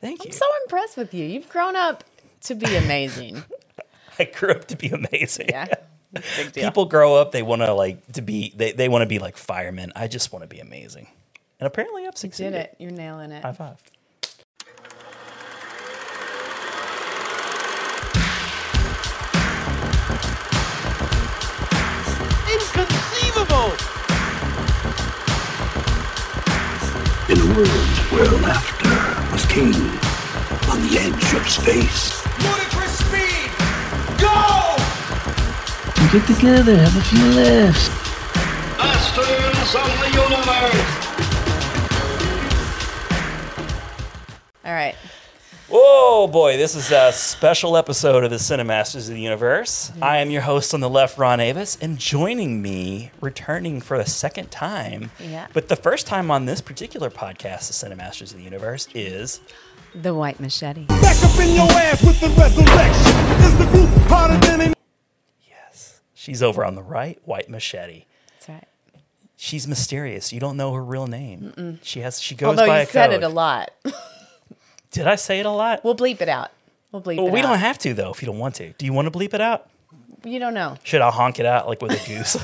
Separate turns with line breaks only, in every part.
Thank you.
I'm so impressed with you. You've grown up to be amazing.
I grew up to be amazing.
Yeah. It's a Big deal.
People grow up, they want to like to be they, they want to be like firemen. I just want to be amazing. And apparently I've
did
succeeded.
it. You're nailing it.
High five.
Inconceivable!
In a world where laughter was king, on the edge of space,
Ludicrous speed! Go!
Get together, have a few laughs.
Masters of the Universe.
All right.
Whoa, boy, this is a special episode of the Cinemasters of the Universe. I am your host on the left, Ron Avis, and joining me, returning for the second time,
Yeah.
but the first time on this particular podcast, the Cinemasters of the Universe, is
The white machete.
Back up in your ass with the resurrection. Is the group harder than it?
she's over on the right, White Machete.
That's right.
She's mysterious. You don't know her real name. She has. She goes
Although
by
you
a
said
code.
it a lot.
Did I say it a lot?
We'll bleep it out. We'll bleep
Well,
it
we
out.
don't have to though. If you don't want to, do you want to bleep it out?
you don't know.
Should I honk it out like with a goose?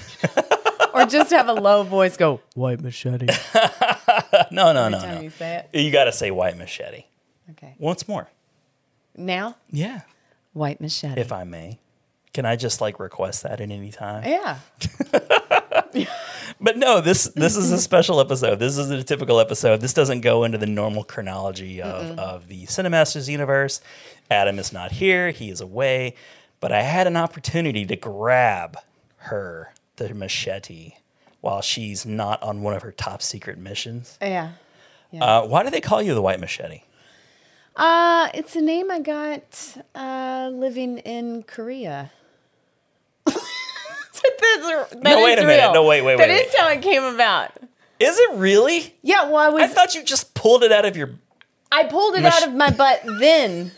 Or just have a low voice go,
White machete.
no, no, no,
time
no.
you say it.
You got to say White Machete
Okay.
once more.
Now,
Yeah.
white machete.
if I may. Can I just like request that at any time?
yeah.
But no, this this is a special episode. This isn't a typical episode. This doesn't go into the normal chronology of, of the Cinemasters universe. Adam is not here, he is away. But I had an opportunity to grab her, the machete, while she's not on one of her top secret missions.
Yeah.
Uh, why do they call you the White Machete?
Uh, it's a name I got uh, living in Korea. That is- that
No, wait
is
a minute.
real.
No, wait, wait,
That
wait,
is how it came about.
Is it really?
Yeah, well, I was
I thought you just pulled it out of your
I pulled it
Mach-
out of my butt then.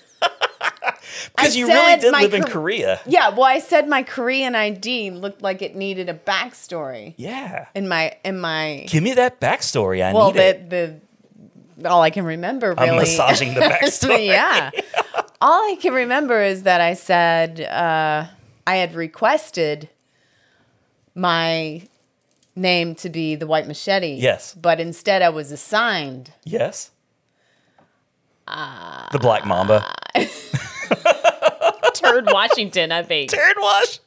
because
I
you really
said
did
my
live in
Kor-
Korea.
Yeah, well, I said my Korean ID looked like it needed a backstory.
Yeah.
In my in my
Give me that backstory. I
well,
need it.
the the all I can remember really.
I'm massaging the backstory.
yeah. All I can remember is that I said uh, I had requested my name to be the White Machete.
Yes.
But instead, I was assigned.
Yes. the Black Mamba.
Turd Washington, I think.
Turd wash.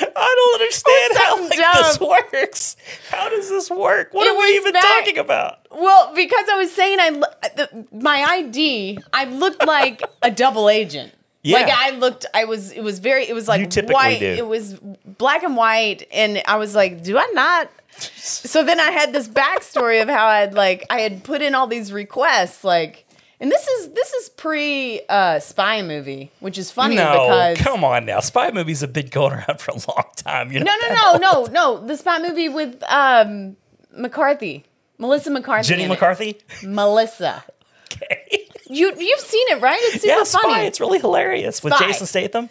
I don't understand how like,
something
this
Oh, dumb.
works. How does this work? What
It
are we
was
even
back-
talking about?
Well, because I was saying I lo- the, my ID, I looked like a double agent.
Yeah.
Like I looked, I was. It was very. It was
You
like
typically
white.
do.
It was black and white, and I was like, "Do I not?" So then I had this backstory of how I'd like I had put in all these requests, like, and this is this is pre uh, spy movie, which is funny
No,
because
come on now. Spy movies have been going around for a long time. You're
no,
not that
no,
old.
no, no, no, the spy movie with um, McCarthy, Melissa McCarthy,
Jenny
in it.
McCarthy.
Melissa.
Okay.
You you've seen it, right? It's super
yeah, Spy.
funny.
It's really hilarious with
Spy.
Jason Statham.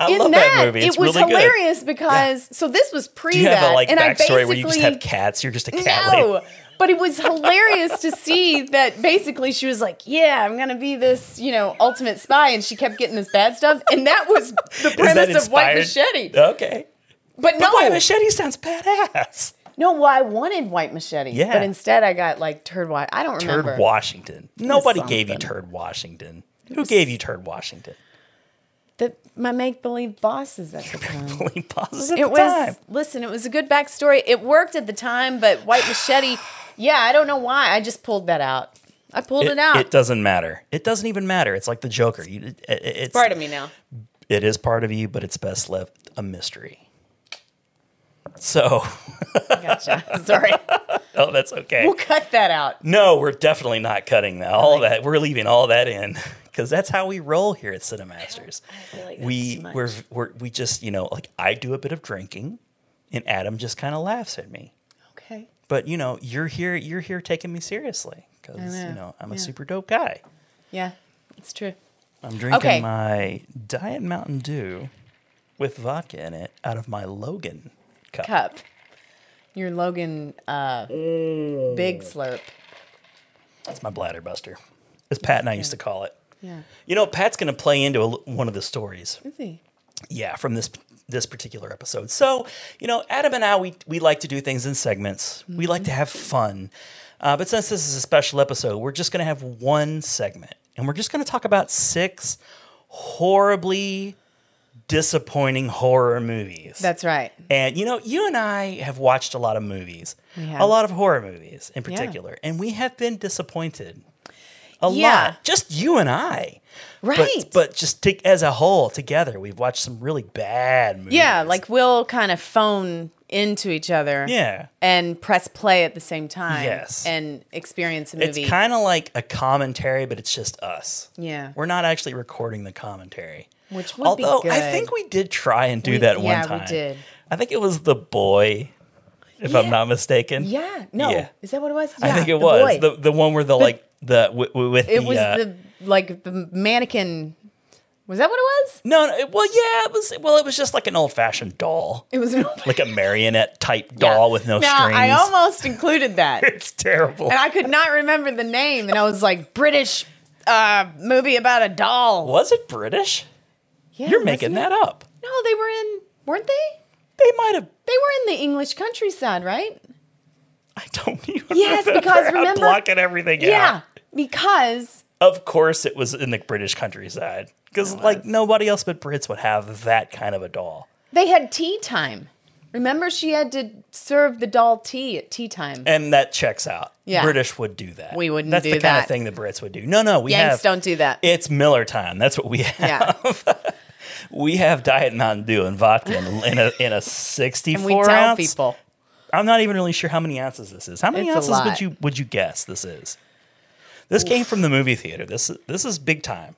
I
in
love that, movie. It's
it was
really good.
hilarious because so this was pre
Do you have
that,
a like
and I
backstory
basically
where you just have cats? You're just a cat lady.
no. But it was hilarious to see that basically she was like, "Yeah, I'm gonna be this, you know, ultimate spy," and she kept getting this bad stuff, and that was the
Is that
premise of White
inspired?
Machete.
Okay.
But no,
But White Machete sounds badass.
no, well, I wanted White Machete,
Yeah.
but instead I got like Turd White. I don't remember.
Turd Washington. Nobody gave you
something.
Turd Washington. Who gave you Turd Washington?
The, my make believe bosses at the time.
Only pauses at
It
the
was
time.
listen, it was a good backstory. It worked at the time, but White Machete, yeah, I don't know why. I just pulled that out. I pulled it,
It,
out.
it doesn't matter. It doesn't even matter. It's like the Joker. You, it, it- it's
Part of me now.
It is part of you, but it's best left a mystery. So,
Gotcha. Sorry.
oh, that's okay.
We'll cut that out.
No, we're definitely not cutting that. All that we're leaving all that in because that's how we roll here at Cinemasters. we we're, we're we just you know like I do a bit of drinking, and Adam just kind of laughs at me.
Okay.
But you know you're here you're here taking me seriously because
know,
you know I'm a
yeah.
super dope guy.
Yeah, it's true.
I'm drinking
Okay.
my Diet Mountain Dew with vodka in it out of my Logan cup.
Cup. Your
Mm.
Logan uh, big slurp.
That's my bladder buster. as Pat and I used to call it.
Yeah.
You know, Pat's going to play into a l one of the stories.
Is he?
yeah from this this particular episode so you know adam and i we, we like to do things in segments we like to have fun uh, but since this is a special episode we're just going to have one segment and we're just going to talk about six horribly disappointing horror movies
That's right.
and you know, you and I have watched a lot of movies,
have.
a lot of horror movies in particular, and we have been disappointed. A
Yeah.
lot, just you and I,
Right.
But, but just to, as a whole, together, we've watched some really bad movies.
Yeah, like we'll kind of phone into each other.
yeah,
And press play at the same time.
Yes.
And experience a
it's
movie.
kind of like a commentary, but it's just us.
Yeah.
we're not actually recording the commentary,
Which would be
although I
good.
think we did try and do
We-
that one
yeah, we
time.
did.
I think it was the boy, if I'm
Yeah.
not mistaken.
yeah. No.
Yeah.
Is that what it was?
I
Yeah,
think it
the
was
boy.
the the one where the like the w- w- with
it
the,
was
uh,
the like the mannequin. Was that what it was?
no, no it- well yeah it was well it was just like an old fashioned doll
It was an
like a marionette type doll with no
now,
strings.
I almost included that, and
it's terrible.
I could not remember the name, and I was like British uh, movie about a doll.
was it British?
Yeah,
You're
wasn't
making
it?
that up.
No, they were in, weren't they?
They might have.
They were in the English countryside, right?
I don't even.
Yes,
remember.
because
I'm
remember-
blocking everything
Yeah,
out.
because
Of course, it was in the British countryside because like nobody else but Brits would have that kind of a doll.
they had tea time. Remember, she had to serve the doll tea at tea time.
And that checks out.
Yeah.
British would do that.
We wouldn't
That's
do
the kind of
that.
thing the Brits would do. No, no, we
Yanks
have,
don't do that.
It's Miller time. That's what we have.
yeah,
We have Diet Mountain Dew and vodka in a, in a, in a 64
and we tell
ounce.
people
I'm not even really sure how many ounces this is. How many
It's a
ounces would
lot.
you would you guess this is? This came from the movie theater. This is- this is big time.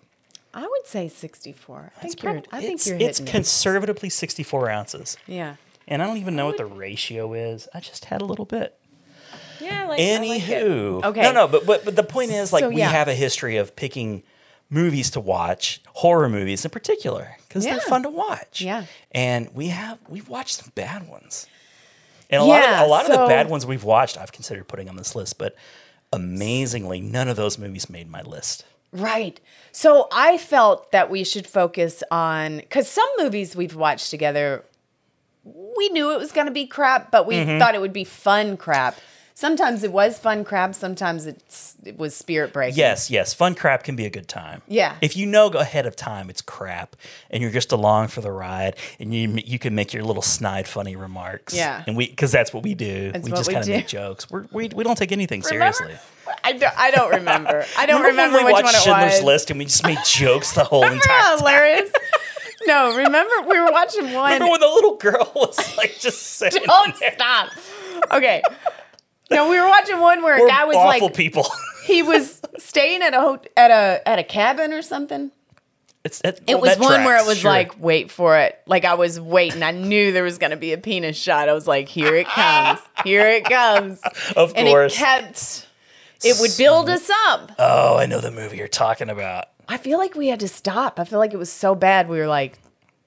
I would say sixty-four. I think you're,
It's-
I think
it's,
you're
it's
hitting. it.
conservatively 64 ounces.
yeah,
And I don't even know what the ratio is. I just had a little bit.
yeah. Like, I like it.
Anywho,
Okay.
no, no, but, but but the point is, like,
So,
we
yeah.
have a history of picking movies to watch, horror movies in particular, because they're
Yeah.
fun to watch.
Yeah.
and we have we've watched some bad ones, and a lot
Yeah,
of a lot of the
so-
bad ones we've watched, I've considered putting on this list, but amazingly, none of those movies made my list.
Right. So I felt that we should focus on because some movies we've watched together, we knew it was going to be crap, but we
Mm-hmm.
thought it would be fun crap. Sometimes it was fun crap. Sometimes it's, it was spirit breaking.
Yes, yes, fun crap can be a good time.
Yeah.
if you know ahead of time it's crap, and you're just along for the ride, and you you can make your little snide, funny remarks.
Yeah.
and we because that's what we do. we
what
just
we
kind of
do.
make jokes. We're, we we don't take anything
Remember?
seriously.
I don't, I don't remember. I don't
Remember
remember,
when we
which
watched
one it
Schindler's
was.
List and we just made jokes the whole
Remember
entire
how
time.
hilarious? no, remember we were watching one.
Remember when the little girl was like just saying,
don't stop. Okay. No, we were watching one where a guy was
awful
like
people."
he was staying at a ho- at a at a cabin or something.
it's, it,
It
well,
was
that
one where it
tracks,
was
sure.
like, wait for it. Like I was waiting. I knew there was going to be a penis shot. I was like, here it comes. Here it comes.
of
And
course.
it kept. It would build us up.
oh, I know the movie you're talking about.
I feel like we had to stop. I feel like it was so bad. We were like,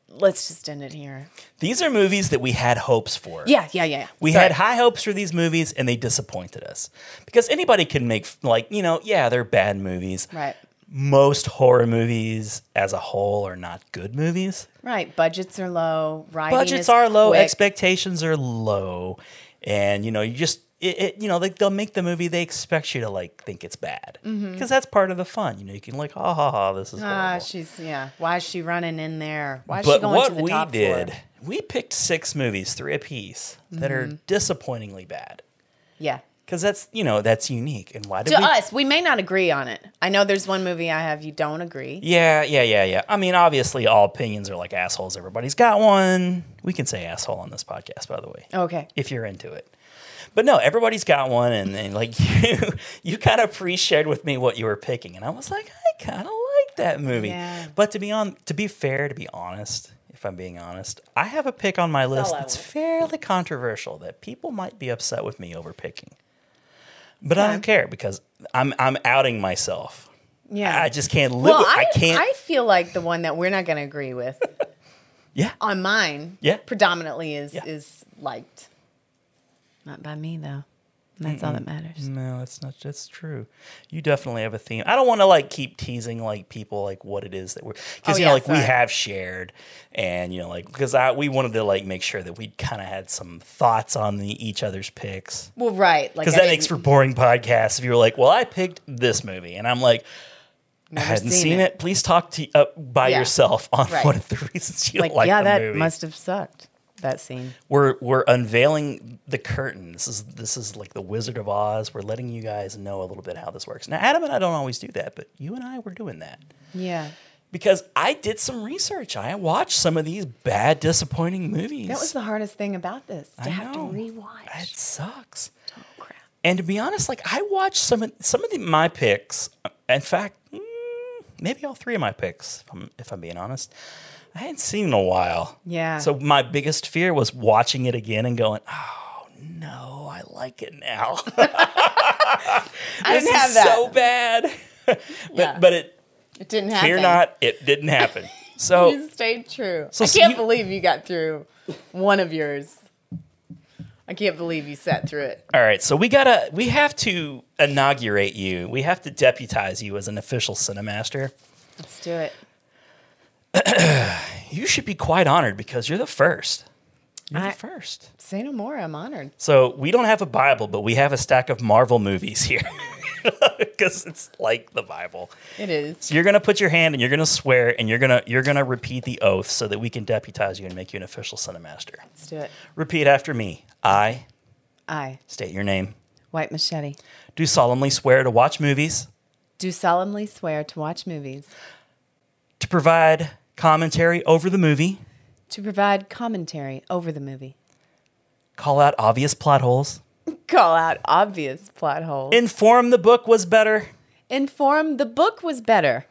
let's just end it here.
These are movies that we had hopes for.
Yeah, yeah, yeah.
We
Sorry.
had high hopes for these movies and they disappointed us. Because anybody can make, like, you know, yeah, they're bad movies.
right,
Most horror movies as a whole are not good movies.
right. Budgets are low. Writing
Budgets
is
are low,
quick.
expectations are low. And, you know, you just, it, it, you know, like they'll make the movie they expect you to, like, think it's bad. Because that's part of the fun. You know, you can, like, ha ha ha, this is horrible.
Mm-hmm. Ah, she's yeah. Why is she running in there? Why is she
but
going to
what
the
we
top
did,
floor?
we picked six movies, three apiece, that are
Mm-hmm.
disappointingly bad.
Yeah.
Because that's, you know, that's unique. And why did
To
we
us, we may not agree on it. I know there's one movie I have you don't agree.
Yeah, yeah, yeah, yeah. I mean, obviously, all opinions are like assholes. Everybody's got one. We can say asshole on this podcast, by the way,
Okay.
if you're into it. But no, everybody's got one, and, and like you, you kind of pre-shared with me what you were picking, and I was like, I kind of like that movie.
Yeah.
But to be on, to be fair, to be honest, if I'm being honest, I have a pick on my list
I
that's
want.
fairly controversial that people might be upset with me over picking. But I don't care because I'm I'm outing myself.
Yeah.
I just can't live.
well,
with, I,
I,
can't.
I feel like the one that we're not going to agree with
yeah.
on mine
Yeah.
predominantly is
Yeah.
is liked. Not by me though. And that's all that matters.
No, that's not. That's true. You definitely have a theme. I don't want to like keep teasing like people like what it is that we're because
Oh,
you
yeah,
know like
sorry.
we have shared and you know like because I we wanted to like make sure that we kind of had some thoughts on the each other's picks
Well, right. Like
because
I
that makes for
didn't-
boring podcasts. If you were like, well, I picked this movie and I'm like. I
Never
hadn't
seen
seen,
it.
it. Please talk to uh, by
Yeah.
yourself on
Right.
one of the reasons you
like,
don't like
yeah,
the
that
movie.
must have sucked. That scene.
we're we're unveiling the curtain. This is this is like the Wizard of Oz. We're letting you guys know a little bit how this works. Now, Adam and I don't always do that, but you and I were doing that
Yeah.
because I did some research. I watched some of these bad, disappointing movies.
That was the hardest thing about this to
I
have
know.
to rewatch.
It sucks.
oh, crap.
And to be honest, like I watched some of some of the, my picks. In fact, mm, maybe all three of my picks. If I'm, if I'm being honest, I hadn't seen in a while.
Yeah.
So my biggest fear was watching it again and going, "Oh no, I like it now."
I
this
didn't have
is
that.
so bad. but
Yeah.
but it
it didn't happen.
fear not, it didn't happen. So
You stayed true.
So
I can't
you-
believe you got through one of yours. I can't believe you sat through it.
All right, so we gotta we have to inaugurate you. We have to deputize you as an official cinemaster.
Let's do it.
You should be quite honored because you're the first. You're
I-
the first.
Say no more. I'm honored.
So we don't have a Bible, but we have a stack of Marvel movies here because it's like the Bible.
It is.
So you're gonna put your hand and you're gonna swear and you're gonna you're gonna repeat the oath so that we can deputize you and make you an official cinemaster.
Let's do it.
Repeat after me. I
I,
state your name.
White Machete,
Do solemnly swear to watch movies,
do solemnly swear to watch movies,
to provide commentary over the movie,
to provide commentary over the movie,
call out obvious plot holes,
call out obvious plot holes,
inform the book was better,
inform the book was better,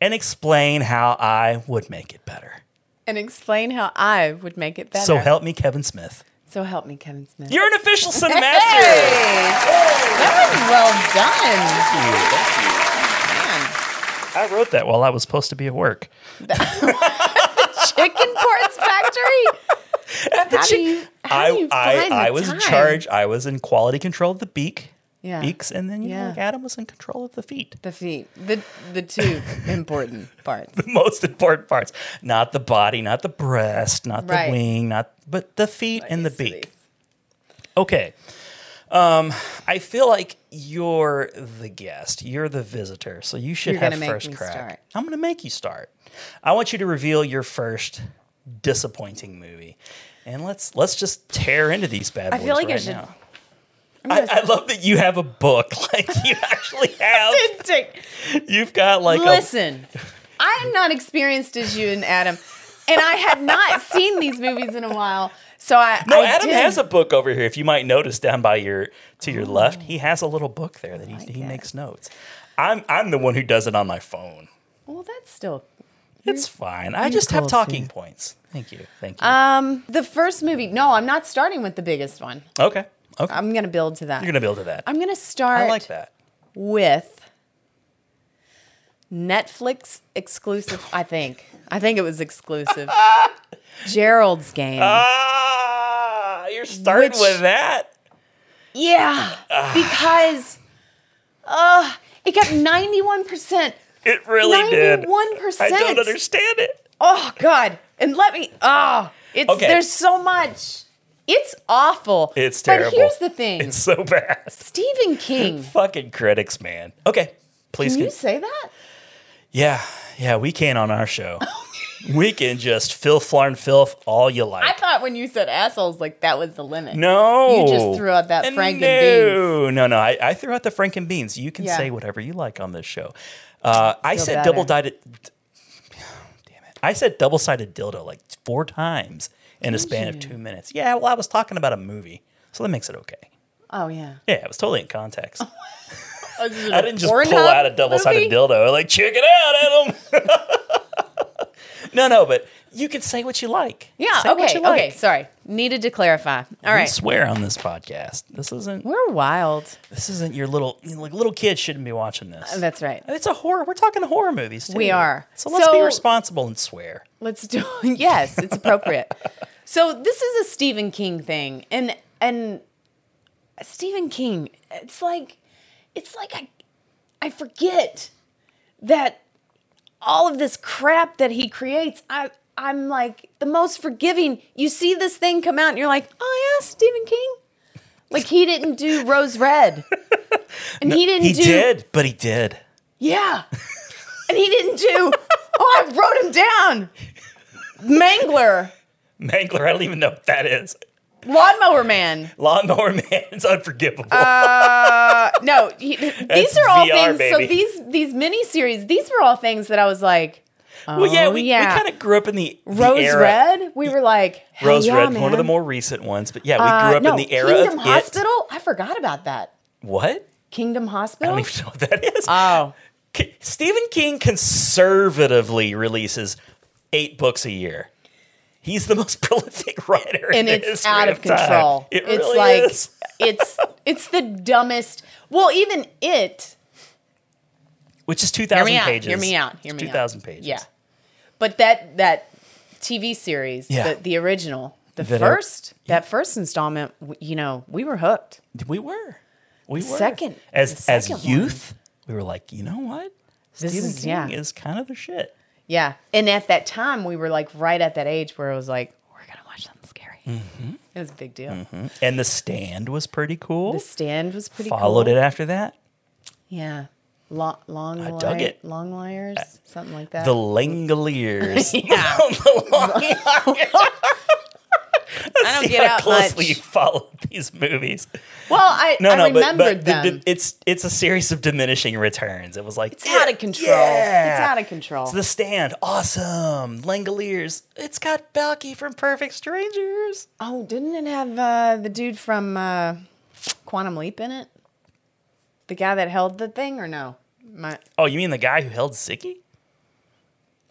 and explain how I would make it better.
and explain how I would make it better.
So help me, Kevin Smith.
So help me, Kevin Smith.
You're an official
Hey!
cinemaster.
That
I wrote that while I was supposed to be at work.
was well done. Chicken Parts Factory. how do you, how do
I
you
I,
find
I
the
was in
time?
charge. I was in quality control of the beak,
Yeah.
beaks, and then you know,
Yeah.
like Adam was in control of the feet.
The feet. The the two important parts.
The most important parts, not the body, not the breast, not
Right.
the wing, not but the feet and the
These cities.
beak. Okay. Um, I feel like you're the guest. You're the visitor. So you should
You're
have
gonna make
first
me
crack.
start.
I'm going to make you start. I want you to reveal your first disappointing movie. And let's let's just tear into these bad boys
feel like I
right
should-
now.
gonna
I, I love that you have a book. Like you actually have
Take-
you've got like
Listen, I am not experienced as you and Adam, and I had not seen these movies in a while. So I
a No,
I
Adam
did- Oh.
has a book over here. If you might notice down by your to your left, he has a little book there that he, he
it.
makes notes. I'm I'm the one who does it on my phone.
Well, that's still
It's fine. I just have
cool,
talking points. Thank you. Thank you.
um the first movie. No, I'm not starting with the biggest one.
okay. Okay.
I'm gonna build to that.
You're gonna build to that.
I'm gonna start
I like that.
with Netflix exclusive. I think. I think it was exclusive. Gerald's Game.
Ah, you're starting
Which-
with that.
Yeah, because uh, it got 91%.
It really did.
91%.
I don't understand it.
Oh, God. And let me, oh, it's,
Okay.
there's so much. It's awful.
It's
But
terrible.
here's the thing
It's so bad.
Stephen King.
Fucking critics, man. Okay. Please.
Can you
con-
say that?
yeah. Yeah. We can on our show. we can just filth, flarn, filth all you like.
I thought when you said assholes, like that was the limit.
No.
You just threw out that Frank and
No, no, no. I, I threw out the Frank and Beans. You can
Yeah.
say whatever you like on this show. Uh, I
Feel
said
better.
double sided. Damn it. I said double sided dildo like four times in a span of two minutes. Yeah, well, I was talking about a movie. So that makes it okay.
Oh, yeah.
Yeah, it was totally in context.
I didn't
I didn't just pull out a double sided dildo. Like, check it out, Adam. no, no, but you can say what you like.
Yeah,
Say what
okay,
you like.
okay. Sorry. Needed to clarify. All
We
right.
swear on this podcast. This isn't
We're wild.
this isn't your little you know, like little kids shouldn't be watching this.
Uh, That's right.
And it's a horror. We're talking horror movies. Too.
We are.
So let's be
So-
responsible and swear.
Let's do. Yes, it's appropriate. so this is a Stephen King thing, and and Stephen King. It's like it's like I I forget that all of this crap that he creates. I I'm like the most forgiving. You see this thing come out and you're like, "Oh yeah, Stephen King." Like he didn't do Rose Red. And he didn't
He
do
did, but he did.
yeah. and he didn't do. Oh, I wrote him down. Mangler,
Mangler, I don't even know what that is.
lawnmower man.
Lawnmower Man is unforgivable.
Uh, No, he- these
That's
are all
VR,
things. So
baby.
these these miniseries, these were all things that I was like,
well, yeah, we,
oh, yeah.
we kind of grew up in the the
Rose
era-
Red. We were like, hell
Rose
yeah,
Red,
man.
one of the more recent ones, but yeah, we
Uh,
grew up
no,
in the era
Kingdom
of
Hospital. I forgot about that.
it. What?
Kingdom
I
Hospital.
don't even know what that is.
oh,
K- Stephen King conservatively releases eight books a year. He's the most prolific writer, in
and
the
it's
history
out of
time.
control.
It
it's
really
like
is.
it's it's the dumbest. Well, even it.
which is two
Hear
thousand
me out.
pages.
Hear me out. Hear me out.
Two thousand pages.
Yeah. But that that TV series,
Yeah.
the, the original, the
That are-
first that first installment, w- you know, we were hooked.
we were, we were
second-
as
the
as
second one.
youth. We were like, you know what?
This
Stephen
is-
King
yeah.
is kind of the shit.
Yeah. And at that time, we were like right at that age where it was like, we're gonna watch something scary.
Mm-hmm.
It was a big deal.
And The Stand was pretty cool.
The Stand was pretty.
Followed
cool.
it after that.
Yeah. Long, long, I
dug it. Uh,
Long liars, something like that.
The Langoliers.
yeah.
The long-
I don't
See
get
how
out
closely you
much.
followed these movies.
Well, I,
No,
I
no, but, but
remembered
the-
them.
the- it's it's a series of diminishing returns. It was like
it's out of control. It's out of control.
The Stand, awesome. Langoliers. It's got Balky from Perfect Strangers.
Oh, didn't it have uh, the dude from uh, Quantum Leap in it? The guy that held the thing, or no? My,
Oh, you mean the guy who held Ziggy?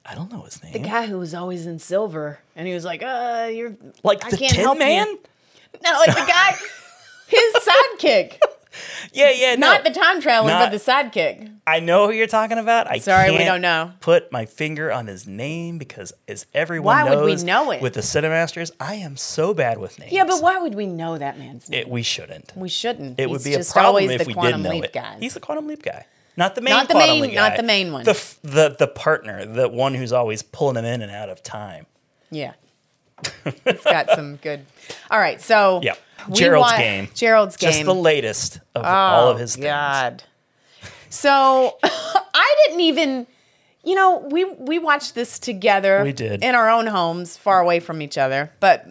I don't know his name.
the guy who was always in silver, and he was like, "Uh, you're
like
I
the
can't
Tin
help you.
Man?
no, like the guy, his sidekick,
Yeah, yeah. no.
not the time traveler,
Not-
but the sidekick."
I know who you're talking about. I
Sorry, we
can't
don't know.
Put my finger on his name because, as everyone
Why would
knows,
we know it?
with the Cinemasters, I am so bad with names.
Yeah, but why would we know that man's name?
It, we shouldn't.
we shouldn't.
It
He's
would be a
just
problem
always
if
the
we did
Quantum
know
Leap
it.
guy.
He's the Quantum Leap guy, not the main.
Not the
Quantum
main-
Leap
not
guy.
the main one.
The, f- the the partner, the one who's always pulling him in and out of time.
Yeah. it's got some good. All right, so
Yeah,
we
Gerald's
want-
game.
Gerald's game.
Just the latest of all of
Oh,
his things.
God. So I didn't even, you know, we we watched this together.
We did.
in our own homes, far away from each other, but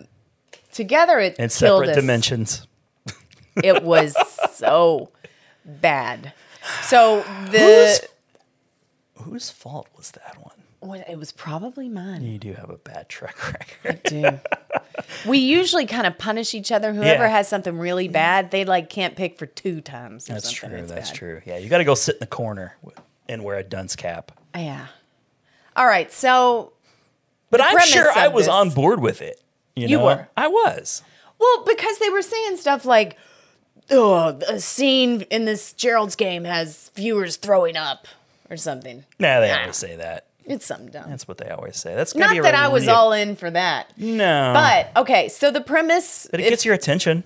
together it
in
killed
separate
us.
dimensions.
It was so bad. So the
Whose- Whose fault was that one?
well, it was probably mine.
You do have a bad track record.
Dude. We usually kind of punish each other. Whoever
Yeah.
has something really bad, they like can't pick for two times. Or
That's
something.
true.
It's
that's
bad.
true. Yeah, you got to go sit in the corner w- and wear a dunce cap.
Yeah. All right. So
But I'm
premise
sure I
of
was
this-
on board with it. You,
You
know?
were.
I was.
Well, because they were saying stuff like, "Oh, a scene in this Gerald's game has viewers throwing up or something."
Nah, they always say that.
It's something dumb.
That's what they always say. That's gonna
Not
be a
that I was
review.
all in for that,
no,
but okay. So the premise,
but it
if-
gets your attention,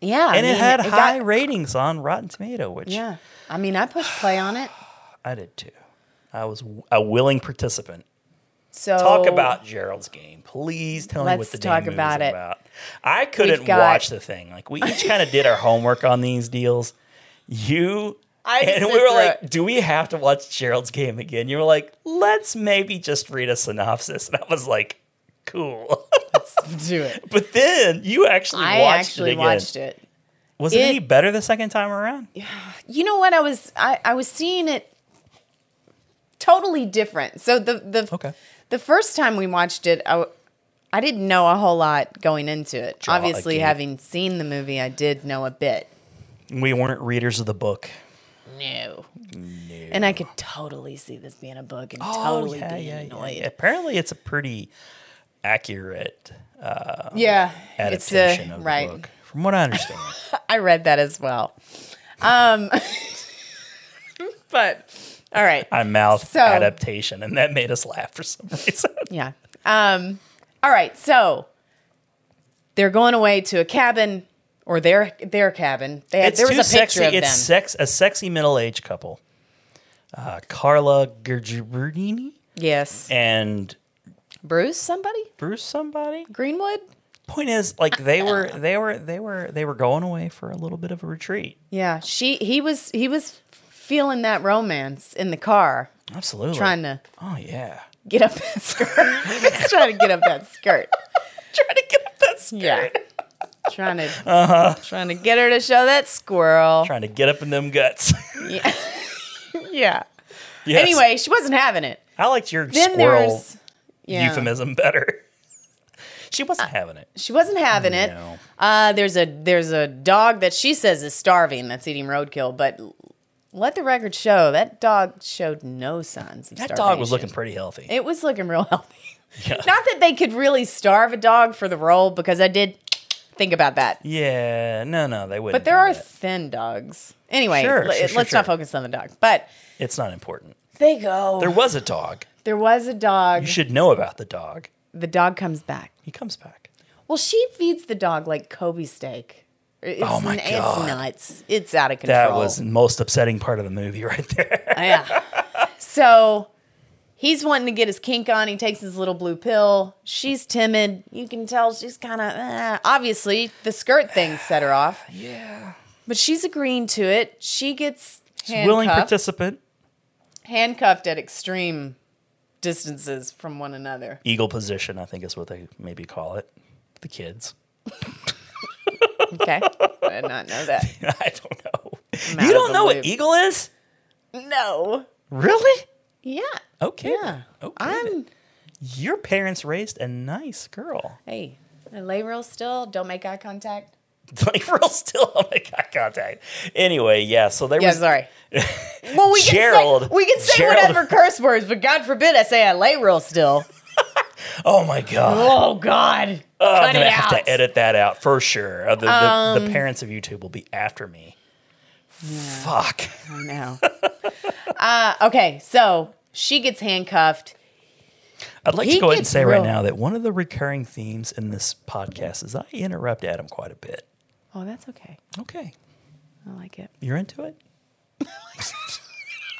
yeah, I
and it
mean,
had
got-
high ratings on Rotten Tomato, which
yeah, I mean, I pushed play on it.
I did too. I was w- a willing participant.
So
Talk about Gerald's game, please. Tell me
Let's
what the
talk
damn movie's
about
about,
it.
I couldn't
got-
watch the thing. Like we each kind of did our homework on these deals. You
I just
and we
sit
were
through
like,
it.
"Do we have to watch Gerald's game again?" You were like, "Let's maybe just read a synopsis," and I was like, "Cool."
do it.
but then you actually
I
watched
actually
it again.
watched it.
Was it,
It-
any better the second time around?
you know what i was i, I was seeing it totally different so the the
Okay.
the first time we watched it i w- I didn't know a whole lot going into it
Draw
obviously
again.
having seen the movie i did know a bit
We weren't readers of the book.
no. and i could totally see this being a book and
Oh,
totally being Oh, annoyed yeah,
Apparently, it's a pretty accurate
it's
adaptation
a,
of
right
the book, from what I understand.
I read that as well. Um, but all right,
I mouthed
So-
adaptation, and that made us laugh for some reason.
yeah. Um, all right, so they're going away to a cabin or their their cabin. They had,
it's
there was
too
a picture
sexy.
of
it's
them.
sex a sexy middle aged couple. Uh, Carla Gergiberdini
yes,
and
Bruce, somebody
Bruce somebody.
Greenwood.
Point is, like they were they were they were they were going away for a little bit of a retreat.
Yeah, she he was he was feeling that romance in the car,
Absolutely.
trying to
Oh yeah.
get up that skirt. He's trying to get up that skirt.
Trying to get up that skirt.
Yeah. Trying to
Uh-huh.
trying to get her to show that squirrel.
Trying to get up in them guts.
Yeah. yeah.
Yes.
Anyway, she wasn't having it.
I liked your
Then
squirrel
there's yeah. Uh,
euphemism better. She wasn't having it.
She wasn't having it.
No.
Uh, there's a there's a dog that she says is starving that's eating roadkill, but l- let the record show that dog showed no signs of
That
starvation.
dog was looking pretty healthy.
It was looking real healthy.
Yeah.
Not that they could really starve a dog for the role because I did think about that.
yeah. No, no, they wouldn't.
But there
do
are
that.
thin dogs. Anyway,
Sure,
le-
sure, sure,
let's not
sure.
focus on the dog. But
It's not important.
they go.
There was a dog.
there was a dog.
You should know about the dog.
The dog comes back.
He comes back.
Well, she feeds the dog like Kobe steak. It's,
Oh my God.
It's nuts. It's out of control.
That was the most upsetting part of the movie right there.
yeah. So he's wanting to get his kink on. He takes his little blue pill. She's timid. You can tell she's kind of eh. obviously the skirt thing set her off. Yeah. But she's agreeing to it. She gets
Willing
handcuffed,
participant.
handcuffed at extreme distances from one another.
Eagle position, I think is what they maybe call it. The kids.
Okay. I did not know that.
I don't know.
out
you
of
don't
the
know what
loop.
eagle is?
No.
Really?
Yeah.
Okay.
Yeah.
Okay.
I'm
Your parents raised a nice girl.
hey, I lay real still, don't make eye contact.
Like real still on my eye contact. Anyway, yeah. So there
Yeah,
was
sorry. Well, we can say
Gerald-
we can say
Gerald-
whatever curse words, but God forbid I say I lay real still.
Oh my god.
Oh God,
Oh, I'm
cut
gonna
it
have
out. Um,
to edit that out for sure. Uh, The, the, the parents of YouTube will be after me. Fuck.
I know. uh, okay, so she gets handcuffed.
I'd like
He
to go ahead and
gets
say
real-
right now that one of the recurring themes in this podcast is I interrupt Adam quite a bit.
Oh, that's okay.
Okay.
I like it.
You're into it?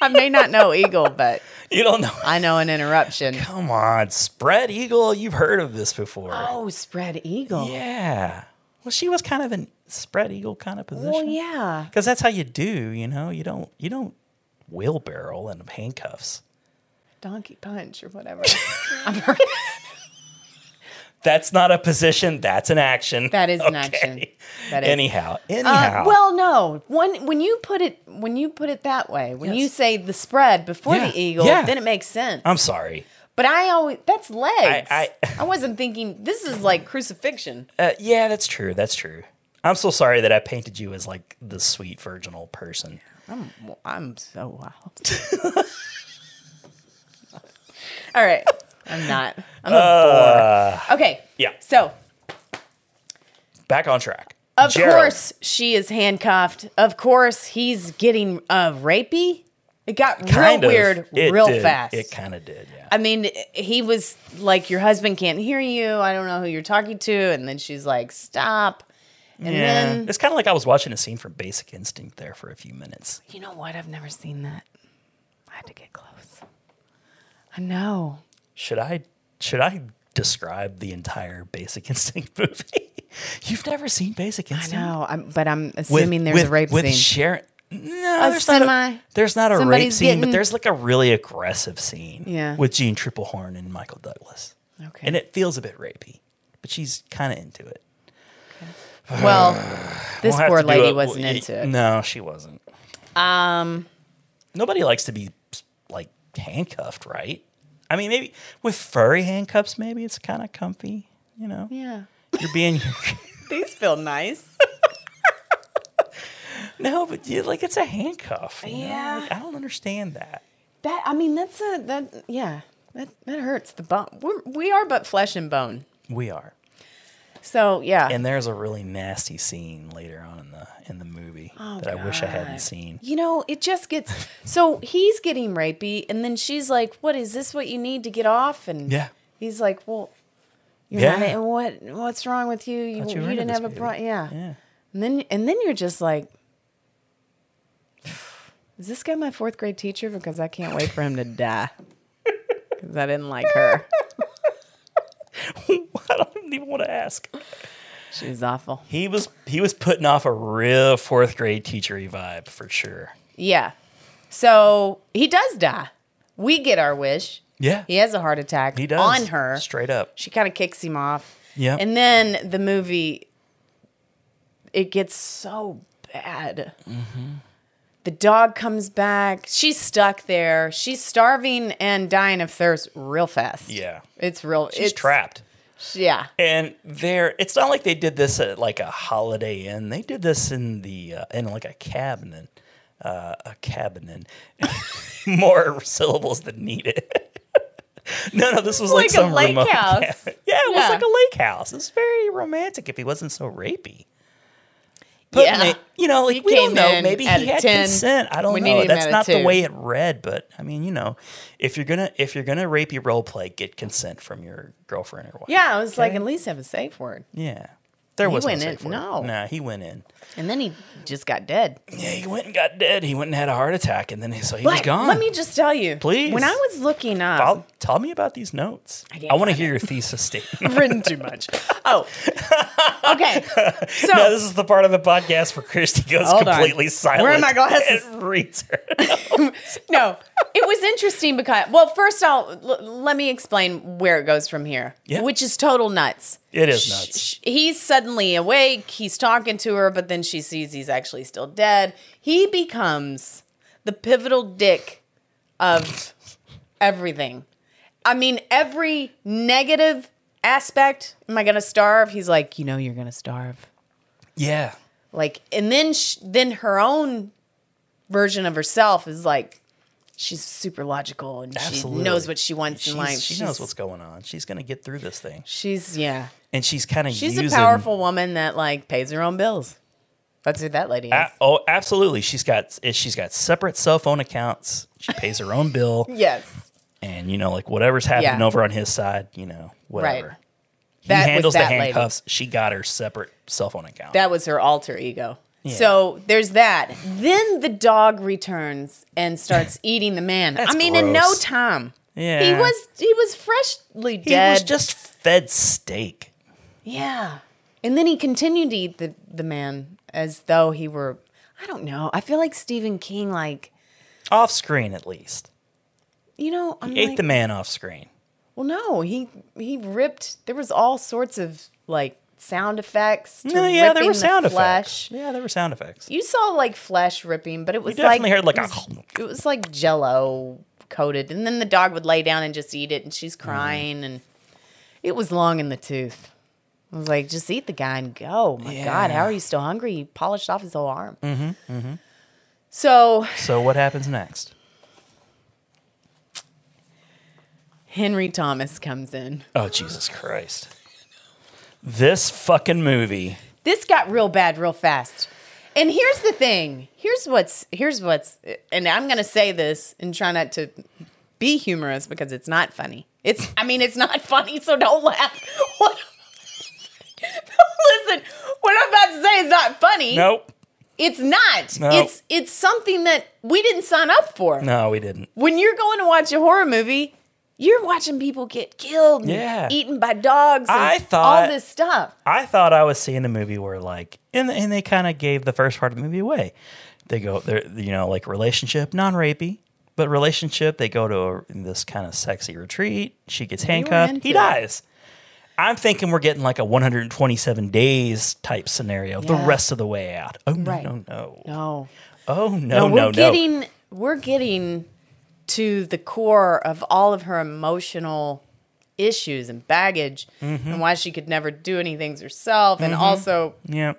I may not know eagle, but
You don't know.
I know an interruption.
Come on, spread eagle. You've heard of this before.
Oh, spread eagle.
Yeah. Well, she was kind of in spread eagle kind of position.
Well, yeah.
Because that's how you do, you know. You don't you don't wheelbarrow in handcuffs.
Donkey punch or whatever.
That's not a position. That's an action.
That is an
Okay.
action. That is.
Anyhow,
Uh,
anyhow.
well, no. When when you put it when you put it that way, when you
Yes.
say the spread before
Yeah,
the eagle,
yeah.
then it makes sense.
I'm sorry.
But I always that's legs.
I-
wasn't thinking this is like crucifixion.
Uh, yeah, that's true. That's true. I'm so sorry that I painted you as like the sweet virginal person.
I'm so wild. All right, I'm not. I'm a bore. Okay.
Uh, yeah.
So
Back on track.
of
Gerald.
course she is handcuffed. Of course he's getting uh, rapey. It got
Kind
real
of.
weird,
It
real
did.
fast.
It kind of did. Yeah.
I mean, he was like, "Your husband can't hear you. I don't know who you're talking to." And then she's like, "Stop." And
Yeah.
then
it's kind of like I was watching a scene from Basic Instinct there for a few minutes.
You know what? I've never seen that. I had to get close. I know.
Should I should I describe the entire Basic Instinct movie? You've never seen Basic
I
Instinct?
know. I'm, but I'm
With-
assuming there's
with,
a rape
with
scene.
Sharon. No,
A
there's not,
semi-
a, there's not a rape
somebody's
scene,
getting-
but there's like a really aggressive scene
Yeah.
with Gene Triplehorn and Michael Douglas.
okay.
And it feels a bit rapey, but she's kind of into it.
well, this
We'll have
poor
to do
lady
a-
wasn't
well,
into it.
No, she wasn't.
Um,
Nobody likes to be like handcuffed, right? I mean, maybe with furry handcuffs, maybe it's kind of comfy, you know?
yeah.
You're being.
These feel nice.
no, but you, like it's a handcuff. you know?
Yeah.
Like, I don't understand that.
That I mean, that's a that yeah. That that hurts the bone. We're, we are but flesh and bone.
We are.
So yeah.
And there's a really nasty scene later on in the in the movie
Oh,
that I wish I hadn't seen.
you know, it just gets so he's getting rapey, and then she's like, "What is this? What you need to get off?" And
Yeah.
he's like, "Well, you're
Yeah.
not. What what's wrong with you? You,
Thought
you,
were into
didn't
this
have a
baby.
problem. Yeah.
Yeah.
And then and then you're just like, is this guy my fourth grade teacher? Because I can't wait for him to die. Because I didn't like her.
I don't even want to ask.
She's awful.
He was he was putting off a real fourth grade teachery vibe for sure.
Yeah. So he does die. We get our wish.
Yeah,
He has a heart attack
he does
on her.
straight up.
She kind of kicks him off.
Yeah,
And then the movie, it gets so bad.
Mm-hmm.
The dog comes back. She's stuck there. She's starving and dying of thirst real fast.
yeah,
It's real.
she's
it's,
trapped.
Yeah.
And there, it's not like they did this at like a Holiday Inn. They did this in the uh, in like a cabinet, uh, a cabinet, more syllables than needed. no, no, this was like,
Like a
some
lake
remote
house.
cabin. Yeah, it was
Yeah.
like a lake house. It was very romantic if he wasn't so rapey. But
Yeah.
ma- you know, like
He
we don't
came
know.
in
Maybe he
at
had
a 10.
consent. I don't
We needed
know.
him
That's
at a
not the
two.
way it read. But I mean, you know, if you're gonna if you're gonna rapey role play, get consent from your girlfriend or wife.
Yeah. I was like, at least have a safe word.
Yeah. There was
went
no
in-
safe word.
no.
Nah, he went in.
And then he just got dead.
Yeah, he went and got dead. He went and had a heart attack, and then he, so he was
But
gone.
Let me just tell you.
Please.
When I was looking up.
I'll- tell me about these notes. I,
can't
want to hear your thesis statement.
written too much. Oh. Okay. So.
no, this is the part of the podcast where Christy goes
Hold on.
completely silent.
Where are my glasses?
And reads her.
no, it was interesting because, well, first I'll l- let me explain where it goes from here,
Yeah.
which is total nuts.
It is nuts.
Sh- He's suddenly awake. He's talking to her, but then she sees he's actually still dead. He becomes the pivotal dick of everything. I mean, every negative aspect. Am I going to starve? He's like, you know, you're going to starve
Yeah.
like and then sh then her own version of herself is like she's super logical and
Absolutely.
she knows what she wants
She's-
in life
she knows what's going on. She's going to get through this thing.
she's yeah
And she's kind of
she's
using,
a powerful woman that like pays her own bills that's who that lady is
A- oh, absolutely. She's got eh, she's got separate cell phone accounts. She pays her own bill.
yes
and you know, like whatever's happening
Yeah.
over on his side, you know, whatever. He
That was
handles
that
the
lady.
handcuffs. She got her separate cell phone account.
that was her alter ego so there's that then the dog returns and starts eating the man i mean in no
gross.
time
yeah,
he was he was freshly
he
dead
was just fed steak.
Yeah. And then he continued to eat the, the man as though he were I don't know. I feel like Stephen King like
Off screen, at least.
you know, I'm
Ate
like,
the man off screen.
well no, he he ripped there was all sorts of like sound effects. to
No, Oh, yeah, there
ripping
were
the
sound
flesh.
effects. Yeah, there were sound effects.
You saw like flesh ripping, but it was
definitely
like,
heard, like,
it
a
was, it was like jello coated and then the dog would lay down and just eat it and
Mm.
she's crying and it was long in the tooth. I was like, just eat the guy and go. Oh My God, how are you still hungry? He polished off his whole arm. Mm-hmm, mm-hmm. So
So what happens next?
Henry Thomas comes in.
Oh Jesus Christ! This fucking movie.
This got real bad real fast. And here's the thing. Here's what's here's what's and I'm gonna say this and try not to be humorous because it's not funny. It's I mean it's not funny, so don't laugh. What Listen, what I'm about to say is not funny.
Nope.
It's not.
No.
It's it's something that we didn't sign up for.
No, we didn't.
When you're going to watch a horror movie, you're watching people get killed and
Yeah.
eaten by dogs and
I thought-
all this stuff.
I thought I was seeing a movie where like, and and they kind of gave the first part of the movie away. They go, they're you know like relationship, non rapey, but relationship. They go to a, this kind of sexy retreat. She gets handcuffed.
into
He
it.
dies. I'm thinking we're getting like a 127 days type scenario the
Yeah.
rest of the way out. Oh no,
Right.
no, no,
No.
Oh no, no,
No, we're
no.
getting we're getting to the core of all of her emotional issues and baggage
Mm-hmm.
and why she could never do anything herself and also
Yeah.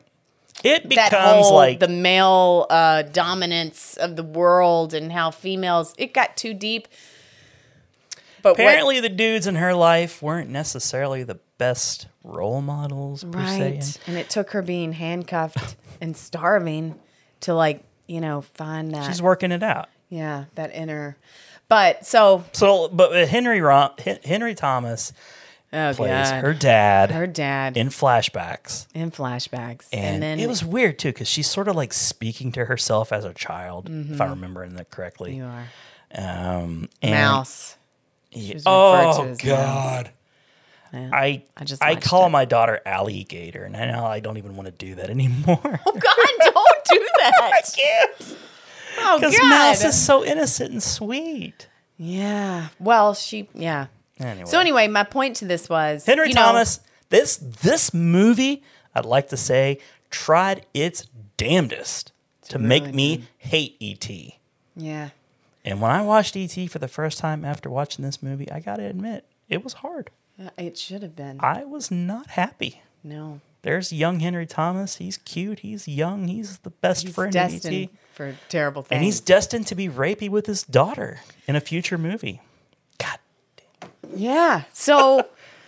It
that
Mm-hmm. becomes
whole
like
the male uh, dominance of the world and how females it got too deep but what-
apparently the dudes in her life weren't necessarily the best role models per se.
right and it took her being handcuffed and starving to like you know find that
She's working it out.
yeah that inner but so
So, but Henry Rom- Hen- Henry Thomas
Oh,
plays
God.
her dad
Her dad in,
in flashbacks.
flashbacks, and,
And,
then
it was weird too, because she's sort of like speaking to herself as a child, if
Mm-hmm.
I'm remembering that correctly.
you are
Um, and-
mouse.
Yeah.
was referred to
Oh
as
God. I I,
I just watched
call
it.
my daughter alligator, and I know I don't even want to do that anymore.
God, don't do that.
Because
Oh God.
Mouse is so innocent and sweet.
yeah. Well, she. Yeah.
Anyway,
So anyway, my point to this was
Henry
you know,
Thomas. This this movie, I'd like to say, tried its damnedest to make me hate E E.T.
yeah.
And when I watched E.T. for the first time after watching this movie, I gotta admit, it was hard.
Yeah, Uh, It should have been.
I was not happy.
no.
There's young Henry Thomas. He's cute. He's young. He's the best
He's
friend of
destined
E.T.
for terrible things.
E And he's destined to be rapey with his daughter in a future movie. God.
Yeah. So,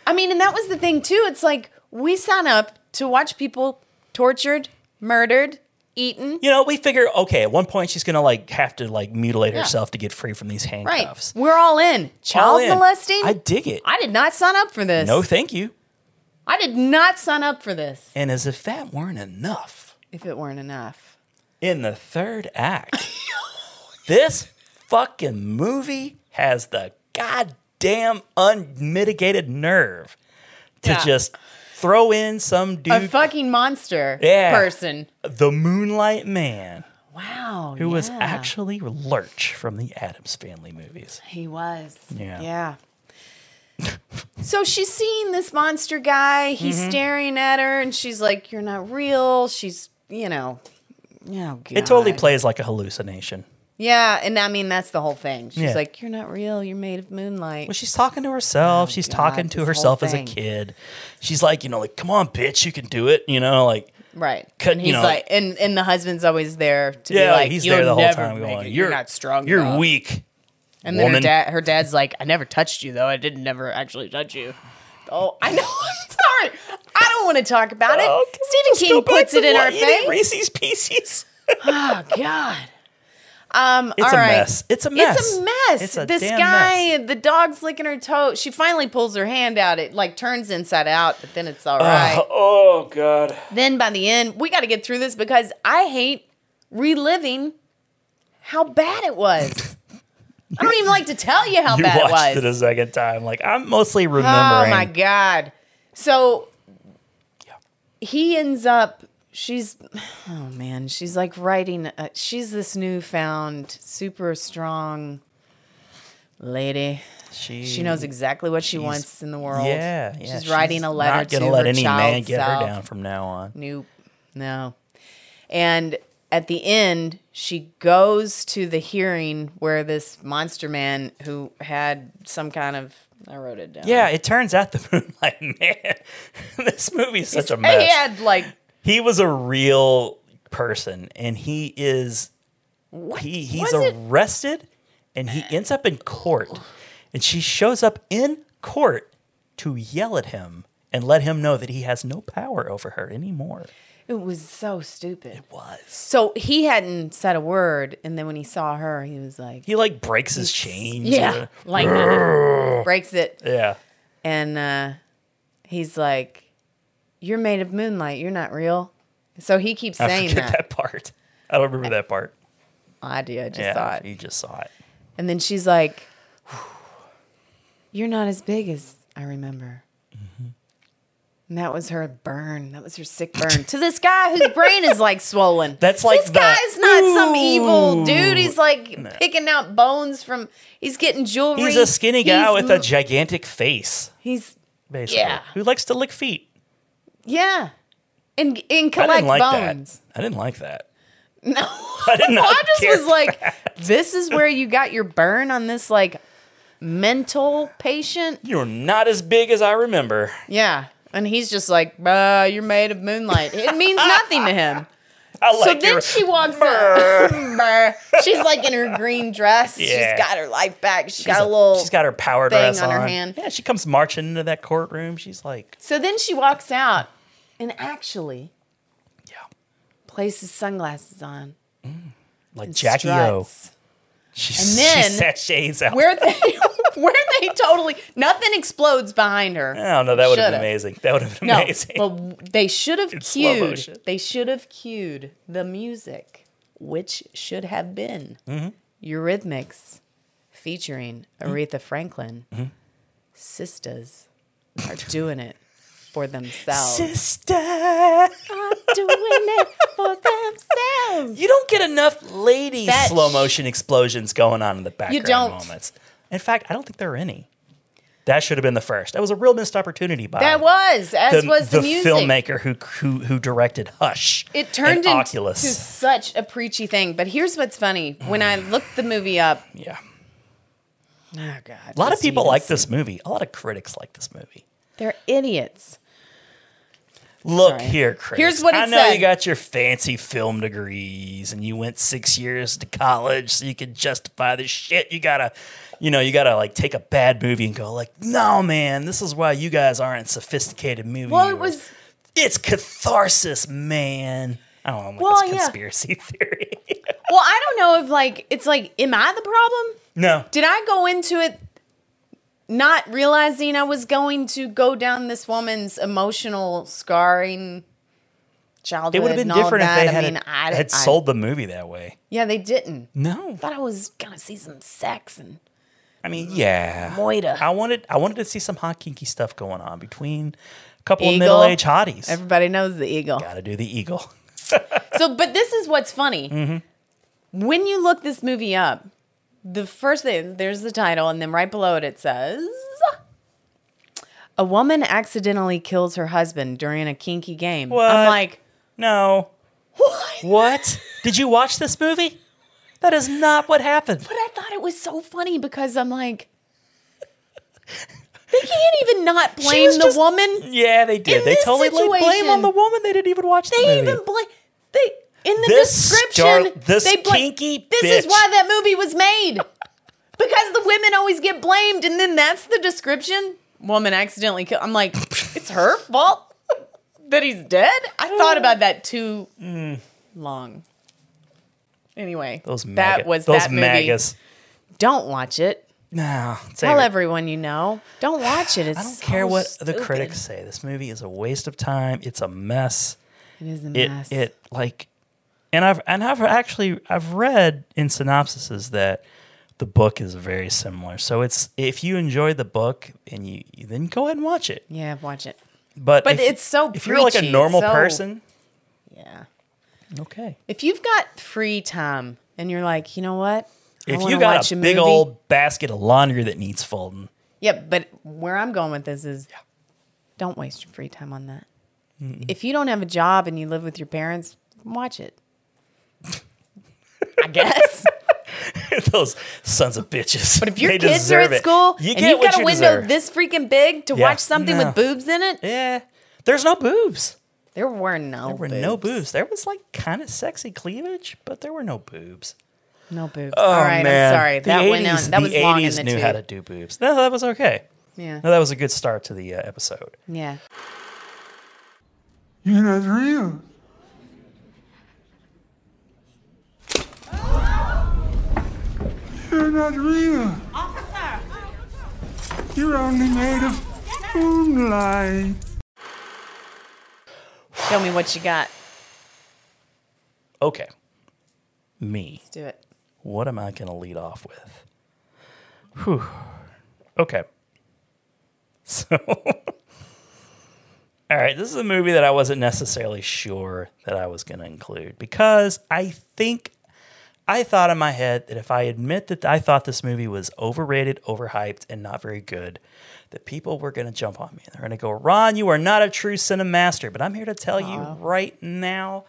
I mean, and that was the thing too. It's like we sign up to watch people tortured, murdered, eaten.
You know, we figure, okay, at one point she's going to like have to like mutilate
Yeah.
herself to get free from these
Right.
handcuffs.
We're all in. Child
All in.
molesting?
I dig it.
I did not sign up for this.
no, thank you.
I did not sign up for this.
And as if that weren't enough,
If it weren't enough.
in the third act, this fucking movie has the goddamn unmitigated nerve to
Yeah.
just throw in some dude
A fucking monster
Yeah.
person.
the Moonlight Man,
Wow.
who was actually Lurch from the Adams Family movies.
He was.
Yeah.
Yeah. so she's seeing this monster guy. He's
Mm-hmm.
staring at her, and she's like, "You're not real." She's, you know, oh, God.
It totally plays like a hallucination.
Yeah, and I mean that's the whole thing. She's
Yeah.
like, "You're not real. You're made of moonlight."
Well, she's talking to herself. she's
Oh God,
talking to
this
herself
whole
as a
thing.
kid. She's like, you know, like, come on, bitch, you can do it. You know, like,
right.
Cut-
and
you
he's
know-
like, and and the husband's always there to be
yeah,
like,
he's
"You'll
there the whole
never
time
make
going,
it.
you're,
You're, not strong.
You're
enough."
weak.
And then
woman.
her dad, her dad's like, "I never touched you though. I didn't never actually touch you." Oh, I know. I'm sorry. I don't want to talk about it.
Oh, can we just
Stephen
go
King
back
puts
to
it in
what-
our
eating
face.
Reese's Pieces.
Oh God. Um,
It's
all
a
right.
mess. It's a mess.
It's a mess.
It's a
this
damn
guy, the dog's licking her toe. She finally pulls her hand out. It like turns inside out, but then it's all right.
Oh God.
Then by the end, we got to get through this because I hate reliving how bad it was. I don't even like to tell you how
You
bad it
watched
was.
it a second time. Like I'm mostly
Oh
remembering.
my god! So he ends up. She's oh man, she's like writing. A, she's this newfound super strong lady. She knows exactly what she wants in the world.
Yeah, yeah.
she's, writing a letter
Not
to
gonna let
her
any
child
man get
self.
her down from now on.
Nope. No. And at the end, she goes to the hearing where this monster man who had some kind of I wrote it down.
Yeah, it turns out the Moonlight Man. this movie's such a mess.
He had like
He was a real person, and he is he he's
was it?
arrested, and he ends up in court, and she shows up in court to yell at him and let him know that he has no power over her anymore.
it was so stupid.
Was
So he hadn't said a word, and then when he saw her, he was like,
he like breaks his chains?
"Yeah,
or-
like breaks it."
yeah.
and uh, he's like, "You're made of moonlight. You're not real." So he keeps
I
saying
forget
that. Oh,
that. part. I don't remember that part.
I did. I just
yeah,
saw it.
you just saw it.
And then she's like, You're not as big as I remember.
Mm-hmm.
And that was her burn. That was her sick burn to this guy whose brain is like swollen.
That's like
this
the-
guy's not some evil
Ooh.
dude. He's like picking out bones from. He's getting jewelry.
He's a skinny guy
He's
with a
m-
gigantic face,
He's
basically,
Yeah.
who likes to lick feet.
yeah, and and
I
collect
didn't like
bones.
that. I didn't like that.
No,
I did not
I
care
just was like, this is where you got your burn on this like mental patient.
You're not as big as I remember.
Yeah. And he's just like, uh, you're made of moonlight. It means nothing to him.
I
So
like
then
your
she walks
Brr.
up. Brr. She's like in her green dress.
Yeah.
She's got her life back. She's
She's
got a little.
She's got her power
thing
dress
on her hand.
Yeah, she comes marching into that courtroom. She's like,
So then she walks out and actually
yeah,
places sunglasses on.
like Jackie O.
struts.
She,
then-
she sachets out.
Where they Where they totally nothing explodes behind her.
Oh no, that would have been
Should've.
amazing. That would have been
No,
amazing.
but w- they should have
slow
cued.
motion.
They should have cued the music, which should have been
Mm-hmm.
Eurythmics featuring Aretha Franklin.
Mm-hmm.
Sisters are doing it for themselves.
Sister,
are doing it for themselves.
you don't get enough lady
That
slow
sh-
motion explosions going on in the background
don't.
moments. In fact, I don't think there are any. That should have been the first. That was a real missed opportunity by
That was as was the, music.
filmmaker who, who who directed Hush.
It turned
and
into
Oculus.
such a preachy thing. But here's what's funny: when I looked the movie up,
yeah,
oh god,
a lot of people like this movie. A lot of critics like this movie.
They're idiots.
Look
Sorry.
here, Chris.
Here's what
I
it
know
said.
you got your fancy film degrees and you went six years to college so you could justify this shit. You gotta, you know, you gotta like take a bad movie and go like, no, man, this is why you guys aren't sophisticated movie.
Well, it
viewers."
was
it's catharsis, man. I don't know, I'm like
Well,
this
yeah.
conspiracy theory.
well. I don't know if like it's like, am I the problem?
no,
Did I go into it not realizing I was going to go down this woman's emotional scarring? Childhood
it would have been
and all of
different if
that.
they had,
I mean, I,
had
I-
sold the movie that way.
Yeah, they didn't.
No,
Thought I was gonna see some sex and
I mean, yeah.
moita.
I wanted I wanted to see some hot kinky stuff going on between a couple of
Eagle.
middle aged hotties.
Everybody knows the eagle.
Gotta do the eagle.
So, but this is what's funny.
Mm-hmm.
When you look this movie up, the first thing, there's the title, and then right below it, it says A woman accidentally kills her husband during a kinky game.
What?
I'm like,
No.
what?
What? Did you watch this movie? That is not what happened.
But I thought it was so funny because I'm like, they can't even not blame
was
the
just-
woman.
Yeah, they did.
In
they
this
totally laid blame
situation-
on the woman. They didn't even watch the
They
movie.
even blame. They. In the
This
description,
star- this
they bla-
kinky
This is
bitch.
why that movie was made. because the women always get blamed, and then that's the description. Woman accidentally killed. I'm like, it's her fault that he's dead. I thought about that too long. Anyway,
Mm. those
that
maggot-
was
those
that movie.
maggots.
Don't watch it.
No,
Tell everyone you know. Don't watch it. It's
I don't care what the
stupid.
critics say. This movie is a waste of time. It's a mess.
It is a
it
mess.
it like and I've and I've actually I've read in synopsises that the book is very similar. So it's if you enjoy the book and you you- then go ahead and watch it.
yeah, watch it.
But
But
if-
it's so
if you're like a
preachy,
normal
so-
person,
Yeah.
okay.
If you've got free time and you're like, you know what? I
If
wanna
you got
watch
a big
movie."
old basket of laundry that needs folding,
Yeah, but where I'm going with this is don't waste your free time on that. If you don't have a job and you live with your parents, watch it. I guess.
those sons of bitches.
But if your
they
kids are
deserve
at
it.
school
you
and
get
you've
what
got a
you
window
deserve.
this freaking big to
Yeah.
watch something
No.
with boobs in it,
yeah, there's no boobs.
there were no
There were
boobs.
no boobs. There was like kind of sexy cleavage, but there were no boobs.
No boobs.
Oh,
All right,
man.
I'm sorry.
The
that went
80s
on. That was
the
long in
80s
the
knew
tooth.
how to do boobs. No, that was okay.
Yeah.
No, that was a good start to the uh, episode.
Yeah.
You're not real. You're not real. You're only made of moonlight.
Show me what you got.
Okay. Me.
Let's do it.
What am I going to lead off with? Whew. Okay. So, all right, this is a movie that I wasn't necessarily sure that I was going to include because I think I thought in my head that if I admit that I thought this movie was overrated, overhyped, and not very good, that people were going to jump on me. They're going to go, Ron, you are not a true cinemaster. But I'm here to tell you right now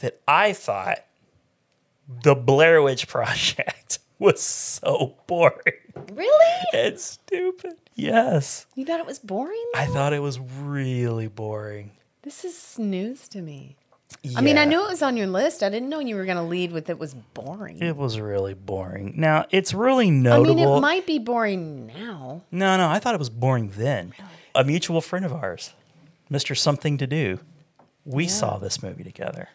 that I thought the Blair Witch Project was so boring
Really?
and stupid. Yes.
You thought it was boring?
I thought it was really boring.
This is news to me. I mean, I
Yeah.
knew it was on your list. I didn't know you were going to lead with it was boring.
it was really boring. Now, it's really
I
notable.
mean, it might be boring now.
No, no, I thought it was boring then. A mutual friend of ours, Mr. Something to Do, we saw this movie together.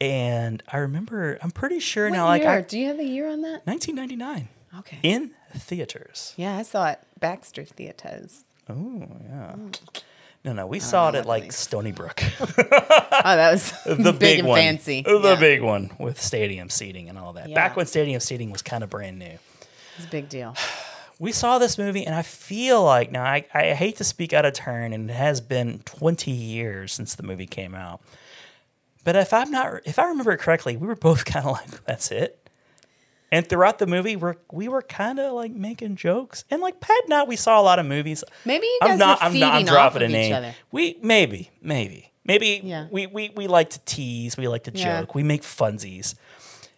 And I remember, I'm pretty sure
What
now, like
year?
I,
Do you have a year on that?
1999
Okay.
in theaters.
Yeah, I saw it. Baxter Theaters.
No, no,
Oh,
we saw it at like
luckily.
Stony Brook,
Oh, that was
the big,
and
one,
fancy.
the
Yeah,
big one with stadium seating and all that.
Yeah.
Back when stadium seating was kind of brand new.
It's a big deal.
we saw this movie and i feel like now I, I hate to speak out of turn and it has been 20 years since the movie came out but if i'm not if i remember correctly we were both kind of like that's it and throughout the movie we're, we were kind of like making jokes and like pat and i we saw a lot of movies
Maybe you guys
i'm not
were
i'm not i'm
feeding
dropping
off
a
of each
name
other.
we maybe maybe maybe
Yeah.
we, we we like to tease we like to joke
Yeah.
we make funsies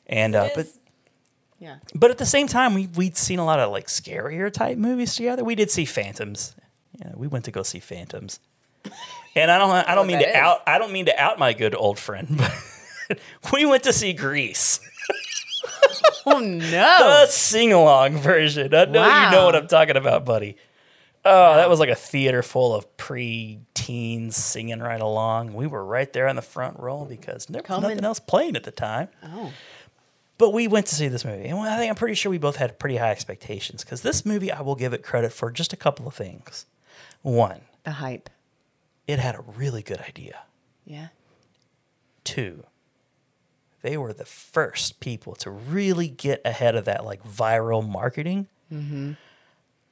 and uh, but
Yeah.
but at the same time, we we'd seen a lot of like scarier type movies together. We did see Phantoms. Yeah, we went to go see Phantoms. And I don't I don't mean
Oh, that
to
is.
out I don't mean to out my good old friend, but we went to see Grease,
Oh
a
no.
sing along version. I know you know
Wow.
what I'm talking about, buddy. Oh, that was like a theater full of pre-teens singing right along. We were right there on the front row because there was
Coming.
nothing else playing at the time.
Oh.
But we went to see this movie, and I think I'm pretty sure we both had pretty high expectations because this movie, I will give it credit for just a couple of things. One,
The hype.
it had a really good idea.
Yeah.
Two, they were the first people to really get ahead of that like viral marketing.
Mm-hmm.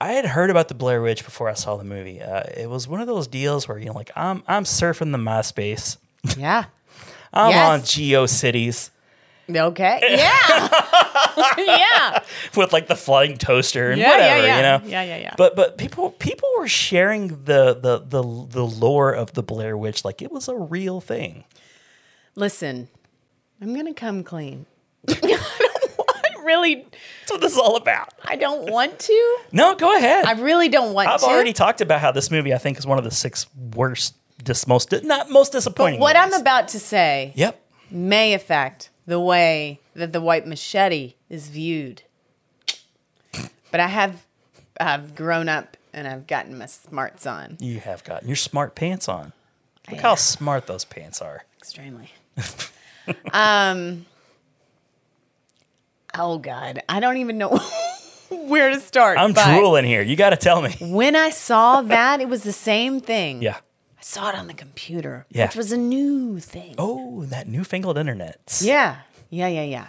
I had heard about the Blair Witch before I saw the movie. Uh, it was one of those deals where you know, like I'm I'm surfing the MySpace,
Yeah.
I'm
Yes.
on GeoCities
Okay. Yeah. yeah.
with like the flying toaster and
Yeah, yeah,
whatever,
yeah.
you know.
Yeah, yeah, yeah.
But but people people were sharing the the the the lore of the Blair Witch like it was a real thing.
Listen, I'm gonna come clean. I don't want really.
That's what this is all about.
I don't want to.
No, go ahead.
I
I've,
really don't want to.
already talked about how this movie I think is one of the six worst, dis, most not most disappointing.
What I'm
movies.
about to say
Yep.
may affect the way that the white machete is viewed. But I have, I've grown up and I've gotten my smarts on.
You have gotten your smart pants on. Look how smart those pants are.
Extremely. um. Oh God, I don't even know where to start.
I'm
but
drooling here. You got to tell me.
When I saw that, it was the same thing.
Yeah.
I saw it on the computer,
Yeah.
which was a new thing.
Oh, that newfangled internet.
Yeah, yeah, yeah, yeah.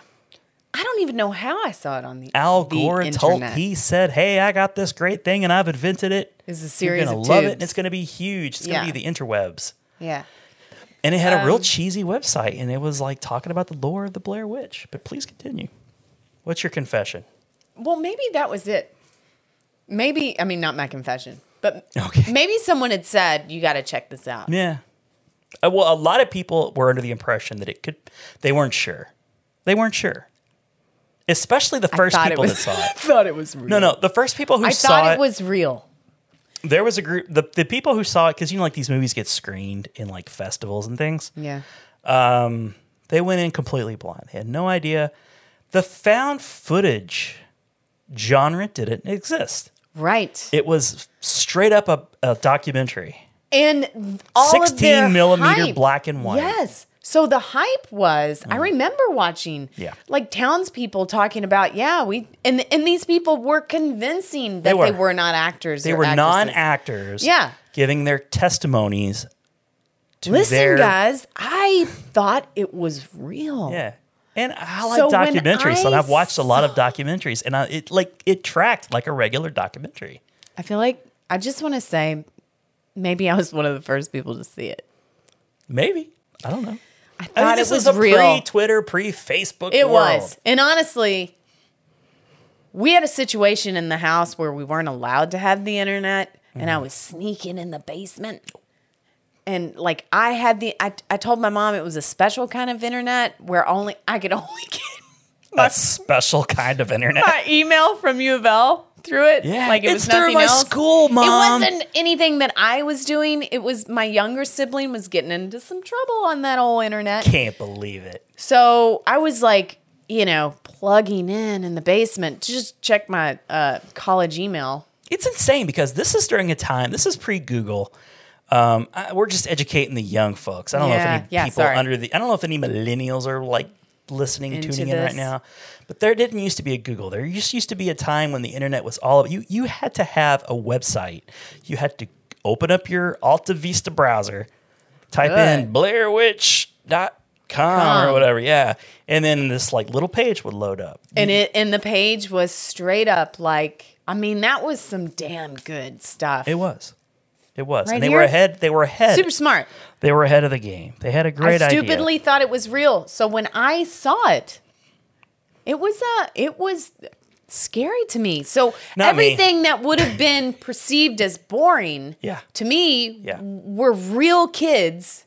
I don't even know how I saw it on the
Al
the
Gore told
internet.
he said, "Hey, I got this great thing and I've invented it.
It's a
You're
series
gonna
of
love it,
tubes.
and it's gonna be huge. It's
Yeah. Um,
gonna be the interwebs."
Yeah.
And it had a real cheesy website, and it was like talking about the lore of the Blair Witch. But please continue. What's your confession?
Well, maybe that was it. Maybe I mean not my confession, but
Okay.
maybe someone had said you got to check this out.
Yeah. Uh, well, a lot of people were under the impression that it could. They weren't sure. They weren't sure. Especially the first
thought it
people
was-
that saw it.
Thought it was real.
No, no, the first people who
I
saw
thought it was real.
there was a group. The, the people who saw it, because you know, like these movies get screened in like festivals and things.
Yeah.
They went in completely blind. They had no idea. The found footage genre didn't exist.
Right.
It was straight up a, a documentary.
and all
16
of their
millimeter
hype.
black and white. Mm.
Yes. So the hype was. I remember watching,
Yeah.
like townspeople talking about, yeah, we and and these people were convincing that they were,
were.
not actors.
They
or
were
actresses.
non-actors.
Yeah.
giving their testimonies. To
Listen,
their,
guys, I thought it was real.
Yeah, and I like
So when
documentaries, and
I
I've watched a lot of documentaries, and I, it like it tracked like a regular documentary.
I feel like I just want to say, maybe I was one of the first people to see it.
Maybe I don't know. I
I
mean,
thought
this
it
is
was
a
real.
pre-Twitter, pre-Facebook.
It
world.
was. And honestly, we had a situation in the house where we weren't allowed to have the internet, and
Mm.
I was sneaking in the basement. And like I had the, I, I told my mom it was a special kind of internet where only I could only get
a special kind of internet.
my email from U of L through it.
Yeah,
like it
it's
was
through
nothing
my
else.
school, Mom.
It wasn't anything that I was doing. It was my younger sibling was getting into some trouble on that old internet.
Can't believe it.
So I was like, you know, plugging in in the basement to just check my uh, college email.
it's insane because this is during a time this is pre-google um, I, we're just educating the young folks i don't know
Yeah,
if any
yeah,
people
sorry.
under the i don't know if any millennials are like listening,
Into
tuning in right
this.
now. But there didn't used to be a Google. There just used to be a time when the internet was all you. You had to have a website. You had to open up your Alta Vista browser, type in
Good.
BlairWitch.com com or
Com.
whatever, yeah, and then this like little page would load up.
And it and the page was straight up like I mean that was some damn good stuff.
It was, it was,
Right
and they
here?
were ahead. They were ahead.
super smart.
They were ahead of the game. They had a great
I
idea.
stupidly thought it was real. So when I saw it, it was uh it was scary to me. So
Not me.
everything that would have been perceived as boring
Yeah.
to me
Yeah. Mm-hmm.
were real kids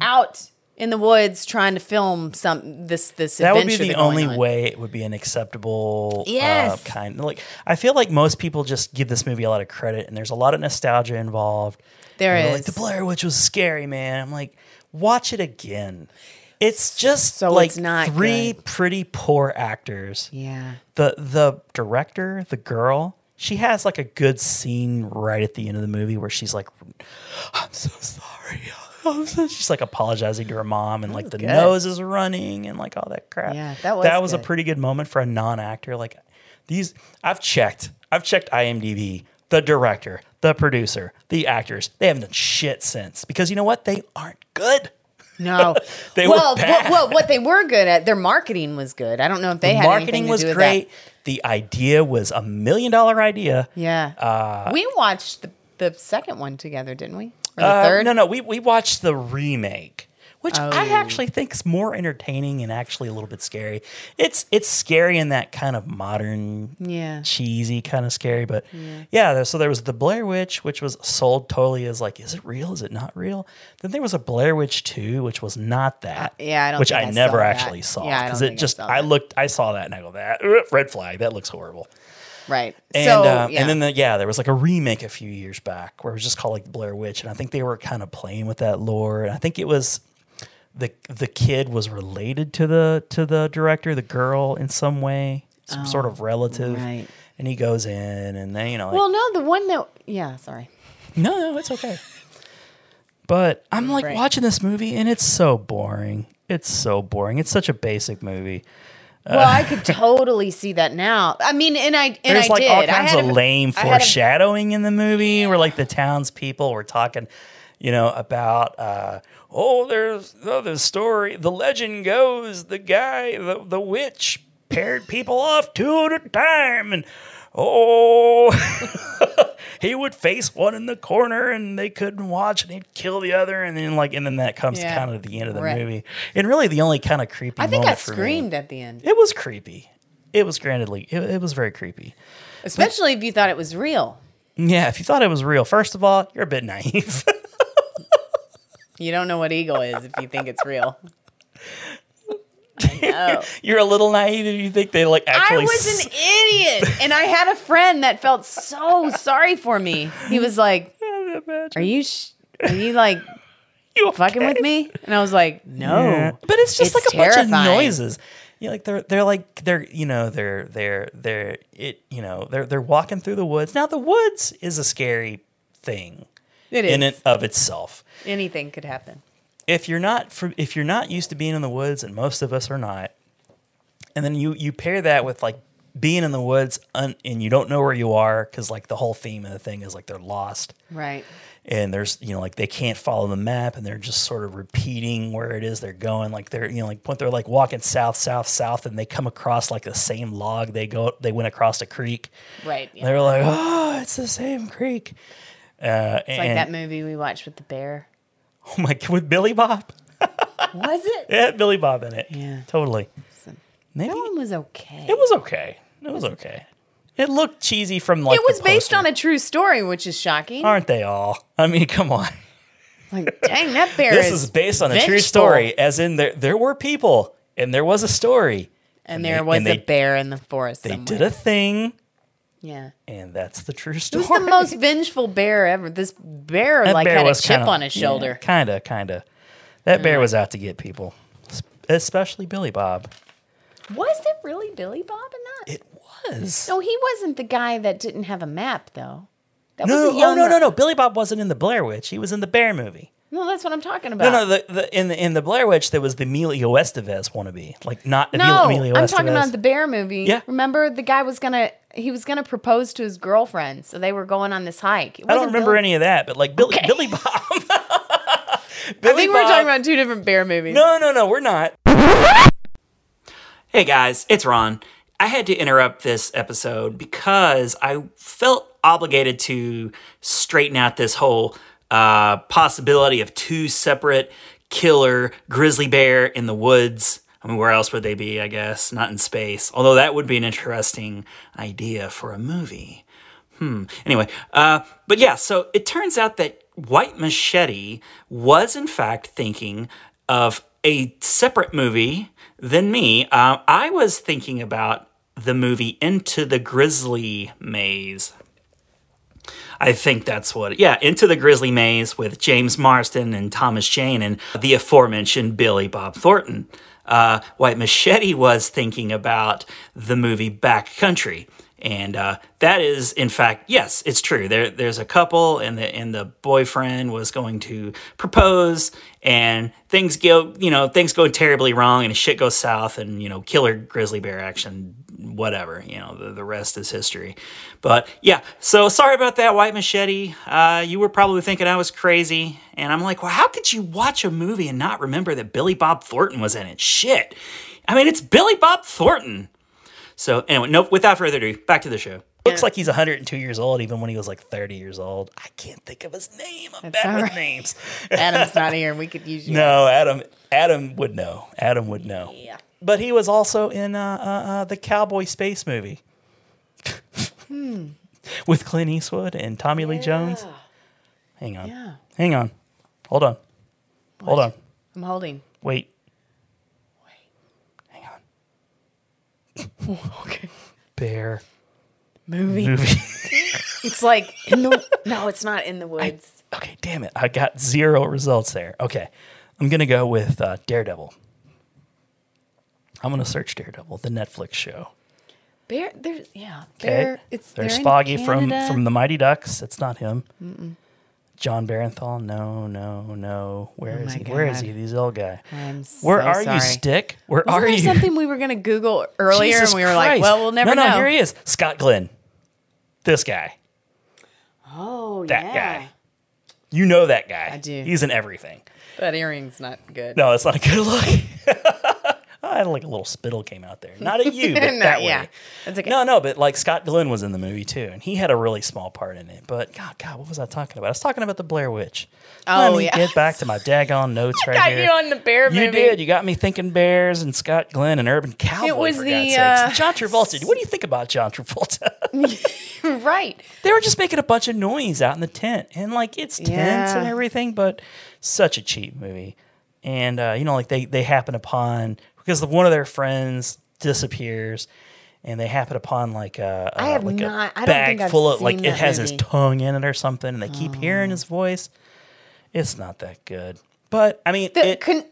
out in the woods trying to film some this this
that would be
adventure
the
they're going
only
on.
way it would be an acceptable
Yes.
uh, kind like i feel like most people just give this movie a lot of credit and there's a lot of nostalgia involved
There
And they're
is.
like the blair witch was scary man i'm like watch it again it's just
So
like
it's not
three pretty poor actors
Yeah.
the the director, the girl, she has like a good scene right at the end of the movie where she's like, "I'm so sorry." I'm so-" She's like apologizing to her mom, and like the
good.
nose is running, and like all that crap.
Yeah, that was
that was a
good.
pretty good moment for a non-actor. Like these, I've checked, I've checked IMDb, the director, the producer, the actors. They haven't done shit since because you know what? They aren't good.
No.
They were
well,
bad.
what, well, what they were good at, their marketing was good. I don't know if they had anything
Marketing
to
was
do with
great. The idea was a million dollar idea.
That. Yeah.
Uh,
we watched the, the second one together, didn't we? Or the
Uh,
third?
No,
Oh.
no, we we watched the remake, which I actually think is more entertaining and actually a little bit scary. It's it's scary in that kind of modern,
Yeah.
cheesy kind of scary. But yeah, there, so there was the Blair Witch, which was sold totally as like, is it real? Is it not real? Then there was a Blair Witch Two, which was not that.
Uh, yeah, I don't
which
think
I
I
never
saw that.
actually saw
Yeah, I don't
because
think
it
I
just
saw
I
that.
looked I saw that and I go that "Ugh, red flag that looks horrible.
Right.
And
so,
uh,
yeah.
and then the, yeah, there was like a remake a few years back where it was just called like Blair Witch, and I think they were kind of playing with that lore. And I think it was the the kid was related to the to the director, the girl in some way, some sort of relative.
Oh, right.
And he goes in, and then you know, like,
well, no, the one that, yeah, sorry.
no, no, it's okay. But I'm like
Right.
watching this movie, and it's so boring. It's so boring. It's such a basic movie.
Well, I could totally see that now. I mean, and I and
There's
I
like
did.
all
I
kinds
had
of
a-
lame
I had a-
foreshadowing in the movie where like the townspeople were talking, you know, about uh, oh, there's oh, the story. The legend goes the guy, the the witch paired people off two at a time, and oh. He would face one in the corner, and they couldn't watch, and he'd kill the other, and then like, and then that comes
Yeah.
kind of the end of the
Right.
movie, and really the only kind of creepy.
I think I
moment for me-
screamed at the end,
It was creepy. It was grandly. It, it was very creepy.
especially if you thought it was real.
Yeah, if you thought it was real, first of all, you're a bit naive.
You don't know what eagle is if you think it's real. I know.
you're a little naive if you think they like
I
actually.
was an idiot. And I had a friend that felt so sorry for me. He was like, Are you, sh- are you like
you
fucking with me? And I was like, No.
But it's just
It's
like a bunch of
terrifying.
noises. You know, like they're they're like they're you know they're they're they're it you know they're they're walking through the woods. Now the woods is a scary thing
It is.
in and of itself.
Anything could happen.
if you're not fr- if you're not used to being in the woods, and most of us are not, and then you you pair that with like being in the woods un- and you don't know where you are because like the whole theme of the thing is like they're lost
Right.
and there's you know like they can't follow the map and they're just sort of repeating where it is they're going like they're you know like point they're like walking south south south and they come across like the same log they go they went across a creek
Right.
And they were like oh it's the same creek uh,
It's like that movie we watched with the bear.
oh my god with Billy Bob
Was it?
It had Billy Bob in it.
Yeah.
Totally. Maybe
That one was okay.
it was okay. It was okay. It looked cheesy from like
It was based on
a
a true story, which is shocking.
aren't they all? I mean, come on.
Like, dang, that bear
This
is,
is based on a true
vengeful.
story, as in there there were people and there was a story.
And there
they-
was
and
a
they-
bear in the forest.
They
somewhere.
did a thing,
Yeah.
and that's the true
It
story.
was the most vengeful bear ever. This bear
That
like
bear
had a
was
chip
kinda-
on his shoulder.
Yeah, kinda, kinda. That bear was out to get people, s- especially Billy Bob.
Was it really Billy Bob in that?
It was.
no, he wasn't the guy that didn't have a map though. That
No,
was a
no,
young
no, no, no. Billy Bob wasn't in the Blair Witch. He was in the Bear movie.
No, that's what I'm talking
No,
about.
no. The, the, in the in the Blair Witch, there was the Emilio Estevez wannabe, like not
No,
Emilio
I'm
Estevez.
talking about the bear movie.
Yeah.
Remember the guy was gonna he was gonna propose to his girlfriend, so they were going on this hike. It
I don't
wasn't
remember
Billy-
any of that, but like Billy Billy Bob.
I think we're talking about two different bear movies.
No, no, no, we're not. Hey guys, it's Ron. I had to interrupt this episode because I felt obligated to straighten out this whole uh, possibility of two separate killer grizzly bear in the woods. I mean, where else would they be, I guess? Not in space. Although that would be an interesting idea for a movie. Anyway, uh, but yeah, so it turns out that White Machete was in fact thinking of a separate movie than me. Uh, I was thinking about the movie Into the Grizzly Maze. I think that's what, yeah, Into the Grizzly Maze with James Marsden and Thomas Jane and the aforementioned Billy Bob Thornton. Uh, White Machete was thinking about the movie Backcountry. And uh, that is, in fact, yes, it's true. There, there's a couple, and the and the boyfriend was going to propose, and things go, you know, things go terribly wrong, and shit goes south, and you know, killer grizzly bear action, whatever. You know, the, the rest is history. But yeah, so sorry about that, White Machete. Uh, you were probably thinking I was crazy. And I'm like, well, how could you watch a movie and not remember that Billy Bob Thornton was in it? Shit. I mean, it's Billy Bob Thornton. So anyway, nope, without further ado, back to the show. Looks like he's 102 years old, even when he was like 30 years old. I can't think of his name. I'm
That's
bad
all
with
right.
names.
Adam's not here and we could use you.
No, Adam. Adam would know. Adam would know.
Yeah.
But he was also in uh, uh, uh, the Cowboy Space movie
Hmm.
with Clint Eastwood and Tommy Lee Jones. Hang on.
Yeah.
Hang on. Hold on. Hold on.
I'm holding.
Wait. Hang on.
Okay.
Bear
Movie.
movie.
It's like in the No, it's not in the woods.
okay, damn it. I got zero results there. Okay. I'm going to go with uh, Daredevil. I'm going to search Daredevil, the Netflix show.
bear there's yeah.
Okay.
Bear it's
There's
they're in
Foggy from
Canada.
from the Mighty Ducks. It's not him. John Barenthal. No, no, no. Where is
Oh my
he? Where is
God.
he? He's old guy.
I'm
Where
so
are
sorry.
you, Stick? Where
Wasn't
are
there
you?
something we were gonna Google earlier
Jesus
and we were like,
Christ.
well we'll never
no, No,
know.
here he is. Scott Glenn. This guy.
Oh
That
yeah.
guy. You know that guy. I
do.
He's in everything.
That earring's not good.
No, that's not a good look. I had like a little spittle came out there. Not at you, but
No,
that
yeah.
way.
That's okay.
No, no, but like Scott Glenn was in the movie too, and he had a really small part in it. But God, God, what was I talking about? I was talking about the Blair Witch. Let
Oh,
me
yeah.
get back to my daggone notes right
got
here.
you on the bear
You
movie.
did. You got me thinking bears and Scott Glenn and Urban Cowboy.
was
for
the,
God's sakes.
uh,
John Travolta. What do you think about John Travolta?
Right.
they were just making a bunch of noise out in the tent and like it's tense and
Yeah.
everything but such a cheap movie and uh, you know like they they happen upon because the, one of their friends disappears and they happen upon like a, a
I have
like a
not- I don't
bag
think I've
full of like
seen
it
that
has his
movie. Oh.
tongue in it or something and they keep hearing his voice it's not that good but i mean
The,
it,
con-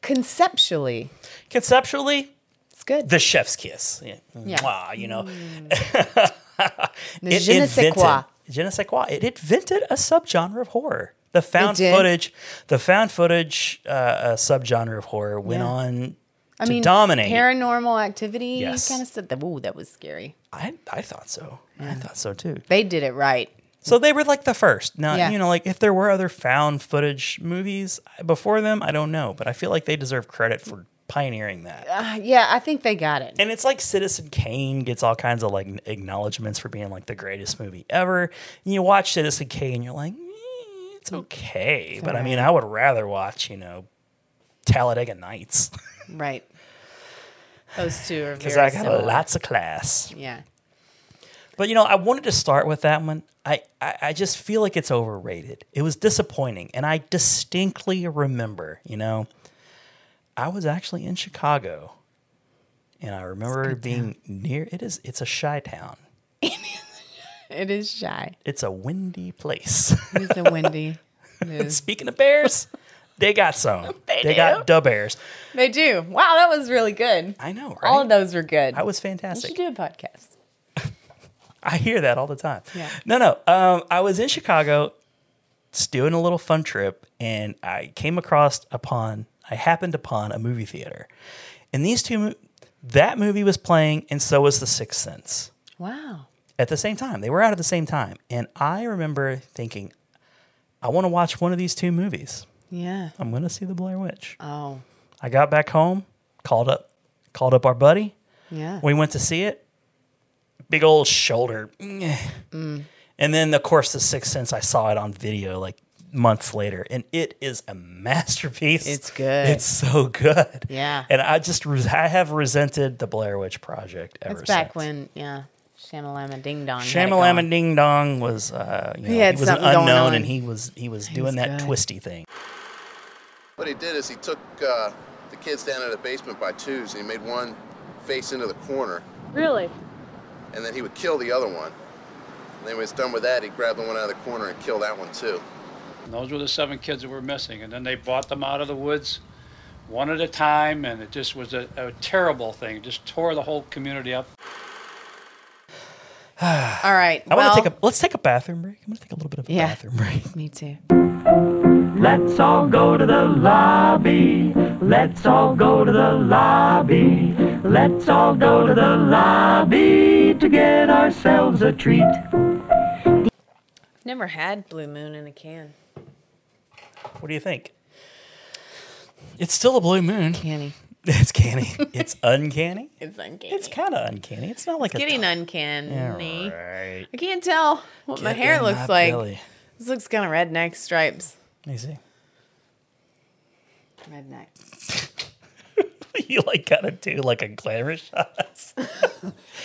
conceptually,
conceptually
it's good.
the chef's kiss yeah,
Yeah.
Mwah, you know
The je ne sais quoi.
je ne sais quoi. It invented a subgenre of horror. The found
did.
footage, the found footage uh, uh, subgenre of horror went
Yeah.
on
I
to
mean,
dominate.
paranormal activity.
Yes.
kind of said that. Ooh, that was scary.
I, I thought so. I thought so too.
They did it right.
So they were like the first. Now
Yeah.
you know, like if there were other found footage movies before them, I don't know, but I feel like they deserve credit for pioneering that.
Uh, yeah, I think they got it.
and it's like Citizen Kane gets all kinds of like acknowledgments for being like the greatest movie ever. And you watch Citizen Kane, and you're like, "Eh,
Mm.
it's okay, but I mean, I would rather watch you know Talladega Nights
Right. Those two are
because
very
I got
similar.
lots of class.
Yeah.
But you know, I wanted to start with that one. I, I I just feel like it's overrated. It was disappointing, and I distinctly remember, you know, I was actually in Chicago, and I remember being near. It is. It's a shy town.
It is shy.
it's a windy place.
It's a windy. It is.
Speaking of bears, they got some.
They
got
do.
the bears.
They do. Wow, that was really good.
I know, right?
All of those were good.
That was
you should
fantastic.
do a podcast.
I hear that all the time.
Yeah.
No, no. Um, I was in Chicago just doing a little fun trip, and I came across upon I happened upon a movie theater, and these two mo- that movie was playing, and so was The Sixth Sense
Wow.
at the same time. They were out at the same time, and I remember thinking, I want to watch one of these two movies.
Yeah.
I'm going to see The Blair Witch.
Oh.
I got back home, called up, called up our buddy.
Yeah.
We went to see it. Big old shoulder.
Mm.
And then, of course, The Sixth Sense, I saw it on video like months later, and it is a masterpiece.
It's good.
It's so good.
Yeah.
And I just, res- I have resented the Blair Witch Project ever
That's back
since.
when, yeah, Shamalama Ding Dong. had it
Shamalama
going.
Ding Dong was, uh, you know, he,
had
was an
something going
unknown,
on.
and he was he was doing that
good.
twisty thing.
What he did is he took uh, the kids down in the basement by twos and he made one face into the corner.
Really?
and then he would kill the other one. And then when he's done with that, he'd grab the one out of the corner and kill that one too.
And those were the seven kids that were missing. And then they bought them out of the woods one at a time. And it just was a, a terrible thing. It just tore the whole community up.
All right.
I
well,
want to take a let's take a bathroom break. I'm gonna take a little bit of a
Yeah.
bathroom break.
Me too.
Let's all go to the lobby. Let's all go to the lobby. Let's all go to the lobby to get ourselves a treat.
Never had Blue Moon in a can.
What do you think? It's still a blue moon.
Canny.
It's canny. it's uncanny.
It's uncanny.
It's kind of uncanny. It's not like a
getting
t-
uncanny.
right.
I can't tell what my
Get
hair
in
looks
my
like.
belly.
This looks kind of redneck stripes.
Let me see.
Redneck.
You like gotta do like a glamour shot,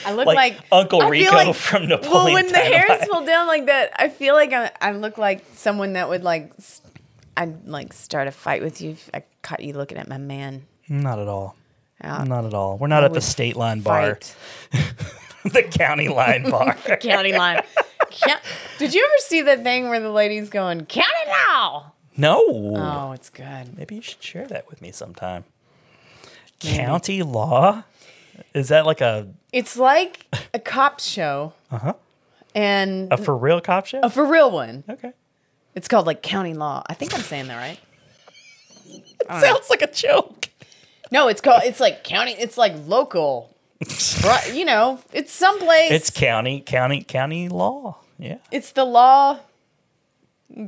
I look
like,
like,
Uncle
I feel
Rico
like-
from Napoleon.
Well, when the hair
Dynamite.
is pulled down like that, I feel like I, I look like someone that would like, s- I'd like start a fight with you. If I caught you looking at my man.
not at all,
Uh,
not at all. We're not at the
would
state line bar,
Fight.
the county line bar.
County line. Count- Did you ever see that thing where the lady's going county law?
No.
Oh, it's good.
Maybe you should share that with me sometime. County law? Is that like a,
It's like a cop show. Uh
Uh-huh.
huh. And
a for real cop show?
a for real one.
okay.
It's called like county law. I think I'm saying that right.
Sounds like a joke.
No, it's called. It's like county. It's like local. Bru- you know, it's someplace.
It's county, county, county law. Yeah.
It's the law.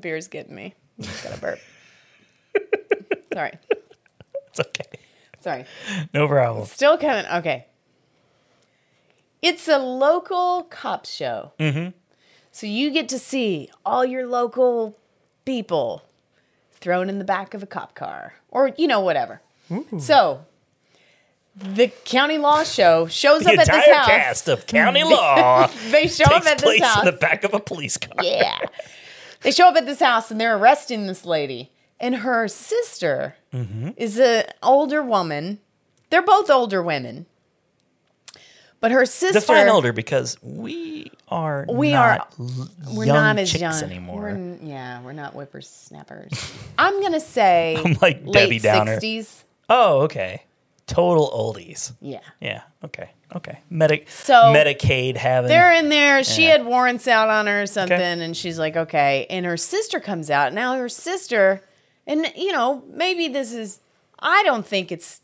Beer's getting me. I just got to burp. sorry,
It's okay.
sorry.
No problem.
Still coming. Okay. It's a local cop show. Mm-hmm. So you get to see all your local people thrown in the back of a cop car or, you know, whatever. So the county law show shows
The
up at
entire
this house.
cast of county law
They show up
takes
at this
place
house.
in the back of a police car.
yeah. They show up at this house and they're arresting this lady. And her sister
Mm-hmm.
is an older woman. They're both older women. But her sister
Define older because we are
We
not
are-
l-
we're
young
not as
chicks
young
anymore.
We're n- yeah, we're not whippersnappers. I'm gonna say
I'm like
late
Debbie Downer.
60s.
Oh, okay. Total oldies.
Yeah.
Yeah. Okay. Okay. Medi-
So-
Medicaid having
They're in there. She had warrants out on her or something, and she's like, okay. And her sister comes out. Now her sister, and you know, maybe this is, I don't think it's,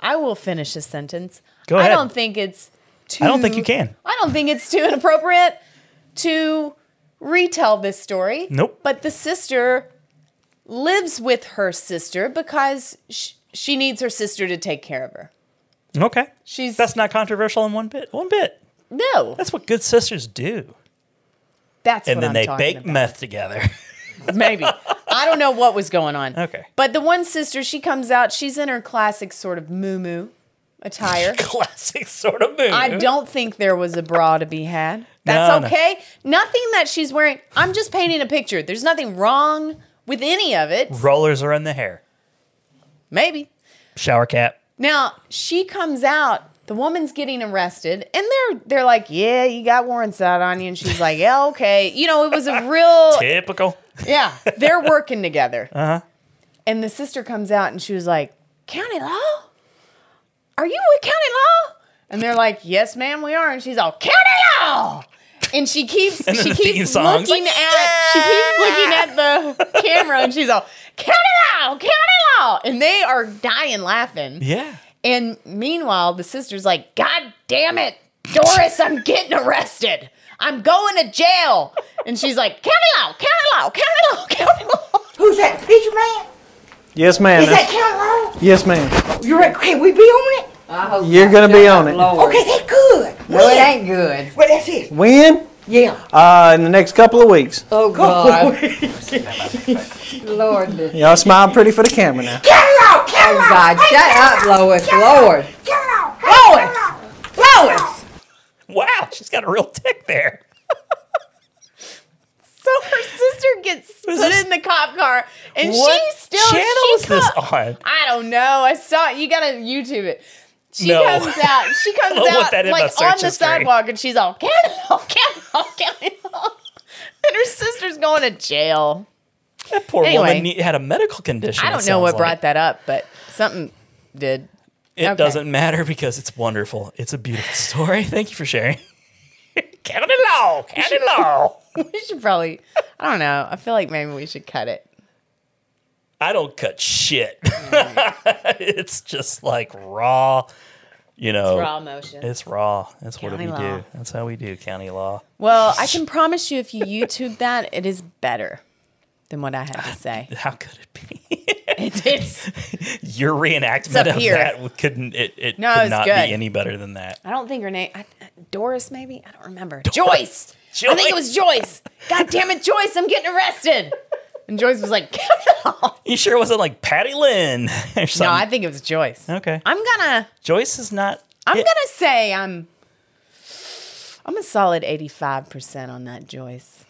I will finish a sentence.
Go
I
ahead.
don't think it's too,
I don't think you can.
I don't think it's too inappropriate to retell this story.
Nope.
But the sister lives with her sister because sh- she needs her sister to take care of her.
Okay.
She's
That's not controversial in one bit. One bit.
no.
That's what good sisters do.
That's
And
what
then
I'm
they
talking
bake
about.
meth together.
maybe i don't know what was going on
Okay.
but the one sister she comes out she's in her classic sort of moo attire
Classic sort of move.
i don't think there was a bra to be had that's
No, no.
okay nothing that she's wearing i'm just painting a picture there's nothing wrong with any of it
Rollers are in the hair.
maybe
Shower cap.
now she comes out the woman's getting arrested and they're they're like yeah you got warrants out on you and she's like yeah okay you know it was a real
Typical.
Yeah, they're working together. Uh
Uh-huh.
huh. And the sister comes out and she was like, County Law? Are you with County Law? And they're like, Yes, ma'am, we are. And she's all, County Law! and she keeps
And then
she
the theme
keeps
song's
looking
like,
at she keeps looking at the camera and she's all count it out, count it out, and they are dying laughing.
Yeah.
And meanwhile, the sister's like, God damn it, Doris, I'm getting arrested. I'm going to jail. And she's like, count it out, count it out, count it out, count it out.
Who's that? The picture man?
Yes, ma'am.
Is that
That's-
Count
Yes, ma'am.
Long? You're right. Can we be on it?
You're gonna be on it.
Okay, that's good. No, it ain't good. Well, that's it.
When?
Yeah.
Uh, in the next couple of weeks.
Oh, God. Count
Lord, this-
Y'all smile pretty for the camera now.
it out, count
oh
it out.
God,
Hey,
shut
count
up,
it out.
Lois,
Count it out.
Lord.
Count it out. Hey, count it out. Lois.
Wow, she's got a real tick there.
So her sister gets put
Was this-
in the cop car, and
what
she still
channel
she
is this
co-
on?
I don't know. I saw you gotta YouTube it. She
No.
comes out. She comes
don't want
out
that in my
like
search
on the
history.
sidewalk, and she's all count it off, count it off, count it off. And her sister's going to jail.
That poor
Anyway.
woman ne- had a medical condition.
I
it
don't know what
sounds like.
brought that up, but something did.
It
okay.
doesn't matter because it's wonderful. It's a beautiful story. Thank you for sharing. count it low, count it low.
We should probably. I don't know. I feel like maybe we should cut it.
I don't cut shit. it's just like raw, you know.
motion.
It's raw. That's what
County
we
law.
do. That's how we do county law.
Well, I can promise you, if you YouTube that, it is better than what I had to say.
How could it be?
It's, it's
Your
up
reenactment of
here.
that couldn't. It, it
No,
could
it's
not
good.
be any better than that.
I don't think her name I, Doris, maybe I don't remember. Joyce.
Doris.
I think it was Joyce. God damn it, Joyce! I'm getting arrested. And Joyce was like, "Count it off."
You sure it wasn't like Patty Lynn or something?
"No, I think it was Joyce."
okay.
I'm gonna,
Joyce is not.
I'm
it.
gonna say I'm, I'm a solid 85 percent on that Joyce.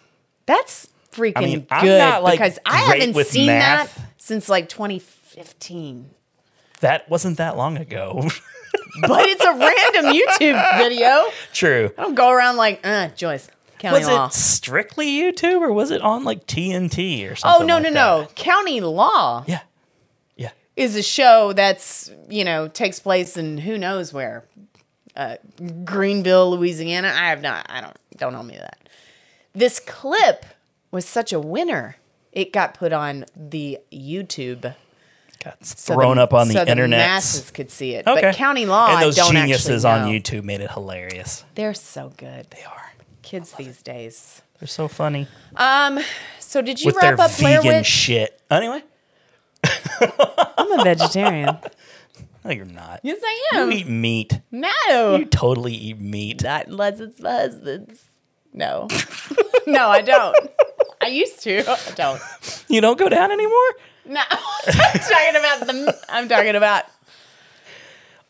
That's freaking
I mean,
good
I'm not, like,
because I
great
haven't
with
seen
math.
that since like 2015.
That wasn't that long ago.
but it's a random YouTube video.
True.
I don't go around like, uh, Joyce, county
Was
law.
it strictly YouTube or was it on like TNT or
Oh,
something?
no,
like
no,
that?
no. County Law
Yeah. Yeah.
is a show that's, you know, takes place in who knows where. Uh, Greenville, Louisiana. I have not, I don't, don't owe me that. This clip was such a winner. It got put on the YouTube.
Got
so
thrown
the-
up on
so
the internet.
The masses could see it. But county law,
and those
I don't
geniuses
actually
on
know.
YouTube made it hilarious.
They're so good. They
are.
Kids these days.
They're so funny
Um. So did you
with their
wrap up Blair
vegan
Witch?
shit. Anyway,
I'm a vegetarian.
no, you're not.
yes, I
You
am.
eat meat.
no,
You totally eat meat.
not unless it's my husband's. No, no, I don't. I used to. I don't.
You don't go down anymore.
No, I'm talking about the. I'm talking about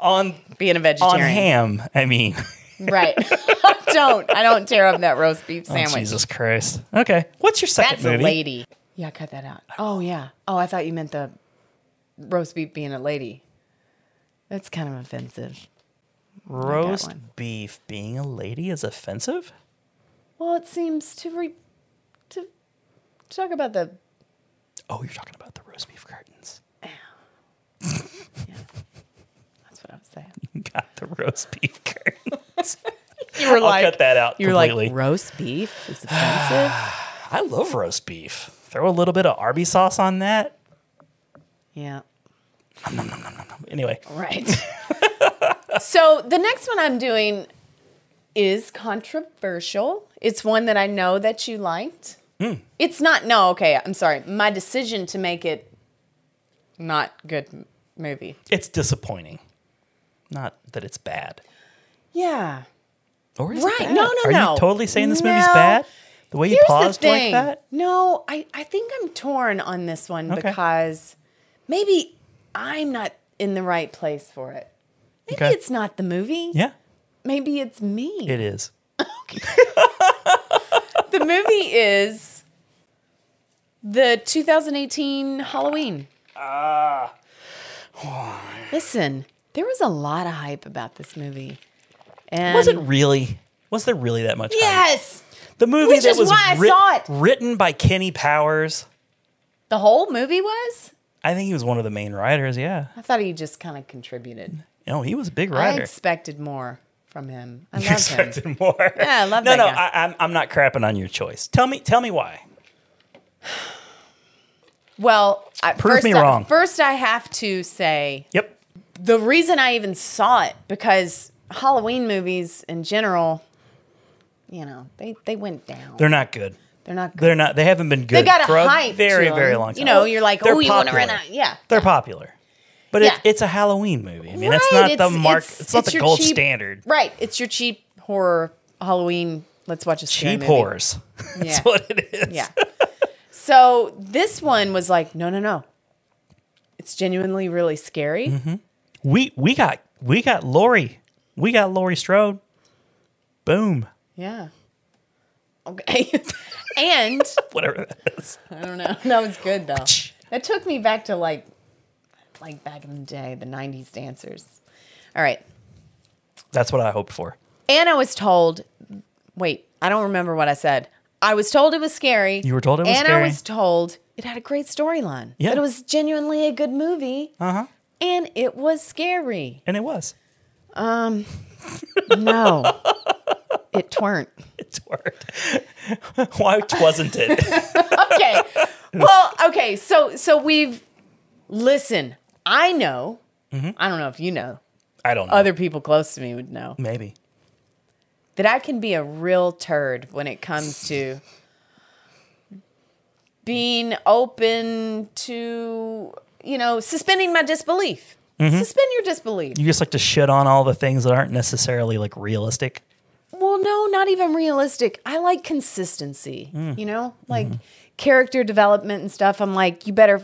On
being a
on
vegetarian.
ham. I mean,
Right. I don't. I don't tear up that roast beef
oh,
sandwich.
Jesus Christ. Okay, what's your second
That's
movie?
a lady. Yeah, cut that out. Oh yeah. Oh, I thought you meant the roast beef being a lady. That's kind of offensive.
Roast
one.
beef being a lady is offensive.
Well, it seems to re- to talk about the
Oh, you're talking about the roast beef curtains.
that's what I was saying.
You got the roast beef curtains.
You were
I'll cut that out.
you were
completely.
like roast beef is offensive.
I love roast beef. Throw a little bit of Arby sauce on that.
yeah.
Anyway,
Right. so the next one I'm doing is controversial. It's one that I know that you liked.
Hmm.
It's not no, okay, I'm sorry. My decision to make it not good m- movie.
it's disappointing. Not that it's bad.
Yeah.
Or is it
Right.
bad?
No, no,
Are
no.
you totally saying this movie's
No.
bad? The way you paused like that?
No, I, I think I'm torn on this one
Okay.
because maybe I'm not in the right place for it. Maybe
Okay.
it's not the movie.
Yeah,
Maybe it's me.
it is.
the movie is the 2018 Halloween. Ah. Listen, there was a lot of hype about this movie. And
Was it really? Was there really that much? hype?
Yes.
The movie
Which
that
is
was
why I
writ-
saw it.
written by Kenny Powers.
The whole movie was?
I think he was one of the main writers. Yeah.
I thought he just kind of contributed.
No, he was a big
I
writer.
expected more. from him. I
You
love him.
expected more.
Yeah, I love
no,
that
No,
guy.
I, I'm I'm not crapping on your choice. Tell me, tell me why.
Well, I,
Prove
first
me
I-
wrong.
first, I have to say,
yep.
The reason I even saw it because Halloween movies in general, you know, they they went down.
They're not good.
They're not
They're not. They haven't been good.
they got a
for a
hype.
very
to 'em.
very long time.
You know, you're like,
They're
oh, you want to run
popular.
out? Yeah.
They're popular, but
Yeah.
it, it's a Halloween movie. I mean, it's
Right,
not the mark. It's, not the
your
gold
cheap-
standard.
Right. It's your cheap horror Halloween. Let's watch a scary
Cheap
movie.
whores. That's what it is.
Yeah. So this one was like, no, no, no. It's genuinely really scary.
Mm-hmm. We we got we got Lori. We got Lori Strode. Boom.
Yeah. Okay. and
Whatever that is.
I don't know. That was good though. That took me back to like, like back in the day, the '90s dancers. All right.
That's what I hoped for.
And I was told, wait, I don't remember what I said. I was told it was scary.
You were told it was
and
scary?
I was told it had a great storyline.
Yeah.
That it was genuinely a good movie.
Uh huh.
And it was scary.
And it was.
Um, no. It twernt.
It twernt. Why wasn't it?
okay. Well, okay. So, so we've, listen, I know,
Mm-hmm.
I don't know if you know,
I don't know.
Other people close to me would know.
Maybe.
that I can be a real turd when it comes to being open to, you know, suspending my disbelief.
Mhm.
Suspend your disbelief.
You just like to shit on all the things that aren't necessarily like realistic.
Well, no, not even realistic. I like consistency,
Mm. Mm-hmm.
you know, like character development and stuff. I'm like, you better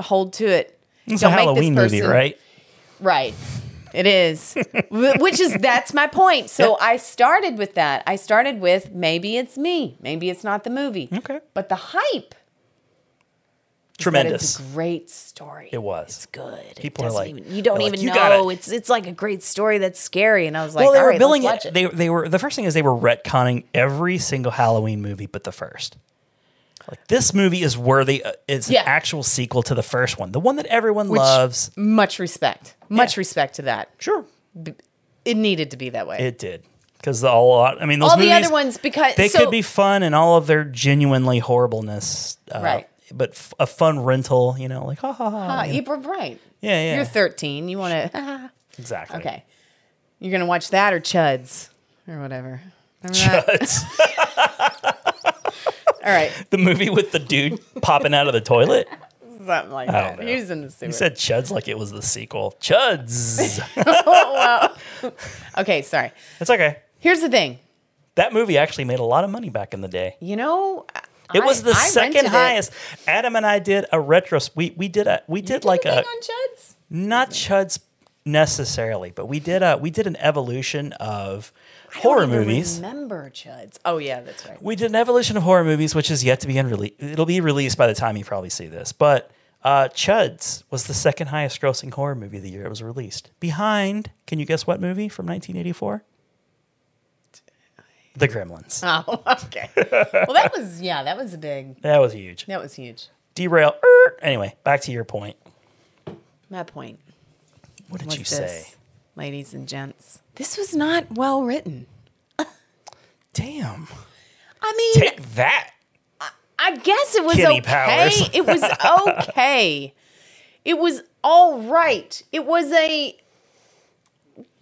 hold to it.
It's a Halloween movie, right?
Right. It is. Wh- Which is, that's my point. So I started with that. I started with maybe it's me. Maybe it's not the movie.
Okay.
But the hype. is that
Tremendous.
It's a great story.
It was.
It's good.
People are
doesn't
like,
even- you don't
they're like,
even
"You
know.
gotta-"
it's it's like a great story that's scary. And I was like,
well, they
all
were
right,
billing
let's watch it.
They they were the first thing is they were retconning every single Halloween movie but the first. Like this movie is worthy. uh, It's
Yeah.
an actual sequel to the first one, the one that everyone
Which-
loves.
Much respect. Much respect to that.
Sure.
It needed to be that way.
It did because a lot. I mean, those
All
movies,
the other ones because
they
so,
could be fun and all of their genuinely horribleness, uh,
Right.
But f- a fun rental, you know, like ha ha ha.
Ah,
you know.
you were right.
Yeah, yeah.
You're 13. You want to.
Exactly.
okay. You're going to watch that or Chuds or whatever. Remember that?
Chuds.
All right.
the movie with the dude popping out of the toilet.
Something like
I don't
that.
know.
He was in the sewer.
You said Chuds like it was the sequel. Chuds.
oh, wow. Okay, sorry.
That's okay.
Here's the thing.
That movie actually made a lot of money back in the day.
You know,
It was
I-
the
I rented
second
it.
highest. Adam and I did a retro. We we did a we did like a
on Chuds?
not Chuds necessarily, but we did a we did an evolution of horror movies.
Remember Chuds. Oh, yeah, that's right.
We did an evolution of horror movies, which is yet to be in release. It'll be released by the time you probably see this. But uh, Chuds was the second highest grossing horror movie of the year it was released. Behind, can you guess what movie from 1984? The Gremlins.
Oh, okay. Well, that was, yeah, that was a big.
That was huge.
That was huge.
Derail. er, Anyway, back to your point.
My point.
What did
was
you
this,
say?
Ladies and gents, this was not well written.
Damn.
I mean,
Take that.
I guess it was
Kenny
okay.
Powers.
it was okay. It was all right. It was a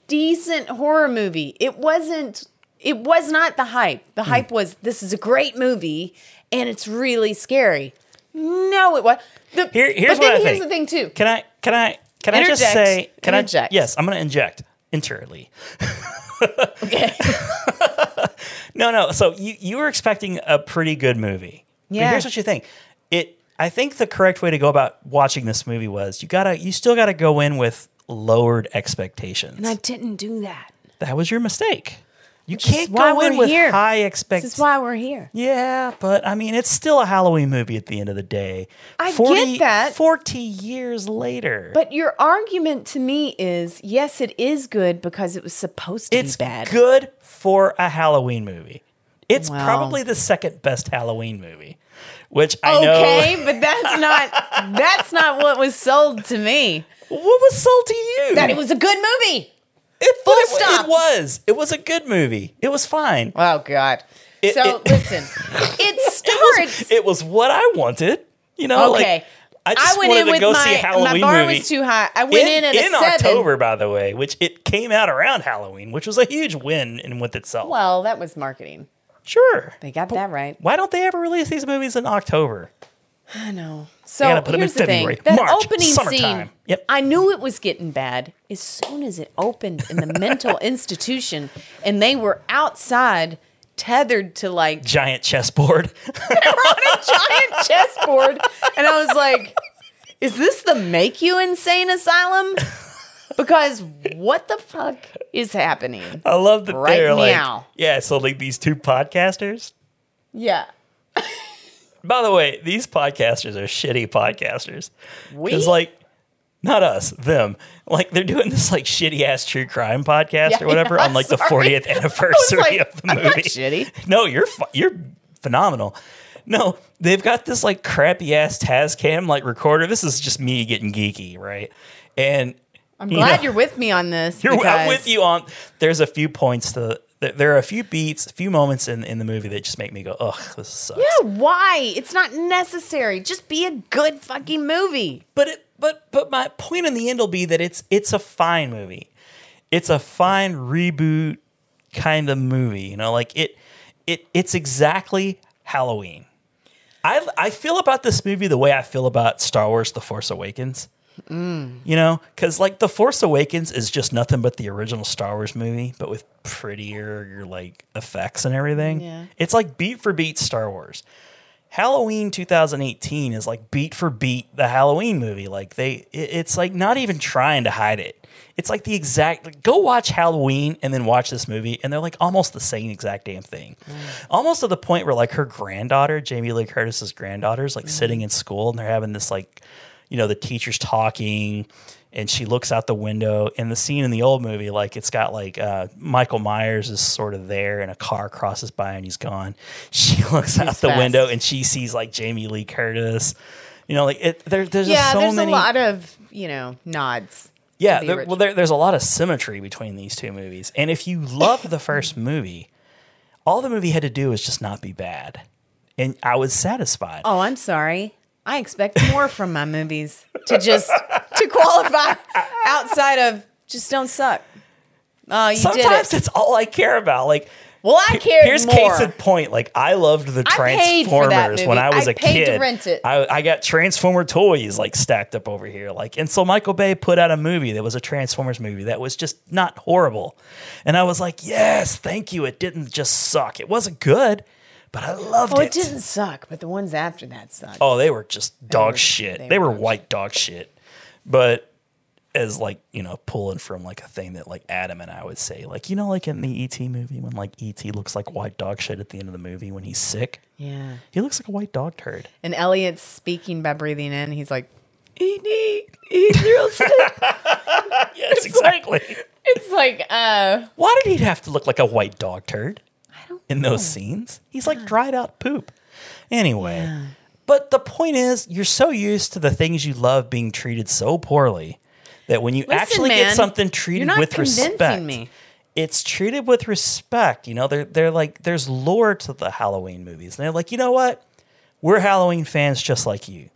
decent horror movie. It wasn't it was not the hype.
Hmm.
The hype was this is a great movie and it's really scary. No, it was the,
Here- here's
but then
what I
here's
think.
the thing too.
Can I? Can I? Can I just
Interject.
say? Can
Interject.
I? Yes, I'm going to inject entirely. okay. no, no. So you you were expecting a pretty good movie. But
Yeah.
here's what you think. It. I think the correct way to go about watching this movie was you gotta you still gotta go in with lowered expectations.
And I didn't do that.
That was your mistake. You
is
can't
why
go in
we're
with
here.
high
This is
expectations.
why we're here.
Yeah, but I mean, it's still a Halloween movie at the end of the day.
I get
40
that.
40 years later.
But your argument to me is yes, it is good because it was supposed to
it's
be bad.
good for a Halloween movie. It's
Well.
probably the second best Halloween movie, which I
okay,
know.
but that's not that's not what was sold to me.
What was sold to you?
That it was a good movie.
It, Full it, stop. It was. It was a good movie. It was fine.
Oh God.
It,
so
it,
listen, it starts.
it was what I wanted. You know.
okay.
Like, I just wanted to go
my
see a Halloween
my bar
movie.
was too high. I went in, at a seven.
October, by the way, which it came out around Halloween, which was a huge win in with itself.
Well, that was marketing.
Sure,
they got that right.
Why don't they ever release these movies in October?
I know.
They
So
gotta put 'em in
here's the thing:
February,
that
March,
opening
summertime.
scene. I knew it was getting bad as soon as it opened in the mental institution, and they were outside, tethered to like
Giant chessboard.
a giant chessboard, and I was like, "Is this the make you insane asylum?" Because what the fuck is happening?
I love that
Right
they're like,
meow.
yeah. So like these two podcasters.
Yeah,
By the way, these podcasters are shitty podcasters.
We?
It's like not us, them. Like they're doing this like shitty ass true crime podcast
Yeah,
or whatever
yeah,
on like the
sorry.
40th
I was
anniversary
like,
of the
I'm
movie.
not shitty.
No, you're fu- you're phenomenal. No, they've got this like crappy ass Tascam like recorder. This is just me getting geeky, right? And
I'm glad you're with me on this.
you're I'm
because-
with you on. There's a few points to. th- There are a few beats, a few moments in, in the movie that just make me go, ugh, this sucks.
Yeah, why? It's not necessary. Just be a good fucking movie.
But it, but but my point in the end will be that it's it's a fine movie. It's a fine reboot kind of movie. You know, like it it it's exactly Halloween. I I feel about this movie the way I feel about Star Wars: The Force Awakens. You know, because like The Force Awakens is just nothing but the original Star Wars movie, but with prettier like effects and everything.
Yeah.
It's like beat for beat Star Wars. Halloween 2018 is like beat for beat the Halloween movie. Like they, it- it's like not even trying to hide it. It's like the exact. Like go watch Halloween and then watch this movie, and they're like almost the same exact damn thing. Almost to the point where like her granddaughter, Jamie Lee Curtis's granddaughter, is like sitting in school and they're having this like, you know, the teacher's talking, and she looks out the window. And the scene in the old movie, like it's got like uh, Michael Myers is sort of there, and a car crosses by and he's gone. She looks out the
fast.
window and she sees like Jamie Lee Curtis. You know, like it, there, there's
yeah,
just so
there's
many.
a lot of you know nods.
yeah,
the
there-
original.
well, there, there's a lot of symmetry between these two movies. And if you love the first movie, all the movie had to do was just not be bad, and I was satisfied.
Oh, I'm sorry. I expect more from my movies to just to qualify outside of just don't suck. Oh, you
Sometimes
did it.
it's all I care about. Like,
well, I cared
Here's
more.
case in point. Like, I loved the
I paid for that
Transformers when
movie.
I was
I
a
paid
kid.
to rent it.
I, I got Transformer toys like stacked up over here. Like, and so Michael Bay put out a movie that was a Transformers movie that was just not horrible, and I was like, yes, thank you. It didn't just suck. It wasn't good, but I loved
oh,
it.
it didn't suck, but the ones after that sucked.
Oh, they were just dog
were-
shit. They,
they
were,
were
white dog shit. But as like, you know, pulling from like a thing that like Adam and I would say, like, you know, like in the E.T. movie when like E.T. looks like white dog shit at the end of the movie when he's sick.
Yeah.
He looks like a white dog turd.
And Elliot's speaking by breathing in. He's like, "Eat, eat, real shit."
Yes, exactly.
It's like, uh,
Why did he have to look like a white dog turd? I don't in those scenes. He's like dried out poop. Anyway. But the point is, you're so used to the things you love being treated so poorly that when you
Listen,
actually get
man,
something treated
you're not
with
convincing
respect,
me.
it's treated with respect. You know, they're they're like there's lore to the Halloween movies, and they're like, you know what? We're Halloween fans just like you.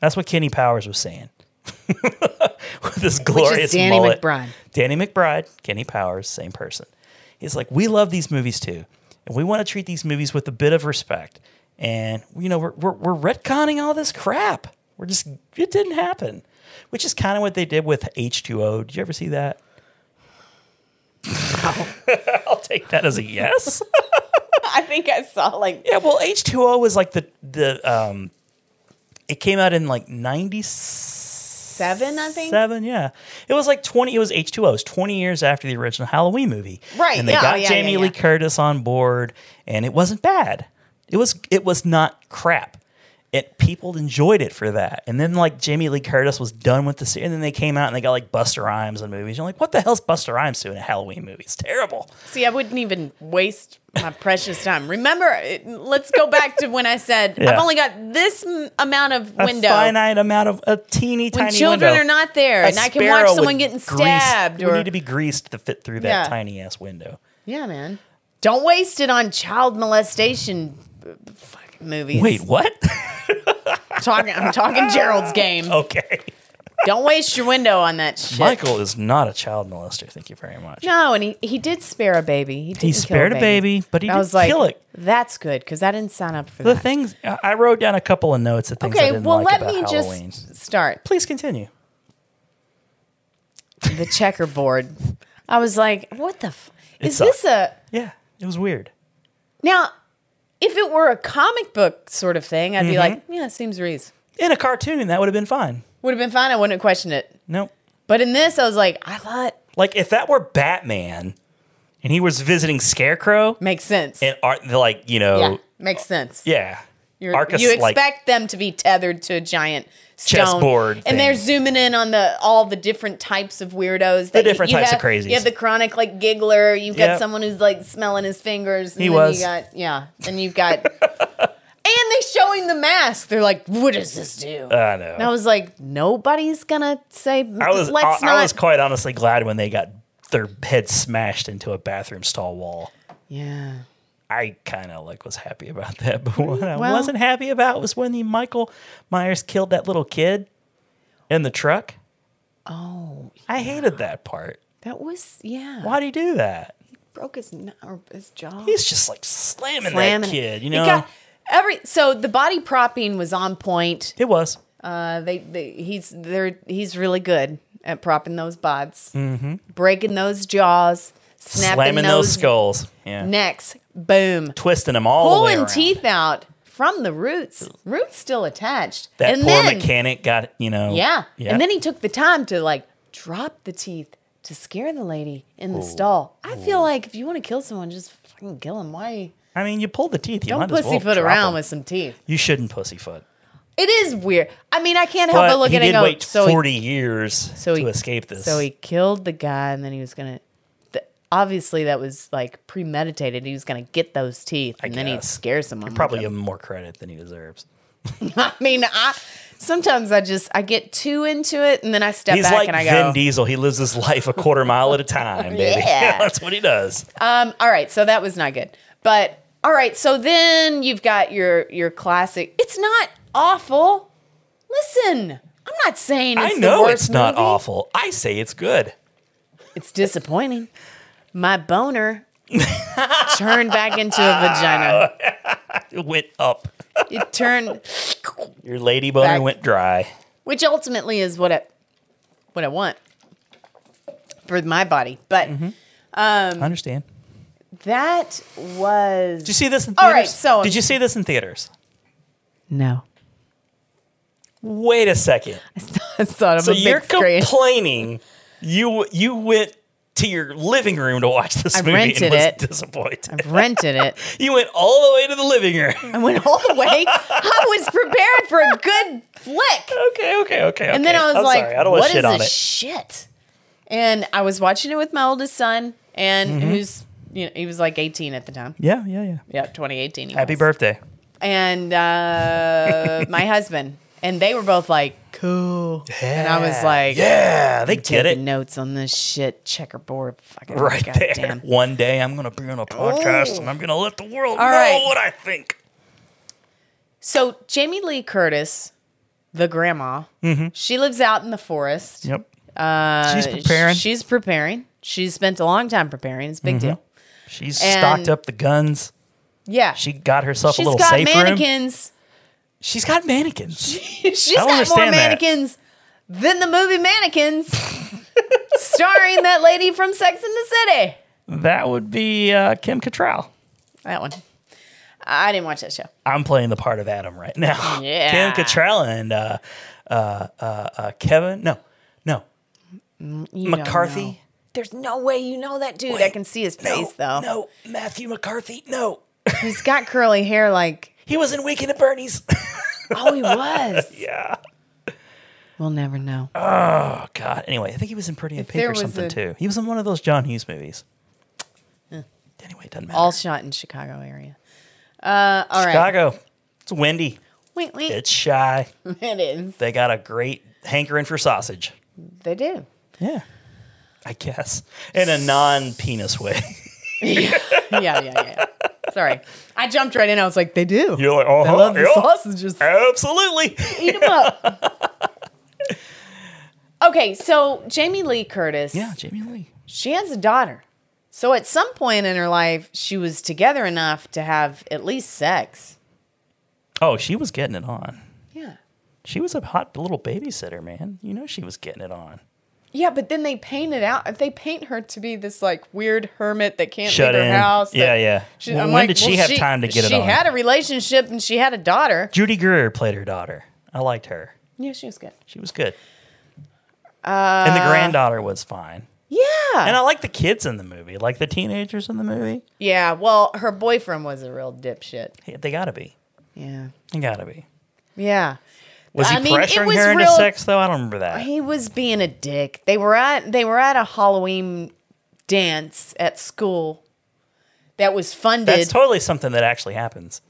That's what Kenny Powers was saying. With this glorious
Danny
mullet.
McBride.
Danny McBride, Kenny Powers, same person. He's like, we love these movies too, and we want to treat these movies with a bit of respect. And you know, we're we're, we're retconning all this crap. We're just it didn't happen, which is kind of what they did with H two O. Did you ever see that? I'll take that as a yes.
I think I saw like
Yeah, well, H two O was like the the um, it came out in like ninety
seven, I think.
seven. Yeah, it was like twenty. It was H two O. It was twenty years after the original Halloween movie.
Right,
and they
yeah,
got
oh, yeah,
Jamie
yeah,
Lee
yeah.
Curtis on board, and it wasn't bad. It was it was not crap. It people enjoyed it for that. And then like Jamie Lee Curtis was done with the series, and then they came out and they got like Buster Rhymes on movies. You're like, what the hell's Buster Rhymes doing in a Halloween movie? It's terrible.
See, I wouldn't even waste my precious time. Remember, it- let's go back to when I said
Yeah.
I've only got this m- amount of
A
window.
finite amount of a teeny
when
tiny
children
window.
are not there,
A
and I can
sparrow
watch
would
someone getting
grease-
stabbed.
would
Or
need to be greased to fit through that
Yeah.
tiny ass window.
yeah, man, don't waste it on child molestation uh, fucking movies.
Wait, what?
talking, I'm talking Gerald's game.
Okay,
don't waste your window on that shit.
Michael is not a child molester. Thank you very much.
No, and he, he did spare a baby. He, didn't
spared
kill
a
a
baby, but he
I
didn't
was like,
kill it.
That's good because I didn't sign up for
The
that.
things I I wrote down a couple of notes of things. I
Okay,
didn't
well,
like
let
about
me
Halloween.
just start.
Please continue.
The checkerboard. I was like, what the? F-
It
is this a
Yeah, it was weird.
now? If it were a comic book sort of thing, I'd be
Mhm.
like, yeah, it seems reasonable.
In a cartoon, that would have been fine.
Would have been fine. I wouldn't have questioned it.
Nope.
But in this, I was like, I thought
Like if that were Batman, and he was visiting Scarecrow,
makes sense.
And art, like you
yeah,
know,
makes sense.
yeah,
You're,
Arcus,
you
like-
expect them to be tethered to a giant stone,
Chessboard
and they're
thing.
zooming in on the all the different types of weirdos.
The
that you-
different
you
types of
have-
crazies.
You have the chronic like giggler. You've got
Yep.
someone who's like smelling his fingers. And
He
then
was.
You got, yeah, and you've got, and they show him the mask. They're like, "What does this do?"
I know.
And I was like, "Nobody's gonna say."
Uh, I was,
Let's
I,
not.
I was quite honestly glad when they got their head smashed into a bathroom stall wall.
Yeah.
I kind of like was happy about that, but what I
Well-
wasn't happy about was when the Michael Myers killed that little kid in the truck.
oh,
I hated that part.
that was yeah.
Why'd he do that?
broke his kn- or his jaw?
He's just like slamming,
Slamming
that
it.
kid, you
It
know?
got- every so the body propping was on point.
It was.
Uh, they, they he's they're he's really good at propping those bods,
Mhm.
breaking those jaws, snapping
slamming those, skulls. Yeah.
necks, boom,
Twisting them all the way
pulling
around.
teeth out from the roots, roots still attached.
That
and
poor
then,
mechanic got, you know.
yeah. and then he took the time to like drop the teeth to scare the lady in the
Ooh.
stall. I feel like if you want to kill someone, just fucking kill him. Why?
I mean, you pulled the teeth. You
Don't
might as well
pussyfoot
drop
around
'em.
with some teeth.
You shouldn't pussyfoot.
It is weird. I mean, I can't help but, look
he
at
did
it and go,
wait
so he-
forty years to escape this.
So he killed the guy, and then he was gonna. Th- obviously, that was like premeditated. He was gonna get those teeth, and then he'd
guess.
scare someone.
You'd
with
probably
them.
give him more credit than he deserves.
I mean, I sometimes I just I get too into it, and then I step
He's
back
like
and I
Vin
go.
Diesel. He lives his life a quarter mile at a time, baby.
Yeah.
that's what he does.
um. All right. So that was not good. But all right. So then you've got your your classic. It's not awful. Listen, I'm not saying
I
it's the
know
worst
it's not
movie.
awful. I say it's good.
It's disappointing. My boner turned back into a vagina.
It went up.
It turned,
Your lady boner
Back-
went dry.
which ultimately is what I, what I want for my body. But
I
um,
understand.
that was.
Did you see this in
All
theaters?
right, so
did you see this in theaters?
No.
Wait a second.
I thought of
so
a big
you're
screen.
complaining you you went to your living room to watch this
I
movie
rented
and was
it.
disappointed.
I've rented it.
You went all the way to the living room.
I went all the way. I was prepared for a good flick.
Okay, okay, okay.
And then
okay.
I was
I'm
like,
sorry. I don't wanna
"What is
shit on
this
it."
shit?" And I was watching it with my oldest son, and
Mhm.
who's you know he was like 18 at the time.
Yeah, yeah, yeah.
Yeah, 2018. he
Happy
was.
birthday.
And uh, my husband, and they were both like, "Cool," and I was
Yeah.
like,
Yeah, they
I'm
get
taking
it."
Notes on this shit checkerboard, fucking
Right there.
goddamn.
One day I'm going to be on a podcast and I'm going to let the world
All
know
right.
what I think.
So Jamie Lee Curtis, the grandma,
Mhm.
she lives out in the forest.
Yep.
Uh,
She's preparing.
She's preparing. She's spent a long time preparing. It's a big
Mhm.
deal.
She's
And-
stocked up the guns.
Yeah.
She got herself a little
got
safe room.
mannequins.
She's got mannequins.
She's
I don't
got more
understand that.
mannequins than the movie Mannequins, starring that lady from Sex in the City.
That would be uh, Kim Cattrall.
That one. I didn't watch that show.
I'm playing the part of Adam right now.
Yeah.
Kim Cattrall and uh, uh, uh, uh, Kevin. No, no.
You don't know.
McCarthy.
There's no way you know that dude. I can see his face though.
No, Matthew McCarthy. No.
He's got curly hair like
He was in Weekend at Bernie's.
Oh, he was.
yeah.
We'll never know.
Oh God. Anyway, I think he was in Pretty in
If
Pink
there
or
was
something
a-
too. He was in one of those John Hughes movies. Anyway, it doesn't matter.
All shot in Chicago area. Uh, all right.
Chicago. It's windy.
Wink, wink.
It's shy.
It is.
They got a great hankering for sausage.
They do.
Yeah. I guess in a non-penis way.
yeah, yeah, yeah. Sorry. I jumped right in. I was like, they do.
You're like, oh,
They love the sausages.
Absolutely.
Eat them up. okay, so Jamie Lee Curtis. Yeah,
Jamie Lee.
She has a daughter. So at some point in her life, she was together enough to have at least sex.
Oh, she was getting it on.
Yeah.
She was a hot little babysitter, man. You know she was getting it on.
Yeah, but then they paint it out. They paint her to be this like weird hermit that can't
Shut
leave her
in.
house. that-
Yeah, yeah.
She-
Well,
I'm
when
like,
did she
well,
have time to get it
She
on?
had a relationship and she had a daughter.
Judy Greer played her daughter. I liked her.
Yeah, she was good.
She was good.
Uh,
and the granddaughter was fine.
Yeah.
And I like the kids in the movie, like the teenagers in the movie.
Yeah, well, her boyfriend was a real dipshit.
They gotta be.
Yeah.
They gotta be.
Yeah.
Was he
I mean, it
pressuring
was
her into
real-
sex though? I don't remember that.
He was being a dick. They were at they were at a Halloween dance at school that was funded.
That's totally something that actually happens.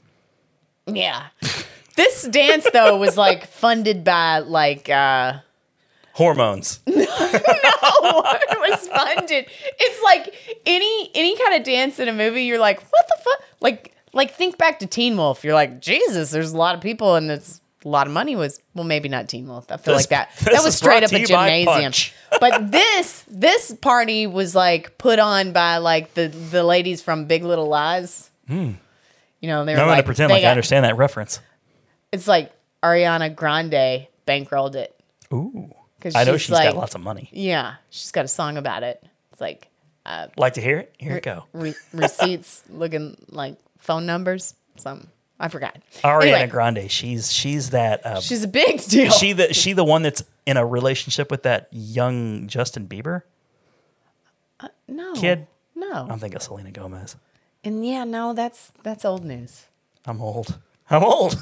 yeah. this dance though was like funded by like uh
Hormones.
no, it was funded. It's like any any kind of dance in a movie, you're like, what the fuck? Like like think back to Teen Wolf. You're like, Jesus, there's a lot of people and it's a lot of money was well, maybe not Teen Wolf. I feel
This-
like that.
this
That was
is
straight
brought
up
to
a
you by
gymnasium.
Punch.
But this this party was like put on by like the the ladies from Big Little Lies.
Hmm.
You know, they
Now
were
I'm
like,
gonna pretend
they
like I
got-
understand that reference.
It's like Ariana Grande bankrolled it.
Ooh.
'Cause
I know
she's
she's got
like-
lots of money.
Yeah, she's got a song about it. It's like uh,
Like to hear it? Here it
re-
go.
re- receipts looking like phone numbers. Something I forgot.
Ariana
Anyway,
Grande, she's she's that. Uh,
She's a big deal.
She the she the one that's in a relationship with that young Justin Bieber
no
kid. Oh.
No,
I'm thinking of Selena Gomez.
and yeah, no, that's that's old news.
I'm old. I'm old.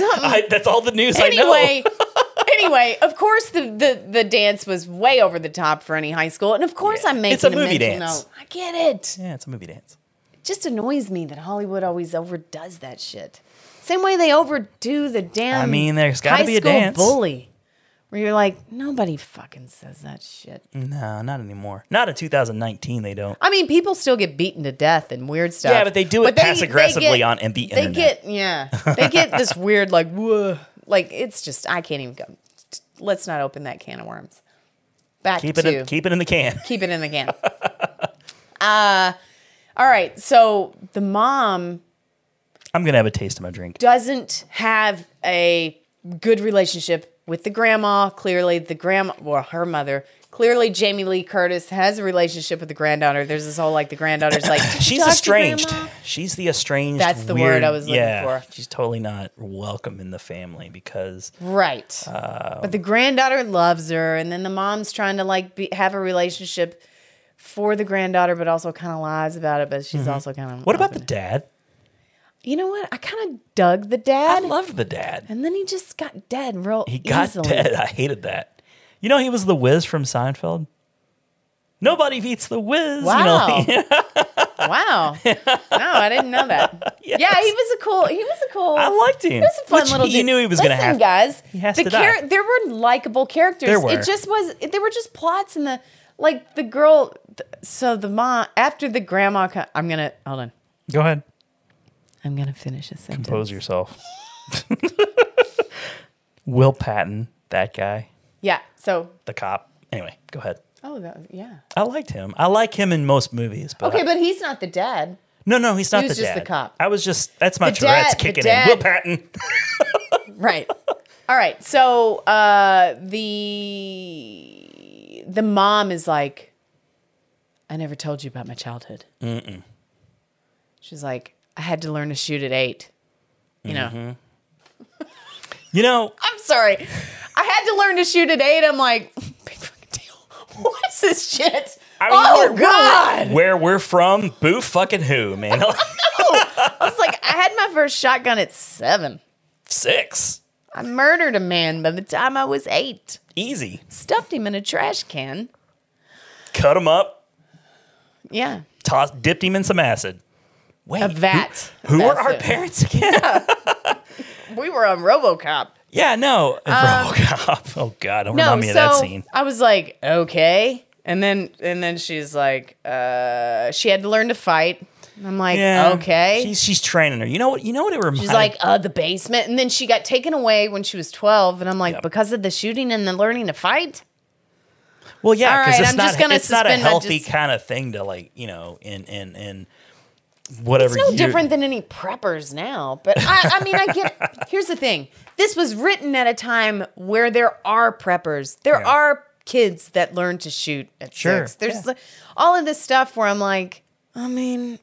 I, that's all the news
anyway, anyway, of course the, the the dance was way over the top for any high school, and of course I'm making
It's a movie
mental
dance.
note. I get it.
I know. Yeah, it's a movie dance.
It just annoys me that Hollywood always overdoes that shit. Same way they overdo the damn.
I mean, there's gotta
high
be a
school
dance.
bully, where you're like, nobody fucking says that shit.
No, not anymore. Not in 2019. They don't.
I mean, people still get beaten to death and weird stuff.
Yeah, but they do it
they-
pass
they
aggressively
get-
on and the
They
internet.
get yeah, they get this weird like whoa, like it's just I can't even go. Let's not open that can of worms. Back
keep it
to
in, keep it in the can.
keep it in the can. uh, all right. So the mom
I'm gonna have a taste of my drink.
doesn't have a good relationship with the grandma. Clearly, the grandma or her mother. Clearly, Jamie Lee Curtis has a relationship with the granddaughter. There's this whole like the granddaughter's like
She's
"Talk to
estranged.
grandma."
She's the estranged.
That's the word
weird-
I was looking
yeah,
for.
She's totally not welcome in the family because
Right.
uh,
but the granddaughter loves her, and then the mom's trying to like be, have a relationship for the granddaughter, but also kind of lies about it. But she's
Mhm.
also kind of
What about the dad?
you know what? I kind of dug the dad.
I loved the dad.
and then he just got dead real
He got
easily.
dead. I hated that. You know, he was the Wiz from Seinfeld. Nobody beats the Wiz.
Wow.
You know?
wow. No, I didn't know that. Yeah, he was a cool. He was a cool.
I liked him.
He was a fun
Which
little.
you
dude.
knew he was gonna
Listen,
have-
guys. He
has
the
to die.
There were likable characters.
There were.
It just was. It, they were just plots in the like the girl. th- So the mom after the grandma. Co- I'm gonna hold on.
Go ahead.
I'm gonna finish this sentence.
Compose yourself. Will Patton, that guy,
Yeah. So.
the cop. Anyway, go ahead.
Oh, that, yeah.
I liked him. I like him in most movies, but
okay, but he's not the dad.
no, no, he's
he
not
was
the
just
dad.
the cop.
I was just that's my
The
Tourette's
dad- the
kicking
dad-
in. Will Patton.
Right. All right. So uh, the the mom is like, I never told you about my childhood.
Mm-mm.
She's like, I had to learn to shoot at eight. You know.
Mhm. You know,
I'm sorry. I had to learn to shoot at eight. I'm like, big fucking deal. What is this shit?
I mean,
oh
we're- we're-
God.
where we're from, boo fucking who, man.
I was like, I had my first shotgun at seven.
six.
I murdered a man by the time I was eight.
Easy.
Stuffed him in a trash can.
Cut him up,
Yeah.
toss, dipped him in some acid. Wait,
a vat.
Who were
That's
our
it.
parents again?
we were on RoboCop.
Yeah, no.
Um,
RoboCop. Oh God, don't
no,
remind me
so
of that scene.
I was like, okay, and then and then she's like, uh, she had to learn to fight. And I'm like,
Yeah.
okay.
She's she's training her. You know what? You know what it reminds.
She's like, uh, the basement. And then she got taken away when she was 12. And I'm like, because of the shooting and the learning to fight?
Well, yeah,
all
because
right,
it's
I'm
not
just gonna
it's not a
suspend my
healthy
dis-
kind of thing to like you know in in in whatever.
It's no
year-
different than any preppers now. But I, I mean, I get Here's the thing this was written at a time where there are preppers, there are kids that learn to shoot at
Sure,
six. There's like, all of this stuff where I'm like, I mean,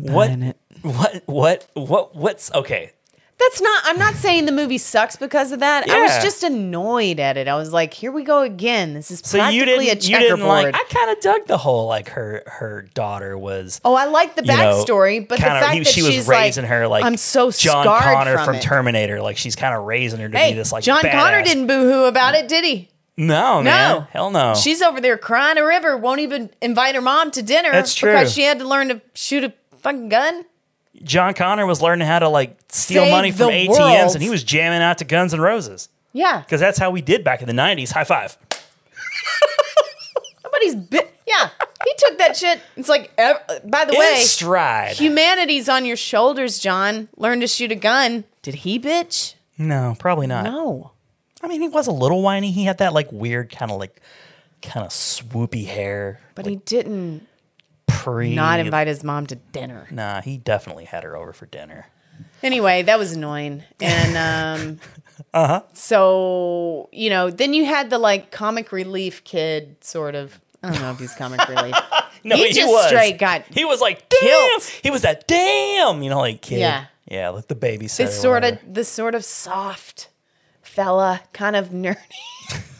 what, what what what what's okay?
That's not. I'm not saying the movie sucks because of that. I
Yeah.
was just annoyed at it. I was like, here we go again. This is
So
practically
you didn't
a
you
checkerboard.
didn't like? I kind of dug the whole like her her daughter was.
oh, I like the
you know,
backstory, but the
kinda-
fact
he-
that
she was
she's
raising
like,
her like
I'm so
John
scarred
Connor
from,
from,
it.
Terminator. Like she's kind of raising her to
Hey,
be this like
John Connor
badass.
didn't boo-hoo about it, did he?
No, man, hell no.
She's over there crying a river. Won't even invite her mom to dinner.
That's true.
Because she had to learn to shoot a fucking gun.
John Connor was learning how to like steal
Save
money from
the
ATMs,
world.
and he was jamming out to Guns N' Roses
Yeah,
because that's how we did back in the '90s. High five.
nobody's. Bi- yeah, he took that shit. It's like, ev- by the
In
way,
stride.
humanity's on your shoulders, John. Learn to shoot a gun. Did he, bitch?
No, probably not.
No.
I mean, he was a little whiny. He had that like weird kind of like kind of swoopy hair.
But he didn't
Pre
not invite his mom to dinner.
Nah, he definitely had her over for dinner.
Anyway, that was annoying. And um uh-huh. so, you know, then you had the like comic relief kid sort of. I don't know if he's comic relief.
No, he,
just
was.
straight got
He was like damn. He was that damn. You know, like kid.
Yeah.
Yeah, like the baby.
this sort of this sort of soft fella, kind of nerdy.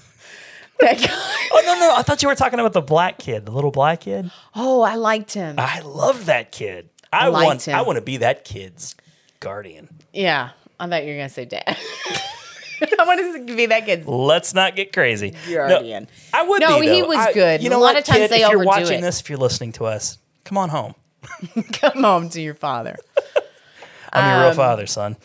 that guy.
Oh no, no! I thought you were talking about the black kid, the little black kid.
Oh, I liked him.
I love that kid. I,
I liked
want.
him.
I want to be that kid's guardian.
Yeah, I thought you were gonna say dad. I wanted to be that kid's
Let's not get crazy. No,
guardian.
I would.
No,
be,
he
though.
was
I-
good.
You know
A lot
what,
of times
kid,
they
if you're
overdo
watching
it.
this, if you're listening to us, come on home.
Come home to your father.
I'm your real
Um,
father, son.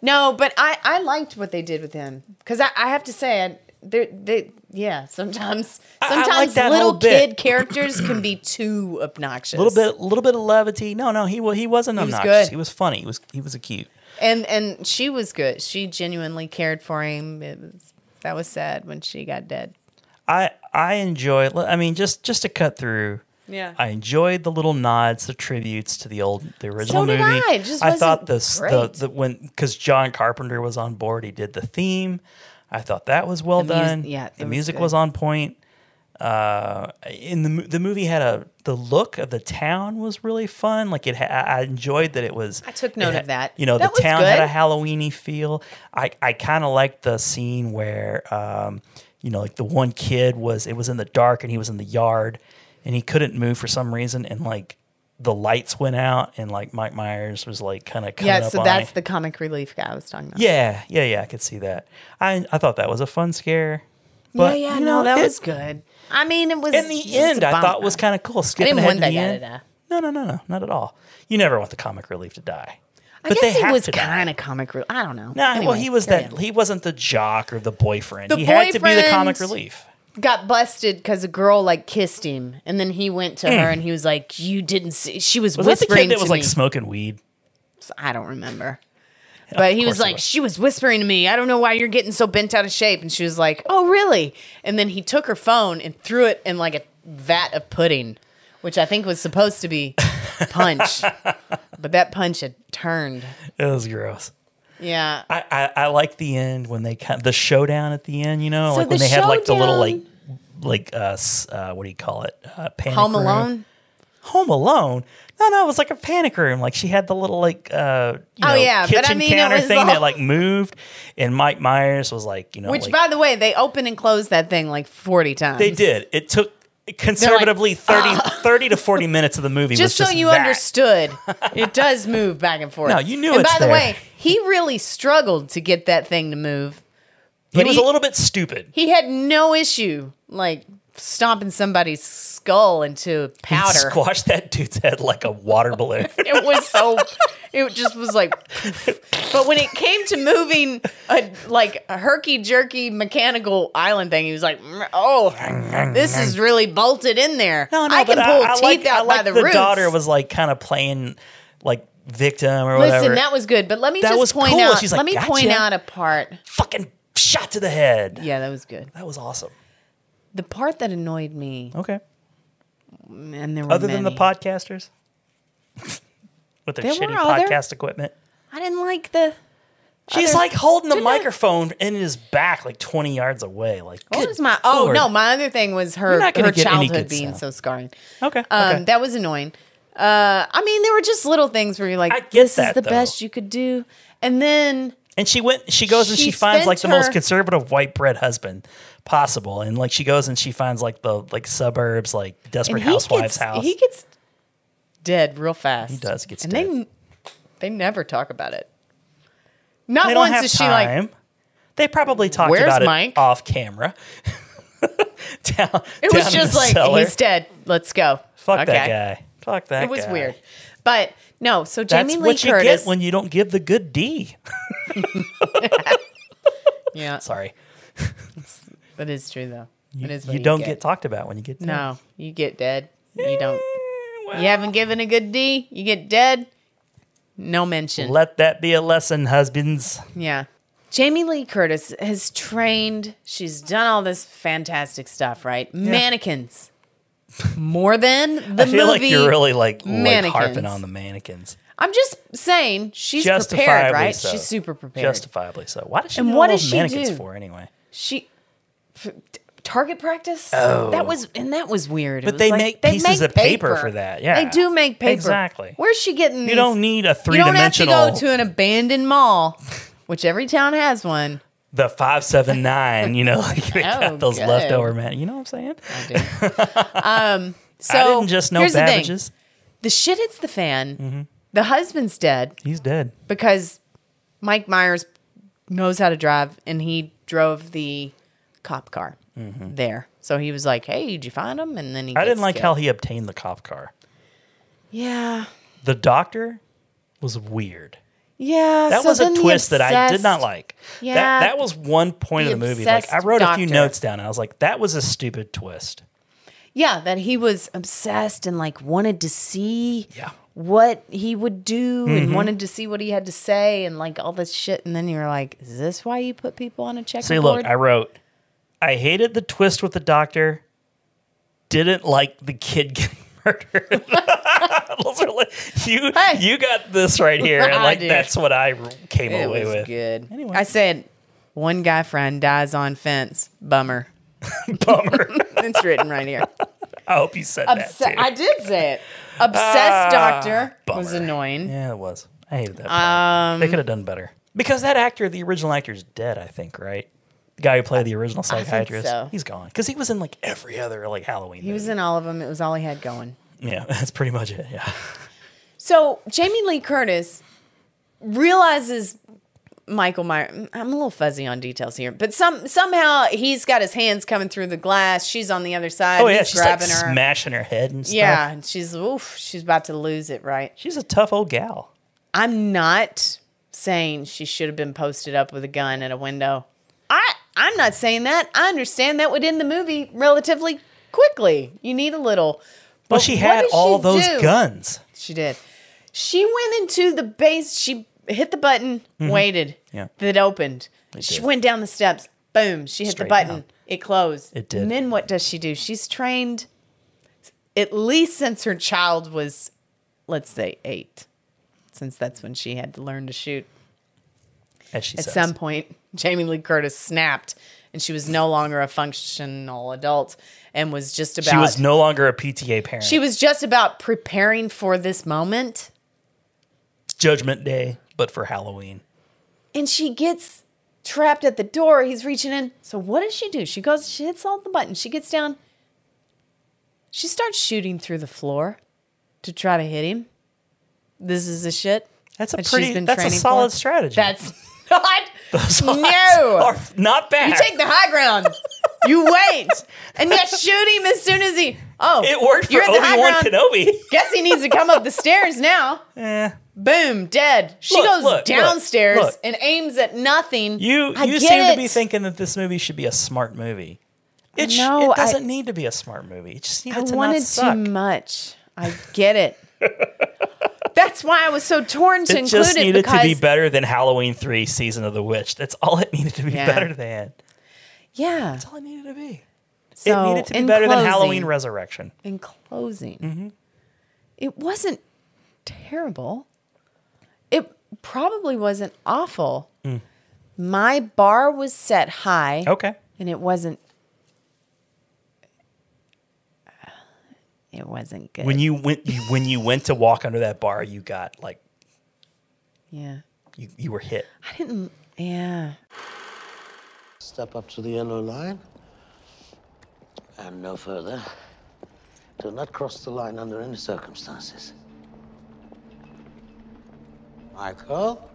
No, but I, I liked what they did with him because I, I have to say, I, they, they, yeah, sometimes
I like
sometimes
that
little
whole bit.
kid characters can be too obnoxious.
A little bit, little bit of levity. No, no, he wa- he wasn't
He was
obnoxious.
good.
He was funny. He was he was acute.
and and she was good. She genuinely cared for him. It was that was sad when she got dead.
I I enjoy. I mean, just just to cut through.
Yeah.
I enjoyed the little nods, the tributes to the old, the original
did
movie.
I. It just
I thought
wasn't
this the,
great.
the when because John Carpenter was on board, he did the theme. I thought that was well
The mus-
done.
yeah, it
the
was
music
good.
was on point. Uh, in the mo- the movie had a the look of the town was really fun. Like it, ha- I I enjoyed that it was.
I took
it
note
ha-
of that.
You know,
That
the
was
town had
good.
a Halloweeny feel. I I kind of liked the scene where um, you know, like the one kid was it was in the dark and he was in the yard and he couldn't move for some reason and like the lights went out and like Mike Myers was like kind of coming
yeah,
up
so
on
that's
it.
the comic relief guy I was talking about.
yeah, yeah, yeah. I could see that. I I thought that was a fun scare. But,
yeah, yeah,
you
no,
know,
that
it-
was good. I mean, it was
In the
it was
end,
a
I thought
bummer.
was kind of cool.
I
Skipping
didn't
ahead
want
to
that
the
guy to
end.
die.
No, no, no, no, not at all. You never want the comic relief to die.
I
but
guess
they
he
have
was
to die.
kind of comic relief. I don't know.
No, well,
Anyway,
he was
carry
that.
on.
He wasn't the jock or the boyfriend.
The
he had to be the comic
boyfriend.
relief.
got busted because a girl like kissed him, and then he went to her and he was like, "You didn't see." She was,
Eh. Was that the
whispering
kid that was
to
like
me.
smoking weed?
I don't remember, but he was
course it
like,
was.
"She was whispering to me. I don't know why you're getting so bent out of shape." And she was like, "Oh, really?" And then he took her phone and threw it in like a vat of pudding, which I think was supposed to be punch, but that punch had turned.
It was gross.
Yeah,
I, I, I like the end when they kind the showdown at the end. You know,
So
like when
the
they had like the little like
showdown-
like uh, s- uh what do you call it? Uh, panic
Home
room.
Alone.
Home Alone. No, no, it was like a panic room. Like she had the little like uh you
Oh,
know,
yeah, but I
kitchen
mean, it
counter
was
thing that
all-
like moved, and Mike Myers was like you know
Which,
like-
by the way, they open and close that thing like forty times.
They did. It took conservatively 30, 30 to 40 minutes of the movie
Just so
was just
you
that.
understood, it does move back and forth.
No, you knew
And
it's
by the
there.
way, he really struggled to get that thing to move.
He
but
was
he-
a little bit stupid.
He had no issue like stomping somebody's skull into
He
powder.
squashed that dude's head like a water balloon.
it was so it just was like but when it came to moving a like a herky jerky mechanical island thing he was like "Mm, oh this is really bolted in there no, no, i can
Mm-hmm. But
pull teeth
like-
out
I like
by the,
the
roots
daughter was like kind of playing like victim or
listen
whatever.
that was good but let me
That
just
was
point
cool.
out
She's
let
like,
me
"Gotcha."
point out a part
fucking shot to the head
yeah that was good
that was awesome
the part that annoyed me
okay
and there were
Other than the
many.
podcasters with their
There
shitty
were other-
podcast equipment.
i didn't like the
She's
other-
like holding the microphone in his back, like twenty yards away. Like,
What
good
was my? Oh
lord.
no, my other thing was her
You're not gonna
her
get any
childhood
good
being
stuff.
so scarring.
Okay,
um,
okay.
that was annoying. Uh, I mean, there were just little things where you're like,
I get
"This is
that,
the
though.
best you could do," and then
And she went. She goes and
She
she finds like the
spent her-
most conservative white bread husband possible, and like she goes and she finds like the like suburbs, like desperate
and he
housewives
gets
house.
he gets dead real fast.
He does gets
and
dead.
they they never talk about it. Not
They don't
once
have
is she like,
time. They probably talked
"Where's
about
Mike?"
it off camera. down,
it
down
was
in
just
the
like
cellar.
he's dead. Let's go.
Fuck that
Okay.
guy. Fuck that.
It was
guy.
weird, but no. So
That's
Jamie Lee
what you
Curtis.
get when you don't give the good D.
yeah,
sorry,
that is true though.
You,
That is
you
what
don't
get.
get. talked about when you get.
No, you get dead. You don't. You haven't given a good D. You get dead. No mention.
Let that be a lesson, husbands.
Yeah. Jamie Lee Curtis has trained. She's done all this fantastic stuff, right? Mannequins. More than the
I feel
movie.
like you're really like, like harping
Mannequins.
on the mannequins.
I'm just saying she's prepared, right? She's super prepared.
Justifiably so. Why does she
And
need
what
all
does
those
she
mannequins
do?
for anyway?
she f- t- target practice.
Oh.
that was and that was weird. It
But
was
they
like,
make pieces of paper for that, yeah.
they do make paper.
Exactly.
Where's she getting?
You
these-
don't need a
You don't have to go
three-dimensional-
to an abandoned mall, which every town has one.
The five seven nine, you know, like they
Oh,
got those
good.
leftover man. You know what I'm saying?
Um, so
I didn't just know
here's
Babbage's. Mm-hmm.
The, thing. the shit hits the fan. The husband's dead
He's dead.
because Mike Myers knows how to drive, and he drove the cop car
Mhm.
there. So he was like, "Hey, did you find him?" And then he.
I didn't
gets
like how
killed.
he obtained the cop car.
Yeah.
The doctor was weird.
Yeah,
That
so
was a
then the
twist that I did
obsessed-
not like.
Yeah,
That that was one point
the
of the movie. Like I
obsessed
wrote a few
doctor.
notes down. And I was like, that was a stupid twist.
yeah that he was obsessed and like wanted to see what he would do and
Mhm.
wanted to see what he had to say and like all this shit. And then you were like, is this why you put people on a checkerboard?
See, look, I wrote, I hated the twist with the doctor. Didn't like the kid getting murdered. Those are like- you you got this right here, and
I
like
did.
that's what I r- came
It
away
was
with.
Good. Anyway. I said, one guy friend dies on fence. Bummer. Bummer. it's written right here.
I hope you said
Obs-
that too. Ah,
I did say it. Obsessed doctor was annoying.
Yeah, it was. I hated that. part.
Um,
they could have done better because that actor, the original actor, is dead. I think right. The guy who played the original
I think
psychiatrist,
so.
he's gone because he was in like every other like Halloween.
He was in all of them. It was all he had going.
Yeah, that's pretty much it. Yeah.
So Jamie Lee Curtis realizes Michael Myers. I'm a little fuzzy on details here, but some somehow he's got his hands coming through the glass. She's on the other side.
Oh yeah,
he's
she's like smashing her head and stuff.
Yeah, and she's oof, she's about to lose it, right?
She's a tough old gal.
I'm not saying she should have been posted up with a gun at a window. I I'm not saying that. I understand that would end the movie relatively quickly. You need a little.
Well,
But
she
what
had
does
all
she
those
do?
guns.
She did. She went into the base. She hit the button,
Mhm.
waited.
Yeah.
That opened.
It
she
did.
went down the steps. Boom. She hit
Straight
the button.
down.
It closed.
It did.
And then what does she do? She's trained at least since her child was, let's say, eight, since that's when she had to learn to shoot.
As she
At
says.
some point, Jamie Lee Curtis snapped and she was no longer a functional adult and was just about
She was no longer a PTA parent.
she was just about preparing for this moment.
Judgment Day, but for Halloween.
and she gets trapped at the door. He's reaching in. So what does she do? She goes, she hits all the buttons. She gets down, She starts shooting through the floor to try to hit him. This is the shit.
That's a
that she's
pretty-
been
that's a
training
solid
for.
strategy.
That's not.
Those
no.
odds are not bad.
You take the high ground. you wait, and yet shoot him as soon as he. Oh,
It worked for
you're at the high
Obi-Wan
ground.
Kenobi. Eh.
Guess he needs to come up the stairs now. Boom, dead. She
Look,
goes
look, look,
downstairs
look.
and aims at nothing.
You
I
you
get
seem
it.
to be thinking that this movie should be a smart movie. It, sh-
No,
it doesn't
I-
need to be a smart movie. It just needed
I
to
wanted
not suck.
too much. I get it. That's why I was so torn to
it
include
just
it
needed
because
to be better than Halloween three, Season of the Witch. That's all it needed to be
Yeah.
better than.
yeah,
That's all it needed to be.
So,
it needed to be
in
better than
closing-
Halloween Mm-hmm. Resurrection.
In closing, it wasn't terrible. It probably wasn't awful.
Mm. Oh.
My bar was set high.
Okay.
And it wasn't. uh, It wasn't good.
When you went you, when you went to walk under that bar, you got like
yeah,
you, you were hit.
I didn't. Yeah.
Step up to the yellow line. And no further. Do not cross the line under any circumstances. Michael?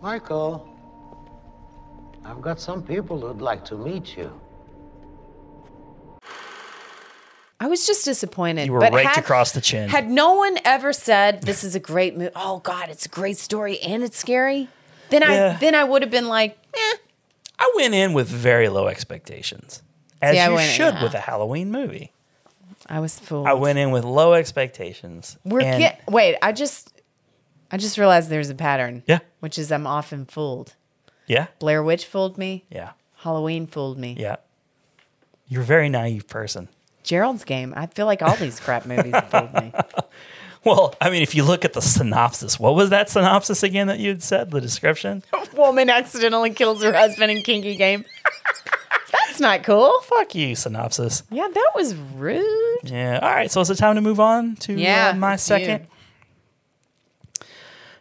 Michael? I've got some people who'd like to meet you.
I was just disappointed.
You were
but
raked
had-
across the chin.
Had no one ever said this is a great movie? Oh God, it's a great story and it's scary. Then
Yeah.
I then I would have been like, eh.
I went in with very low expectations, as
See, I
you
went-
should
yeah.
with a Halloween movie.
I was fooled.
I went in with low expectations.
We're
and
get wait. I just I just realized there's a pattern.
Yeah.
which is I'm often fooled.
yeah,
Blair Witch fooled me.
Yeah.
Halloween fooled me.
yeah. You're a very naive person.
Gerald's Game. I feel like all these crap movies have fooled me.
Well, I mean, if you look at the synopsis, what was that synopsis again that you had said? The description? Oh,
Woman accidentally kills her husband in kinky game. That's not cool.
Fuck you, synopsis.
Yeah, that was rude.
Yeah. All right. So is it time to move on to uh,
Yeah,
my
it's you.
second?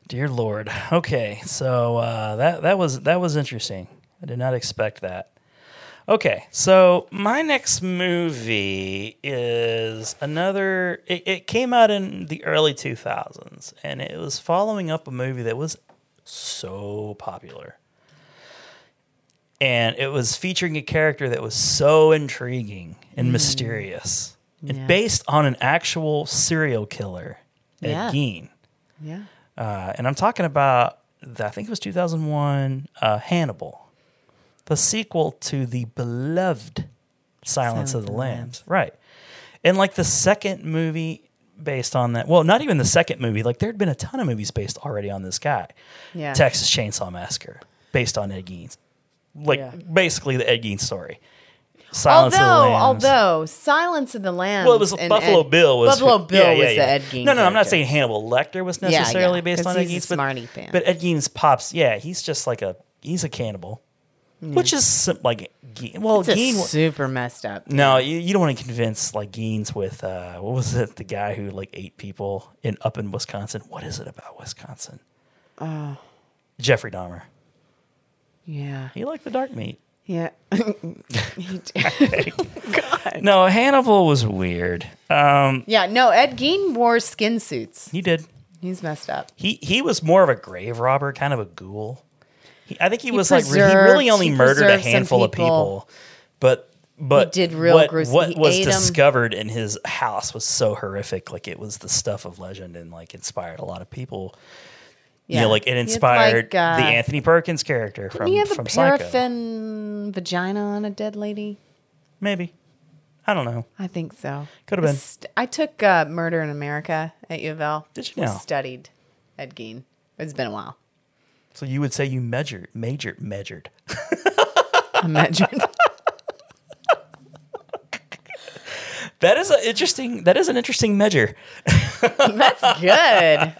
Dear Lord. Okay. So uh, that that was that was interesting. I did not expect that. Okay. So my next movie is another. It, it came out in the early two thousands, and it was following up a movie that was so popular. And it was featuring a character that was so intriguing and
Mm.
mysterious and
Yeah.
based on an actual serial killer, Ed
Yeah.
Gein.
Yeah.
Uh, and I'm talking about, the, I think it was 2001, uh, Hannibal, the sequel to the beloved Silence, of the, Lambs. Right. And like the second movie based on that, well, not even the second movie, like there had been a ton of movies based already on this guy.
Yeah.
Texas Chainsaw Massacre, based on Ed Gein's. Like
Yeah.
basically the Ed Gein story. Silence
although,
of the Lambs.
although Silence of the Lambs.
Well, it was
and
Buffalo
Ed-
Bill was
Buffalo
who-
Bill
yeah, yeah,
was
yeah.
the Ed Gein.
No, no, I'm not
character.
saying Hannibal Lecter was
Yeah, yeah,
necessarily based
'cause
on Ed
he's
Gein's,
a
but,
smarty pants.
but Ed Gein's pops. Yeah, he's just like a he's a cannibal, which is sim- like Gein. Well,
It's a
Gein
super messed up.
No, you, you don't want to convince like Gein's with uh, what was it? The guy who like ate people in up in Wisconsin. What is it about Wisconsin?
Oh,
Jeffrey Dahmer.
yeah.
He liked the dark meat.
Yeah. He did.
No, Hannibal was weird. Um,
yeah, no, Ed Gein wore skin suits.
He did.
He's messed up.
he he was more of a grave robber, kind of a ghoul. He, I think he,
He
was like re- he
preserved-
really only
he
murdered a
preserved some
handful of
people.
people, but but
did real
what,
gruesome-
what
he
was
ate 'em.
discovered in his house was so horrific. Like it was the stuff of legend and like inspired a lot of people. Yeah,
Yeah.
like it
He had,
inspired
like, uh,
the Anthony Perkins character
Didn't
from
he have a
from Psycho.
paraffin vagina on a dead lady?
Maybe I don't know.
I think so.
Could have been.
St- I took uh, Murder in America at U of L.
Did you
We
now?
Studied Ed Gein. It's been a while.
So you would say you measured, majored, measured.
I measured.
that is an interesting. That is an interesting measure.
That's good.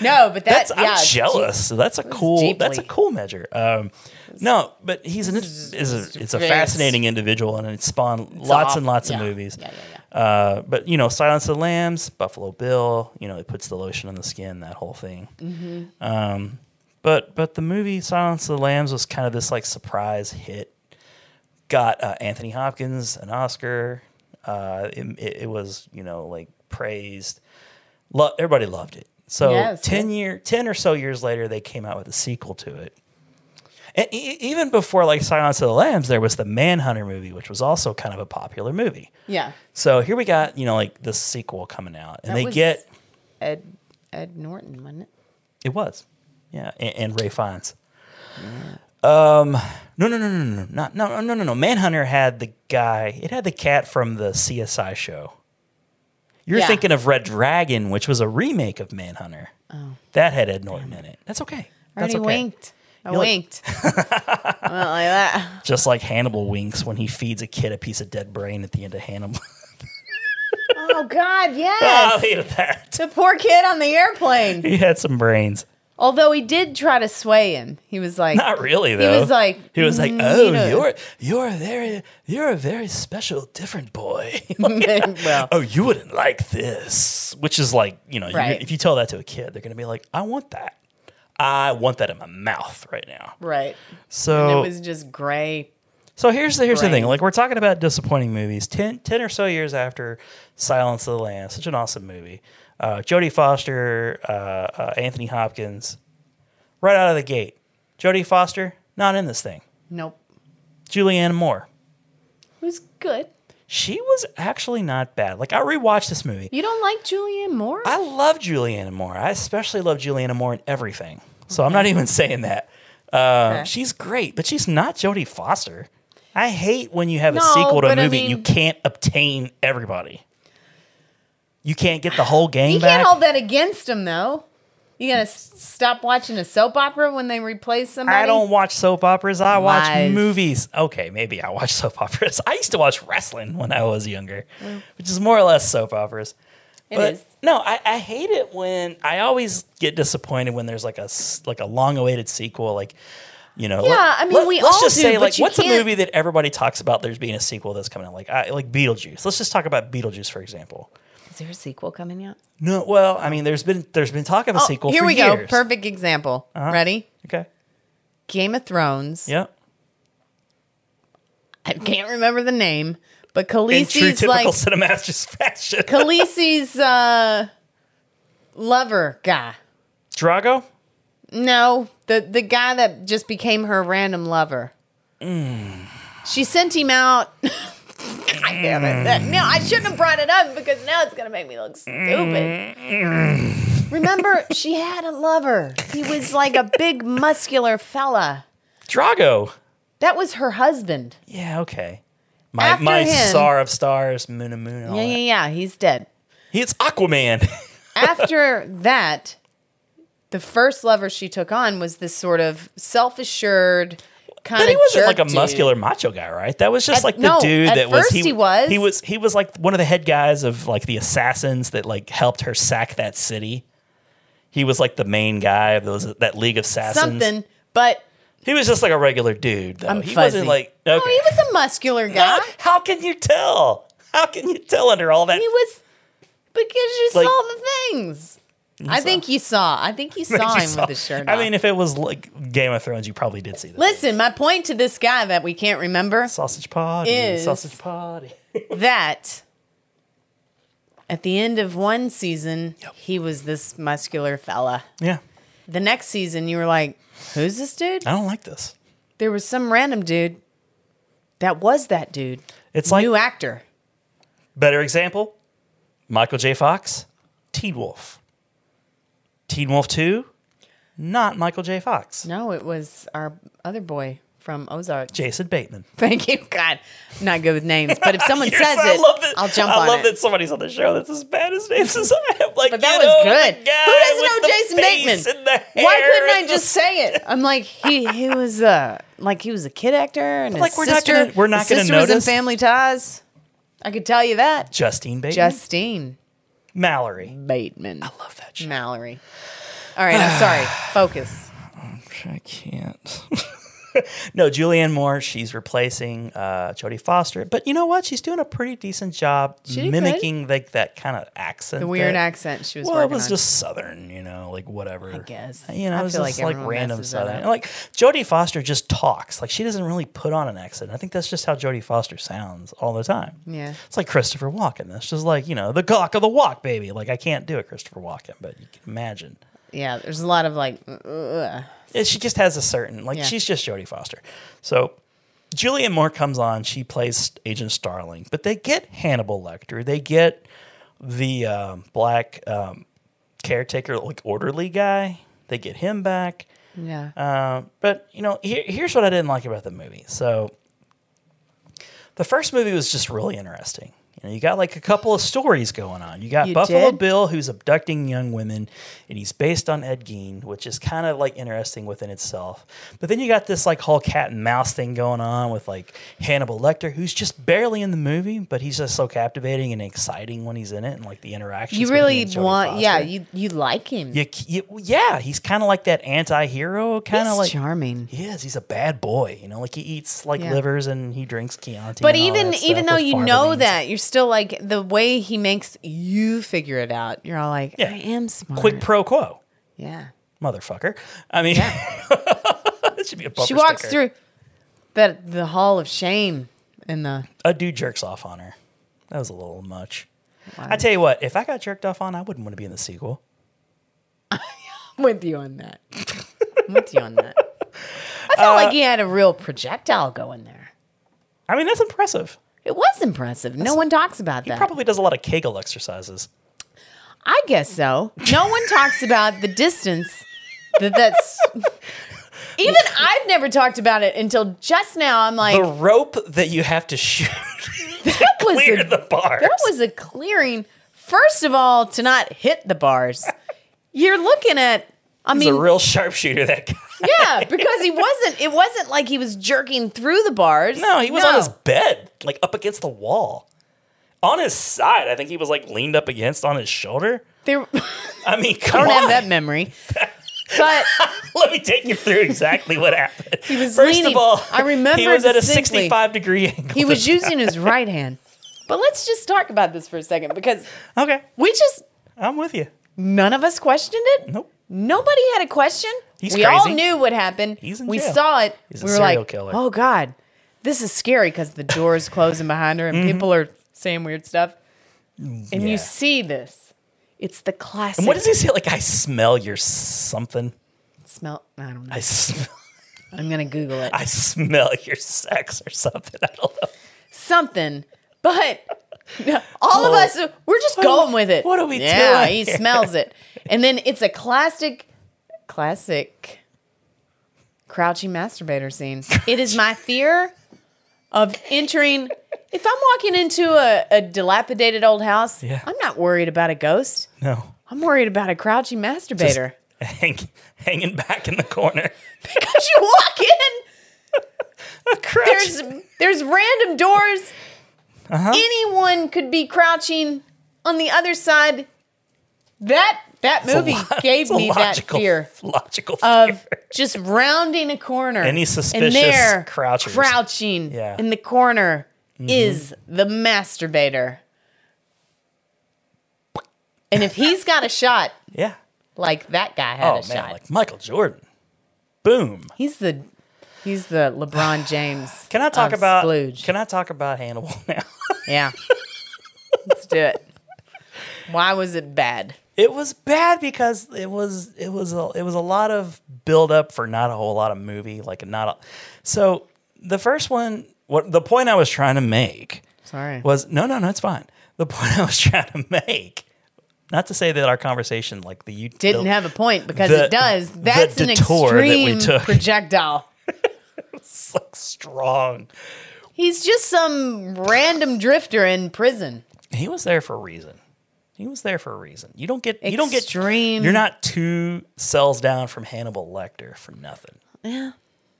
No, but that,
that's
yeah,
I'm
it's
jealous. So that's a cool that's a
deeply-
cool measure. Um, no, but he's an is a it's a
very-
fascinating individual, and it spawned
It's
lots
aw-
and lots
yeah,
of movies. Uh, but you know, Silence of the Lambs, Buffalo Bill. You know, it puts the lotion on the skin, that whole thing.
Mhm.
Um, but but the movie Silence of the Lambs was kind of this like surprise hit. Got uh, Anthony Hopkins an Oscar. Uh, it, it, it was, you know, like praised. Lo- everybody loved it. So
Yes.
ten year, ten or so years later, they came out with a sequel to it. And e- even before like Silence of the Lambs, there was the Manhunter movie, which was also kind of a popular movie.
Yeah.
So here we got, you know, like this sequel coming out, and
That
they
was
get
Ed Ed Norton, wasn't it?
it was, yeah, and, and Ray Fiennes. Um, no, no, no, no, no, no, not no, no, no, no. Manhunter had the guy. It had the cat from the CSI show. You're
Yeah.
thinking of Red Dragon, which was a remake of Manhunter. Oh. That had Ed Norton in it. That's okay.
I
That's
already
okay.
winked. I
You're like-
winked. I went like that.
Just like Hannibal winks when he feeds a kid a piece of dead brain at the end of Hannibal.
Oh God,
oh,
yes.
he had that.
the poor kid on the airplane.
He had some brains.
Although he did try to sway him. He was like
Not really though.
He was like
he was like,
"Mm,
oh,
you know."
you're you're a very you're a very special different boy.
well,
oh, you wouldn't like this, which is like you know, you-
Right.
if you tell that to a kid, they're gonna be like, I want that. I want that in my mouth right now.
Right.
So-
and it was just gray.
So here's the here's the
Brain.
thing. Like we're talking about disappointing movies. 10, 10 or so years after Silence of the Lambs, such an awesome movie. Uh, Jodie Foster, uh, uh, Anthony Hopkins, right out of the gate. Jodie Foster not in this thing.
Nope.
Julianne Moore.
It was good.
She was actually not bad. Like I rewatched this movie.
You don't like Julianne Moore?
I love Juliana Moore. I especially love Juliana Moore in everything. So I'm not even saying that. Uh,
Okay.
She's great, but she's not Jodie Foster. I hate when you have a
No,
sequel to a
but I
movie and you
mean-
can't obtain everybody. You can't get the whole gang
you
back.
can't hold that against him though. You gonna s- stop watching a soap opera when they replace somebody?
I don't watch soap operas. I watch
Lies.
movies. Okay, maybe I watch soap operas. I used to watch wrestling when I was younger, which is more or less soap operas.
Mm. It is.
No, I, I hate it when I always get disappointed when there's like a s- like a long awaited sequel. Like, you know,
Yeah, I mean, we
let's
all
just
do,
say
but
like,
you
what's a
can't-
movie that everybody talks about? There's being a sequel that's coming out, like I, like Beetlejuice. Let's just talk about Beetlejuice for example.
Is there a sequel coming out?
No, well, I mean, there's been there's been talk of a
Oh,
sequel.
Here
for
we
years.
go. Perfect example.
Uh-huh.
Ready?
Okay.
Game of Thrones.
Yep.
I can't remember the name,
In
but
true
Khaleesi's
typical
like
Cinemasters fashion.
Khaleesi's uh, lover guy.
Drago.
No, the the guy that just became her random lover. She sent him out. God damn it. That- no, I shouldn't have brought it up because now it's going to make me look stupid. Remember, she had a lover. He was like a big, muscular fella.
Drago.
That was her husband.
Yeah, okay. My
After
my
him-
star of stars, moon and moon. And all
Yeah, yeah, yeah. He's dead.
He- It's Aquaman.
After that, the first lover she took on was this sort of self assured kind
but
of.
he wasn't like a
jerk dude.
muscular macho guy, right? That was just
At-
like the
no,
dude
at
that was
first
he,
he was.
he was he was like one of the head guys of like the assassins that like helped her sack that city. He was like the main guy of those that League of Assassins.
Something, but
He was just like a regular dude though.
I'm
he
fuzzy.
wasn't like okay.
no, he was a muscular guy.
How can you tell? How can you tell under all that?
He was because you
Like-
saw the things. I think you saw. I think you
that
saw
you
him
saw?
with his shirt
I
off.
mean, if it was like Game of Thrones, you probably did see that.
Listen, my point to this guy that we can't remember
Sausage Party,
is
sausage party.
that at the end of one season he was this muscular fella.
Yeah.
The next season you were like, "Who's this dude?"
I don't like this.
There was some random dude that was that dude.
It's like
new actor.
Better example Michael J. Fox, Teen Wolf. Teen Wolf 2, not Michael J. Fox.
No, it was our other boy from Ozark.
Jason Bateman.
Thank you, God. I'm not good with names, but if someone
Yes,
says
I
it,
love that-
I'll jump
I
on
love
it.
that somebody's on the show that's as bad as names as I am. Like,
But that
you
was
know,
good.
the guy
Who doesn't
with
know
the
Jason
face
Bateman?
and the
Why
hair
couldn't I
and the-
just say it? I'm like he he was uh like he was a kid actor and
But, like,
his
we're not
sister
gonna- we're not
his
gonna
sister was
notice. Mm-hmm.
in Family Ties. I could tell you that
Justine Bateman?
Justine
Mallory.
Bateman. I
love that
Mallory. All right, I'm sorry. Focus.
I can't. no, Julianne Moore, she's replacing uh, Jodie Foster, but you know what? She's doing a pretty decent job
She did good.
mimicking like that kind of accent,
The weird
that-
accent she was
Well, it
working
was
on.
just Southern, you know, like whatever. I
guess.
you know,
I
it was
feel
just
like
like
everyone
random
messes that
Southern.
up.
Like Jodie Foster just talks, like she doesn't really put on an accent. I think that's just how Jodie Foster sounds all the time.
Yeah.
It's like Christopher Walken. That's just like you know the cock of the walk, baby. Like I can't do it, Christopher Walken, but you can imagine.
Yeah, there's a lot of like.
Uh,
Ugh.
Yeah, she just has a certain like
Yeah.
she's just Jodie Foster. So Julianne Moore comes on. She plays Agent Starling, but they get Hannibal Lecter. They get the um, black um, caretaker, like orderly guy. They get him back.
Yeah.
Um, but you know, here, here's what I didn't like about the movie. So the first movie was just really interesting. You know, you got like a couple of stories going on. You got
You
Buffalo
did?
Bill who's abducting young women, and he's based on Ed Gein, which is kind of like interesting within itself. But then you got this like whole cat and mouse thing going on with like Hannibal Lecter, who's just barely in the movie, but he's just so captivating and exciting when he's in it, and like the interactions.
You
with him
really
and Jodie
want, yeah.
Foster.
You you like him.
You, you, yeah, he's kind of like that anti-hero, kind of
He's
like
charming.
He is. He's a bad boy. You know, like he eats like
Yeah.
livers and he drinks Chianti.
But
and all
even
that stuff
even though
with
you
Farber
know
beans.
that, you're still like the way he makes you figure it out. You're all like,
Yeah.
I am smart.
quick pro quo,
yeah.
motherfucker. I mean, it should be a. Bumper
She walks
sticker.
through the the hall of shame and the
A dude jerks off on her. That was a little much. I tell you what, if I got jerked off on, I wouldn't want to be in the sequel.
I'm with you on that. I'm with you on that. I felt
Uh,
like he had a real projectile going there.
I mean, that's impressive.
It was impressive. No one talks about
He
that.
probably does a lot of Kegel exercises.
I guess so. No one talks about the distance that that's. Even I've never talked about it until just now. I'm like,
the rope that you have to shoot
that was
clear
a,
the bars.
that was a clearing. First of all, to not hit the bars, you're looking at. I
He's
mean,
a real sharpshooter. That guy.
yeah, because he wasn't. It wasn't like he was jerking through the bars.
No, he was on his bed, like up against the wall. On his side, I think he was like leaned up against on his shoulder.
There,
I mean,
I
come
don't
on.
have that memory. But
Let me take you through exactly what happened.
he was
First
leaning.
of all,
I remember
he was at a
distinctly.
65 degree angle.
He was using his right hand. But let's just talk about this for a second because
okay,
we just
I'm with you.
None of us questioned it.
Nope.
Nobody had a question.
He's
we all
crazy.
knew what happened.
He's in
we
jail.
saw it.
He's a
we were
serial
like,
killer.
"Oh God, this is scary" because the door is closing behind her and
Mhm.
people are saying weird stuff. And
yeah.
you see this. It's the classic.
And what does he say? Like, I smell your something.
smell? I don't know.
I smell.
I'm gonna Google it.
I smell your sex or something. I don't know.
Something, but all of
Oh.
us we're just
What are
going
we-
with it.
what are we
Yeah,
doing
he
here?
smells it, and then it's a classic, classic, crouching masturbator scene. It is my fear of entering. If I'm walking into a, a dilapidated old house,
Yeah.
I'm not worried about a ghost.
No.
I'm worried about a crouching
Just
masturbator
hang, hanging back in the corner.
because you walk in. There's there's random doors.
Uh-huh.
Anyone could be crouching on the other side. That that
It's a
movie
lo-
gave
it's a
me that
logical-
fear
Logical.
of just rounding a corner.
Any suspicious
and there,
crouchers.
crouching
Yeah.
in the corner
Mhm.
is the masturbator. And if he's got a shot,
Yeah.
like that guy had
Oh
a
man,
shot.
like Michael Jordan. Boom.
he's the he's the LeBron James.
Can I talk
of
about?
Splooge.
Can I talk about Hannibal now?
Yeah. Let's do it. Why was it bad?
It was bad because it was it was a, it was a lot of build up for not a whole lot of movie, like not a. So the first one, what the point I was trying to make
Sorry.
was no, no, no, it's fine. The point I was trying to make, not to say that our conversation, like the you
Didn't
the-
have a point because
the-
it does.
the
That's an
detour that we
extreme
took.
projectile.
it's like strong.
He's just some random drifter in prison.
He was there for a reason. He was there for a reason. You don't get you don't get
Extreme.
You're not two cells down from Hannibal Lecter for nothing.
Yeah.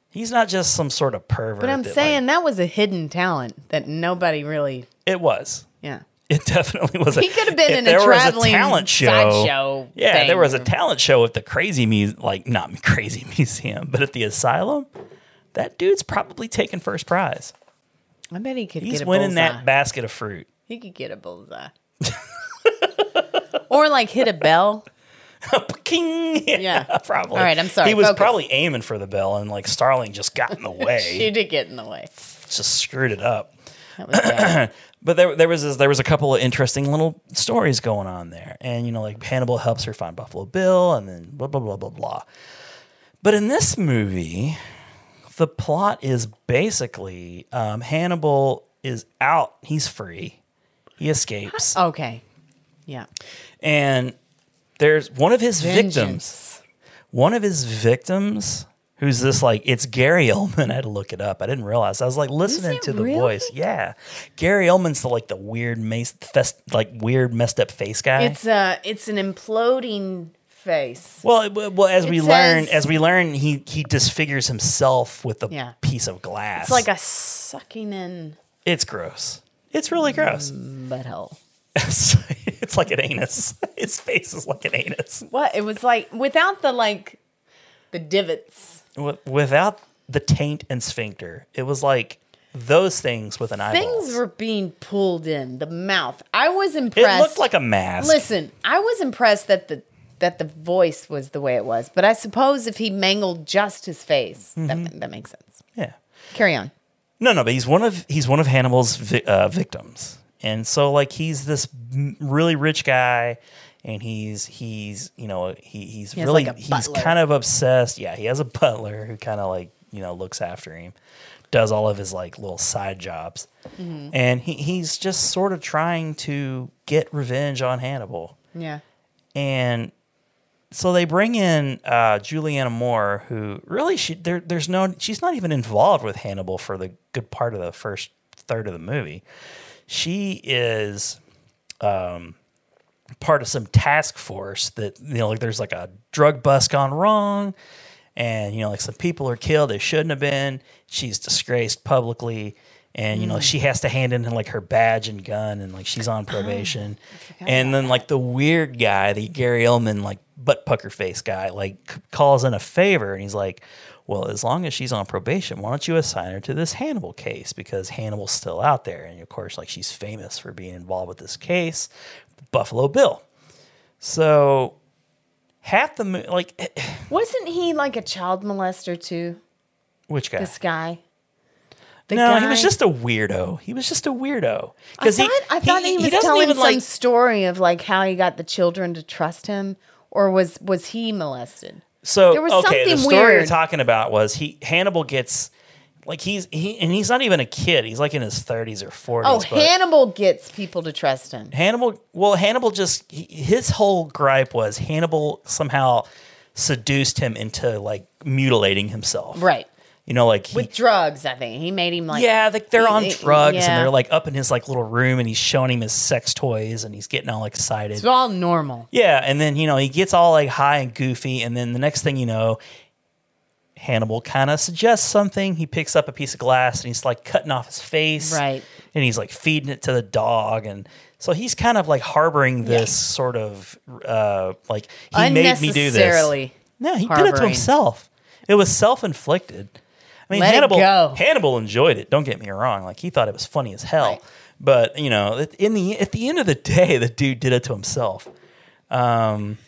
He's not just some sort of pervert.
But I'm
that, like-
saying that was a hidden talent that nobody really.
it was.
Yeah.
It definitely was. a-
He could have been
if
in a
there was
traveling
talent show.
sideshow
yeah,
thing.
there was a talent show at the crazy mu- like not crazy museum, but at the asylum. that dude's probably taking first prize.
I bet he could
He's
get a
winning
bullseye.
that basket of fruit.
He could get a bullseye. or like hit a bell.
Yeah,
All
probably.
right, I'm sorry.
He was
Focus.
probably aiming for the bell, and like Starling just got in the
she
way,
did get in the way.
just screwed it up.
That was bad.
but there, there was this, there was a couple of interesting little stories going on there, and you know, like Hannibal helps her find Buffalo Bill, and then blah blah blah blah blah. But in this movie, the plot is basically um, Hannibal is out; he's free, he escapes,
Okay. Yeah.
and there's one of his
Vengeance.
victims, one of his victims. Who's this? Like, it's Gary Oldman. I had to look it up. I didn't realize. I was like listening to the
really?
voice. Yeah, Gary Oldman's the like the weird, mace, fest, like weird, messed up face guy.
It's a it's an imploding face.
Well, it- well, well, as
It
we learn,
says-
as we learn, he he disfigures himself with a
Yeah.
piece of glass.
It's like a sucking in
it's gross. It's really gross.
Mm. butthole.
it's like an anus. His face is like an anus.
What? It was like without the like the divots.
Wi- Without the taint and sphincter, it was like those things with an eyeball.
Things were being pulled in the mouth. I was impressed.
It looked like a mask.
Listen, I was impressed that the that the voice was the way it was, but I suppose if he mangled just his face, that, that makes sense.
Yeah.
Carry on.
No, no, but he's one of he's one of Hannibal's vi- uh, victims, and so like he's this m- really rich guy, and he's he's you know he, he's
He has,
really
like, a
he's
butler.
kind of obsessed. Yeah, he has a butler who kind of like you know looks after him, does all of his like little side jobs,
Mhm.
and he, he's just sort of trying to get revenge on Hannibal.
Yeah.
And so they bring in uh, Juliana Moore, who really she there, there's no she's not even involved with Hannibal for the good part of the first third of the movie. She is um, part of some task force that you know like there's like a drug bust gone wrong, and you know like some people are killed they shouldn't have been. She's disgraced publicly. And you know
Mm.
she has to hand in like her badge and gun, and like she's on probation.
forgot
and then like the weird guy, the Gary Ellman like butt pucker face guy, like c- calls in a favor and he's like, "Well, as long as she's on probation, why don't you assign her to this Hannibal case because Hannibal's still out there, and of course, like she's famous for being involved with this case, Buffalo Bill." So half the mo- like
Wasn't he like a child molester too?
which guy?
This
no,
guy.
he was
guy-
just a weirdo. He was just a weirdo
I
because
thought,
he
I thought he, was
doesn't
telling
even,
some
like-
story of like how he got the children to trust him, or was was he molested?
So
there was
okay,
something
the story
weird.
you're talking about was he Hannibal gets like he's he and he's not even a kid. He's like in his 30s or 40s.
oh,
but
Hannibal gets people to trust him.
Hannibal well Hannibal just he- his whole gripe was Hannibal somehow seduced him into like mutilating himself.
Right.
You know like he,
With drugs, I think. He made him like
yeah, like they're on
he- he-
drugs and
yeah.
they're like up in his like little room and he's showing him his sex toys and he's getting all excited.
It's all normal.
Yeah, and then you know he gets all like high and goofy, and then the next thing you know, Hannibal kind of suggests something. He picks up a piece of glass and he's like cutting off his face,
Right.
And he's like feeding it to the dog, and so he's kind of like harboring this sort of uh, like he made me do this.
Unnecessarily
No, he did it to
harboring.
himself. It was self inflicted. I mean,
Let it
Hannibal.
go.
Hannibal enjoyed it. Don't get me wrong; like he thought it was funny as hell. But you know, at- in the at the end of the day, the dude did it to himself. Um,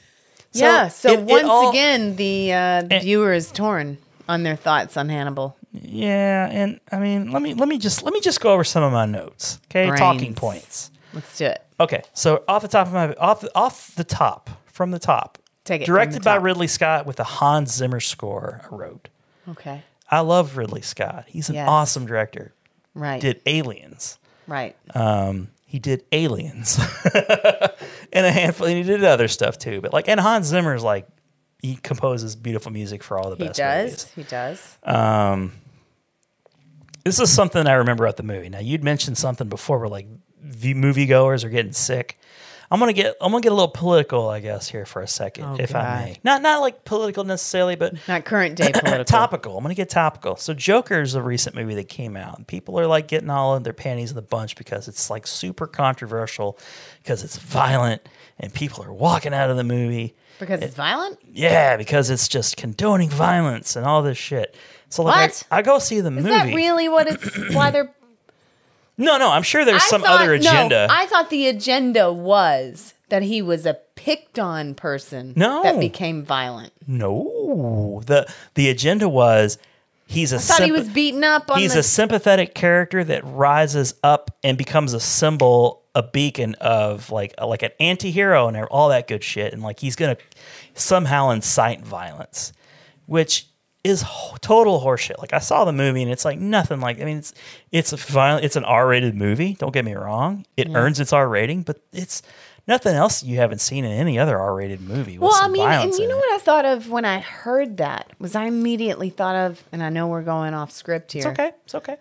so
yeah. So
it- it
once
all-
again, the uh, viewer is torn on their thoughts on Hannibal.
yeah, and I mean, let me let me just let me just go over some of my notes. Okay, talking
Brains.
points.
Let's do it.
Okay, so off the top of my off off the top from the top,
Take it from the
directed by
top.
Ridley Scott with a Hans Zimmer score. I wrote.
Okay.
I love Ridley Scott. He's an
Yes.
awesome director.
Right.
Did Aliens.
Right.
Um, he did Aliens and a handful, and he did other stuff too. But like, and Hans Zimmer's like, he composes beautiful music for all the
He
best
does.
movies.
He does.
Um, this is something I remember about the movie. Now you'd mentioned something before where like the moviegoers are getting sick. I'm gonna get I'm gonna get a little political, I guess, here for a second,
Oh,
if I may.
God.
Not not like political necessarily, but
not current day political.
topical. I'm gonna get topical. So Joker is a recent movie that came out. People are like getting all in their panties in the bunch because it's like super controversial, because it's violent, and people are walking out of the movie.
Because it's violent?
Yeah, because it's just condoning violence and all this shit. So like,
What?
I, I go see the movie.
Is that really what it's why they're
No, no, I'm sure there's
I
some
thought-
other
no,
agenda.
I thought the agenda was that he was a picked on person
No.
that became violent.
No, the the agenda was he's a
I thought he
sympa-
was beaten up on
he's
the
a sympathetic character that rises up and becomes a symbol, a beacon of like like an anti-hero and er, all that good shit, and like he's gonna somehow incite violence, which is ho- total horseshit. Like I saw the movie and it's like nothing like I mean it's it's a violent it's an R-rated movie. Don't get me wrong, it
Yeah.
earns its R rating, but it's nothing else you haven't seen in any other R-rated movie. With
Well, I
some
mean,
violence
and
in
you
it.
know what I thought of when I heard that was I immediately thought of, and I know we're going off script here.
It's okay. It's okay.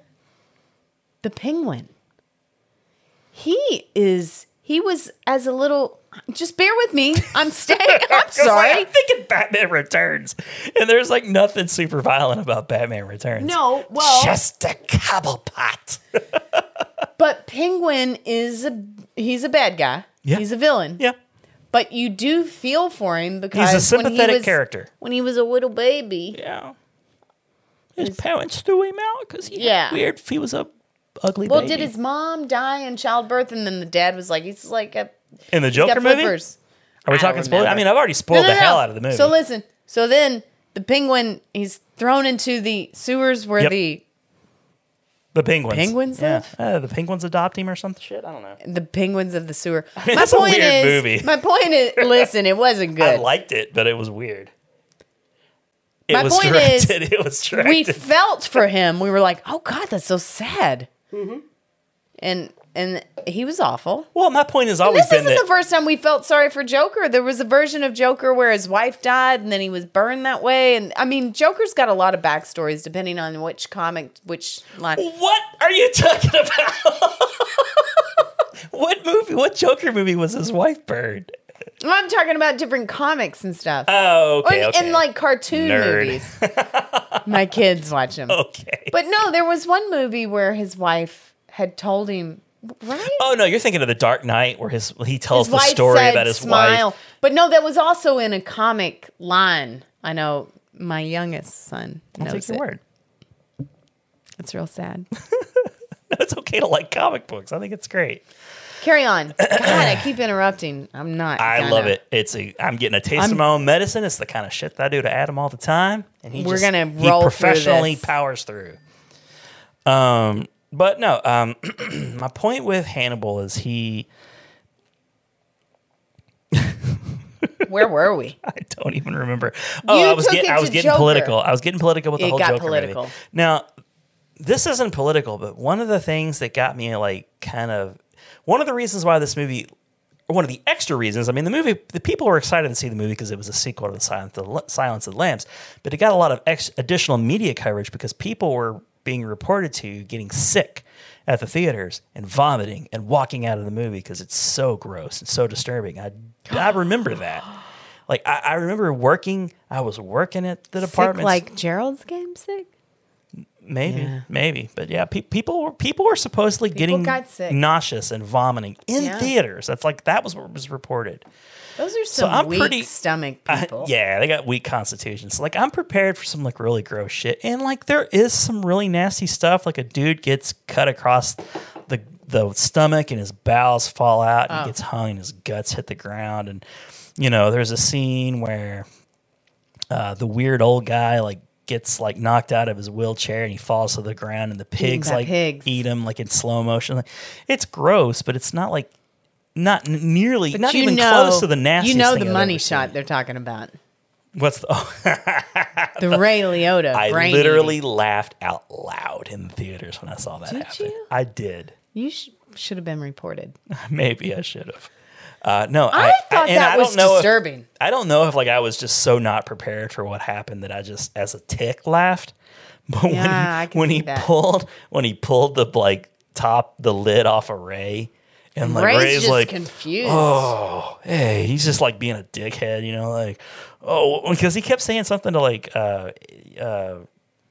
The penguin. He is. He was as a little. Just bear with me. I'm staying. I'm
It's like,
sorry.
I'm thinking Batman Returns, and there's like nothing super violent about Batman Returns.
No, well,
just a cobblepot.
but Penguin is a he's a bad guy.
Yeah.
He's a villain.
Yeah.
But you do feel for him because
he's a
when he
sympathetic
was-
character.
When he was a little baby.
Yeah. His parents threw him out because he
yeah.
Weird. If he was a ugly
Well,
baby.
did his mom die in childbirth, and then the dad was like, he's like a
in the
he's got
Joker movie? Are
flippers.
we talking spoilers? I mean, I've already spoiled the hell out of the movie.
So listen. So then the penguin he's thrown into the sewers where
Yep.
the
the penguins.
penguins
Yeah.
live?
Uh, the penguins adopt him or some shit. I don't know.
the penguins of the sewer.
mean,
my
that's a
point
weird
is,
movie.
my point is, listen, it wasn't
I
good.
liked it, but it was weird. It
My
was
point is,
directed. it was directed.
we felt for him. We were like, oh god, that's so sad. And and he was awful.
Well, my point has
and
always
this
been
isn't
that
the first time we felt sorry for Joker. There was a version of Joker where his wife died and then he was burned that way. And I mean, Joker's got a lot of backstories depending on which comic, which line.
What are you talking about? what movie? What Joker movie was his wife burned?
I'm talking about different comics and stuff.
Oh, okay,
and,
okay.
and like cartoon
Nerd. Oh.
movies. My kids watch them.
Okay.
But no, there was one movie where his wife had told him, right?
Oh no, you're thinking of the Dark Knight, where his he tells
His
Oh, the
wife
story
said,
about his
"Smile."
wife.
But no, that was also in a comic line. I know my youngest son
I'll
knows
take your
it.
word.
It's real sad.
No, it's okay to like comic books. I think it's great.
Carry on. God, I keep interrupting. I'm not.
I
gonna.
love it. It's a I'm getting a taste
I'm-
of my own medicine. It's the kind of shit that I do to Adam all the time, and he
We're
just,
gonna
he
roll through
professionally
this.
powers through. Um, but no, um, my point with Hannibal is he.
Where were we?
I don't even remember. Oh,
You
I was
took
getting
it
I was
to
getting
Joker.
political. I was getting political with the
It
whole
got
Joker movie.
political.
Now, this isn't political, but one of the things that got me like kind of one of the reasons why this movie one of the extra reasons, I mean, the movie, the people were excited to see the movie because it was a sequel to the Silence, the L- Silence of the Lambs, but it got a lot of ex- additional media coverage because people were being reported to getting sick at the theaters and vomiting and walking out of the movie because it's so gross and so disturbing. I, I remember that. Like, I, I remember working, I was working at the
Sick
department.
like Gerald's game sick.
Maybe, maybe, but yeah, pe- people were people were supposedly getting
got sick.
nauseous and vomiting in
Yeah.
theaters. That's like that was what was reported.
Those are
So
some
I'm
weak
pretty-
stomach
I-
people.
yeah, they got weak constitutions. Like I'm prepared for some like really gross shit, and like there is some really nasty stuff. Like a dude gets cut across the the stomach, and his bowels fall out, and
Oh.
he gets hung, and his guts hit the ground, and you know there's a scene where uh, the weird old guy like gets like knocked out of his wheelchair and he falls to the ground and the pigs
by
like eat him like in slow motion like it's gross but it's not like not n- nearly
But
not
you
even
know-
close to the nastiest
You know
thing
the
I've
money
ever seen.
shot they're talking about.
what's the oh,
The Ray Liotta.
I
brain
literally laughed out loud in the theaters when I saw that
Did
happen. I did.
eating. You sh- should have been reported.
Maybe I should have. Uh, no,
I
I,
thought
and
that
I
was
don't know if-
disturbing.
I don't know if like I was just so not prepared for what happened that I just as a tick laughed. But when
Yeah, I
he,
can
when
see
he
that.
pulled when he pulled the like top the lid off of Ray and like
Ray's
Ray's,
just
like
confused.
Oh, hey, he's just like being a dickhead, you know, like oh because he kept saying something to like uh uh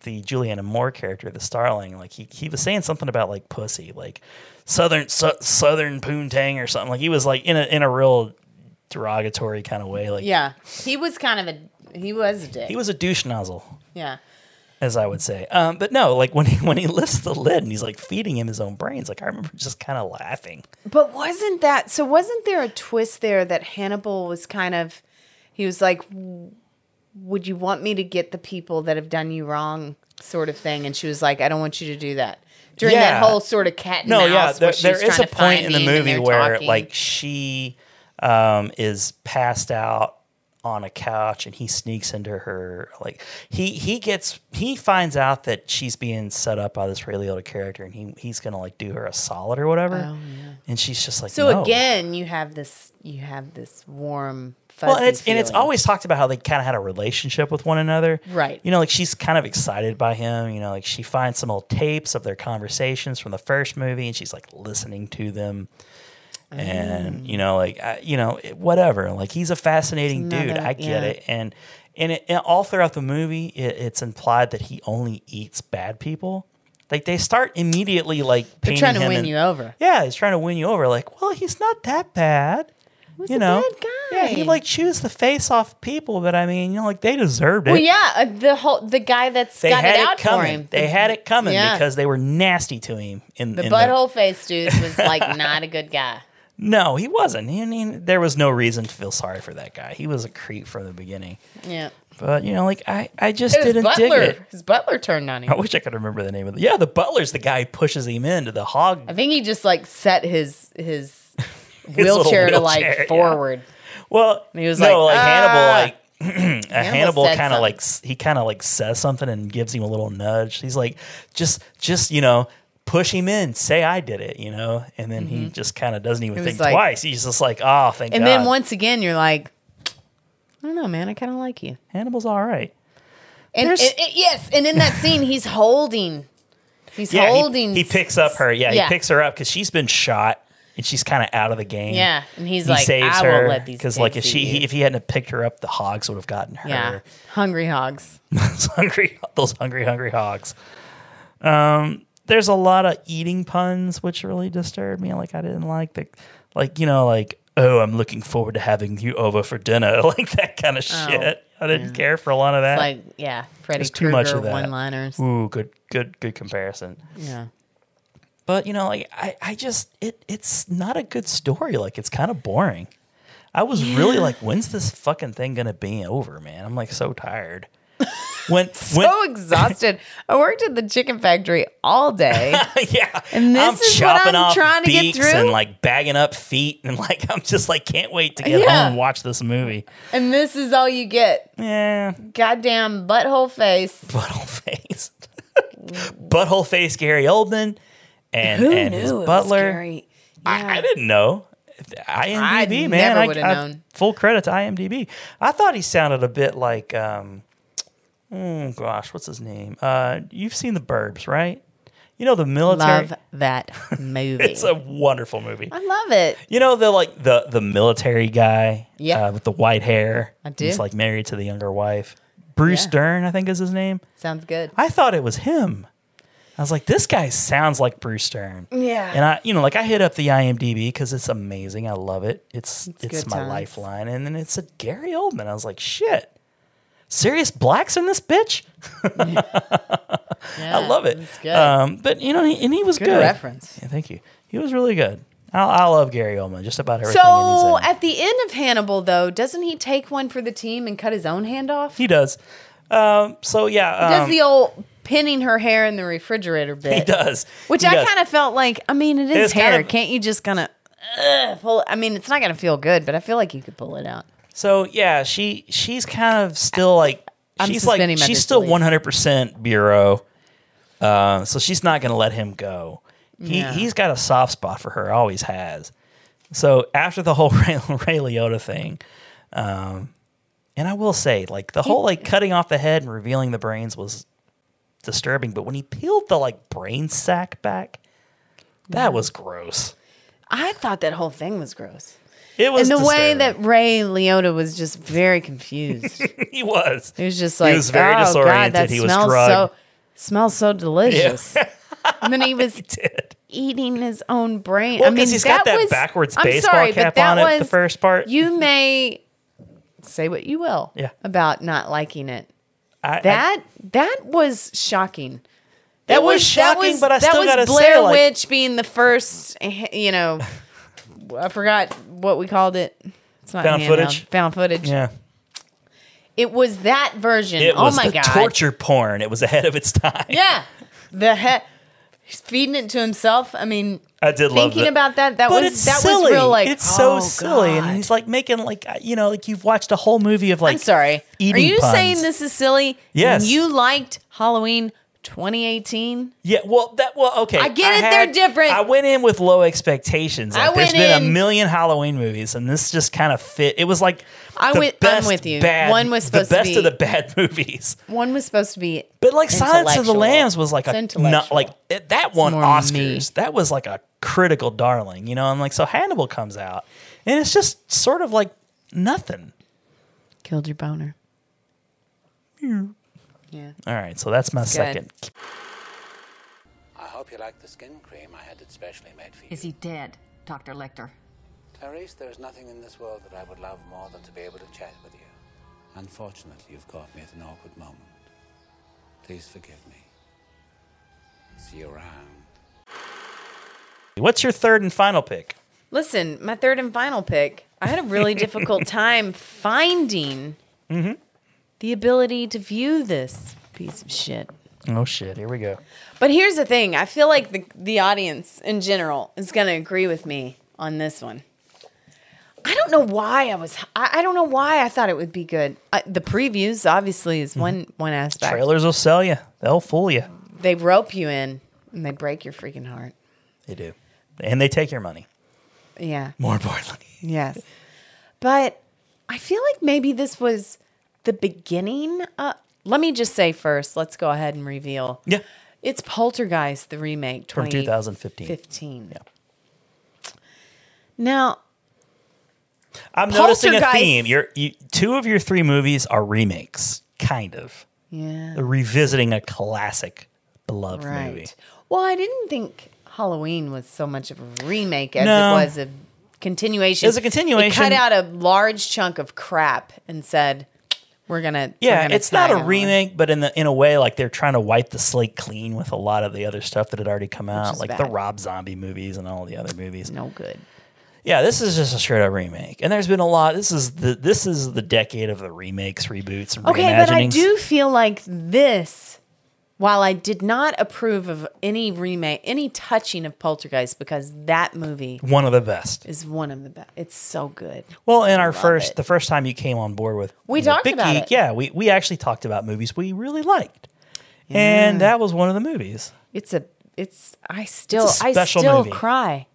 the Juliana Moore character, the Starling, like he he was saying something about like pussy, like southern su- southern poontang or something. Like he was like in a in a real derogatory kind of way. Like
yeah, he was kind of a he was a dick.
he was a douche nozzle.
yeah.
as I would say. Um, but no, like when he when he lifts the lid and he's like feeding him his own brains, like I remember just kind of laughing.
But wasn't that so? Wasn't there a twist there that Hannibal was kind of? He was like, "Would you want me to get the people that have done you wrong?" Sort of thing, and she was like, "I don't want you to do that." During
Yeah.
that whole sort of cat and
no,
mouse,
yeah,
where
there,
she's
there is
trying
a
to find
point in the
him and
movie
they're
where
talking.
like she um, is passed out on a couch and he sneaks into her like he he gets he finds out that she's being set up by this Ray Liotta character and he he's gonna like do her a solid or whatever and she's just like
Oh, so
no.
again, you have this, you have this warm, fuzzy
well and it's and it's
feeling.
always talked about how they kind of had a relationship with one another
right.
you know, like she's kind of excited by him. You know, like she finds some old tapes of their conversations from the first movie, and she's like listening to them.
Mm.
And you know, like I, you know, it- whatever. Like he's a fascinating dude.
another-
I get
yeah.
it. And and, it, and all throughout the movie, it, it's implied that he only eats bad people. Like they start immediately like
They're
painting
trying to
him
win
in-
you over.
Yeah, he's trying to win you over. Like, well, he's not that bad. you know, yeah, he like chews the face off people, but I mean, you know, like they deserved it
Well, yeah, uh, the whole the guy that's
they
got
had
it out for
coming.
him.
They had it coming
Yeah.
because they were nasty to him. In
the
in
butthole face dude was like not a good guy.
no, he wasn't. He, he, there was no reason to feel sorry for that guy. He was a creep from the beginning.
Yeah.
But you know, like I, I just
It was
didn't dig
butler.
it.
His butler turned on him.
I wish I could remember the name of the. Yeah, the butler's the guy who pushes him into the hog.
I think he just like set his his,
His little
wheelchair to
wheelchair, yeah.
like forward.
Well,
And he was
no,
like,
like Hannibal,
"Ah."
like. a Hannibal
said
kind of
something.
like s- he kind of like says something and gives him a little nudge. He's like, just just you know, push him in, say I did it, you know, and then he just kind of doesn't even
It Mm-hmm. was
think
like-
twice. He's just like, oh, thank
and
God.
then once again, you're like, I don't know, man. I kind of like you.
Hannibal's all right.
And
There's-
and- and- yes, and in that scene, he's holding. He's
Yeah, he-
holding.
He, picks up her. Yeah,
yeah.
he picks her up because she's been shot and she's kind of out of the game.
Yeah, and he's like, "I won't let these
because like if
pigs
she
eat
he,
you."
if he hadn't picked her up, the hogs would have gotten her.
yeah, hungry hogs.
those hungry those hungry hungry hogs. Um, there's a lot of eating puns which really disturbed me. Like I didn't like the like you know like oh I'm looking forward to having you over for dinner like that kind of
Oh,
shit. I didn't care for a lot of that.
It's like yeah, Freddy
There's too much of that.
one-liners.
Ooh, good good good comparison.
Yeah.
But you know, like I, I just it it's not a good story. Like it's kind of boring. I was really
Yeah.
like, when's this fucking thing gonna be over, man? I'm like so tired. When
So exhausted. I worked at the chicken factory all day.
yeah.
And this
I'm
is
chopping
what I'm
off
trying to get
beaks
through.
and like bagging up feet and like I'm just like can't wait to get
Yeah.
home and watch this movie.
And this is all you get.
Yeah.
Goddamn butthole face.
Butthole face. Butthole face Gary Oldman and
Who
and his
knew it was
butler.
Gary?
I, I didn't know. IMDb
I
man,
never
I-
would've
I-
known.
Full credit to IMDb. I thought he sounded a bit like, um, oh gosh, what's his name? Uh, you've seen The Burbs, right? You know the military.
Love that movie.
it's a wonderful movie.
I love it.
You know the like the the military guy,
Yeah.
uh, with the white hair.
I do.
He's like married to the younger wife. Bruce
Yeah.
Dern, I think is his name.
Sounds good.
I thought it was him. I was like, this guy sounds like Bruce Stern.
Yeah.
And I, you know, like I hit up the IMDb because it's amazing. I love it. It's it's,
good
my
times.
lifeline. And then it said Gary Oldman. I was like, shit. Serious blacks in this bitch. I love it.
good.
Um, but you know, he, and he was
Good
good.
reference.
Yeah, thank you. He was really good. I, I love Gary Oldman. Just about everything. he's in.
So at the end of Hannibal, though, doesn't he take one for the team and cut his own hand off?
He does. Um, so yeah,
He does
um,
the old pinning her hair in the refrigerator bit.
he does.
Which
He
I
does.
kind of felt like, I mean, it is
It's kind
hair.
of-
Can't you just kind of uh, pull? I mean, it's not going to feel good, but I feel like you could pull it out.
So yeah, she she's kind of still like
I'm
she's like
suspending my
she's still
disbelief.
one hundred percent bureau. Uh, so she's not gonna let him go. He
Yeah.
he's got a soft spot for her, always has. So after the whole Ray, Ray Liotta thing, um, and I will say, like the whole like cutting off the head and revealing the brains was disturbing. But when he peeled the like brain sack back, that
Yeah.
was gross.
I thought that whole thing was gross.
It was
and the way
disturbing.
that Ray Liotta was just very confused.
he was.
He was just like,
he was very
oh,
disoriented.
God, that
he was
smells
drugged.
so smells so delicious. and then he was
did.
eating his own brain.
Well,
I
'cause
mean,
he's got that
was-
backwards
I'm
baseball
sorry, but
cap
that
on it, the
was-
first part.
You may say what you will
Yeah.
about not liking it.
I-
that that was shocking.
It was shocking, but I
that
still
was
gotta say,
Blair
like-
Witch being the first. eh, You know, I forgot what we called it. It's not
Found
hand-held.
footage?
Found footage.
Yeah.
It was that version.
It
oh
was
my
the
god!
torture porn. It was ahead of its time.
Yeah, the heck. He's feeding it to himself. I mean,
I did love
thinking
that.
about that. That
But
was
it's
that was
silly.
real. Like
it's so
oh,
silly, and he's like making like uh, you know like you've watched a whole movie of like I'm
sorry
eating
Are you
puns.
saying this is silly?
Yes.
You liked Halloween 2018?
Yeah, well, that well, okay.
I get it, they're different.
I went in with low expectations.
I
Like, there's
went
been a
in-
million Halloween movies, and this just kind of fit. It was like
I
the
went- I'm
best
with you.
Bad,
One was supposed to
the best
be-
of the bad movies.
One was supposed to be
But like Silence of the
intellectual.
Lambs was like
It's
a
intellectual.
not like it- that one Oscars. That was like a critical darling, you know. And like so, Hannibal comes out, and it's just sort of like nothing.
Killed your boner.
All right, so that's my
It's good.
second.
I hope you like the skin cream I had it specially made for you.
Is he dead, Dr. Lecter?
Clarice, there is nothing in this world that I would love more than to be able to chat with you. Unfortunately, you've caught me at an awkward moment. Please forgive me. See you around.
What's your third and final pick?
Listen, my third and final pick. I had a really difficult time finding the ability to view this piece of shit.
Oh shit! Here we go.
But here's the thing I feel like the, the audience in general is going to agree with me on this one. I don't know why I was. I, I don't know why I thought it would be good. I, the previews, obviously, is one one aspect.
Trailers will sell you. They'll fool you.
They rope you in and they break your freaking heart.
They do, and they take your money.
Yeah.
More importantly,
Yes. But I feel like maybe this was the beginning. Uh, let me just say first, let's go ahead and reveal.
Yeah.
It's Poltergeist, the remake.
From 2015.
15. Yeah. Now,
I'm noticing a
Poltergeist-
theme. Your you, two of your three movies are remakes, kind of.
yeah.
They're revisiting a classic, beloved
Right.
movie.
Well, I didn't think Halloween was so much of a remake as
No.
it was a continuation.
It was a
It
continuation.
cut out a large chunk of crap and said, "We're gonna." we're
Yeah,
gonna
it's not
tag
a
along."
remake, but in the in a way, like they're trying to wipe the slate clean with a lot of the other stuff that had already come out,
is
like
bad.
the Rob Zombie movies and all the other movies.
No good.
Yeah, this is just a straight up remake, and there's been a lot. This is the this is the decade of the remakes, reboots, and
Okay,
reimaginings.
but I do feel like this. While I did not approve of any remake, any touching of Poltergeist, because that movie
one of the best.
is one of the best. It's so good.
Well, in our
Love
first,
it.
the first time you came on board with,
We
you know,
talked
Big
about
Geek,
it.
Yeah, we we actually talked about movies we really liked,
Yeah.
and that was one of the movies.
It's a. It's. I still. I
special
still
movie.
cry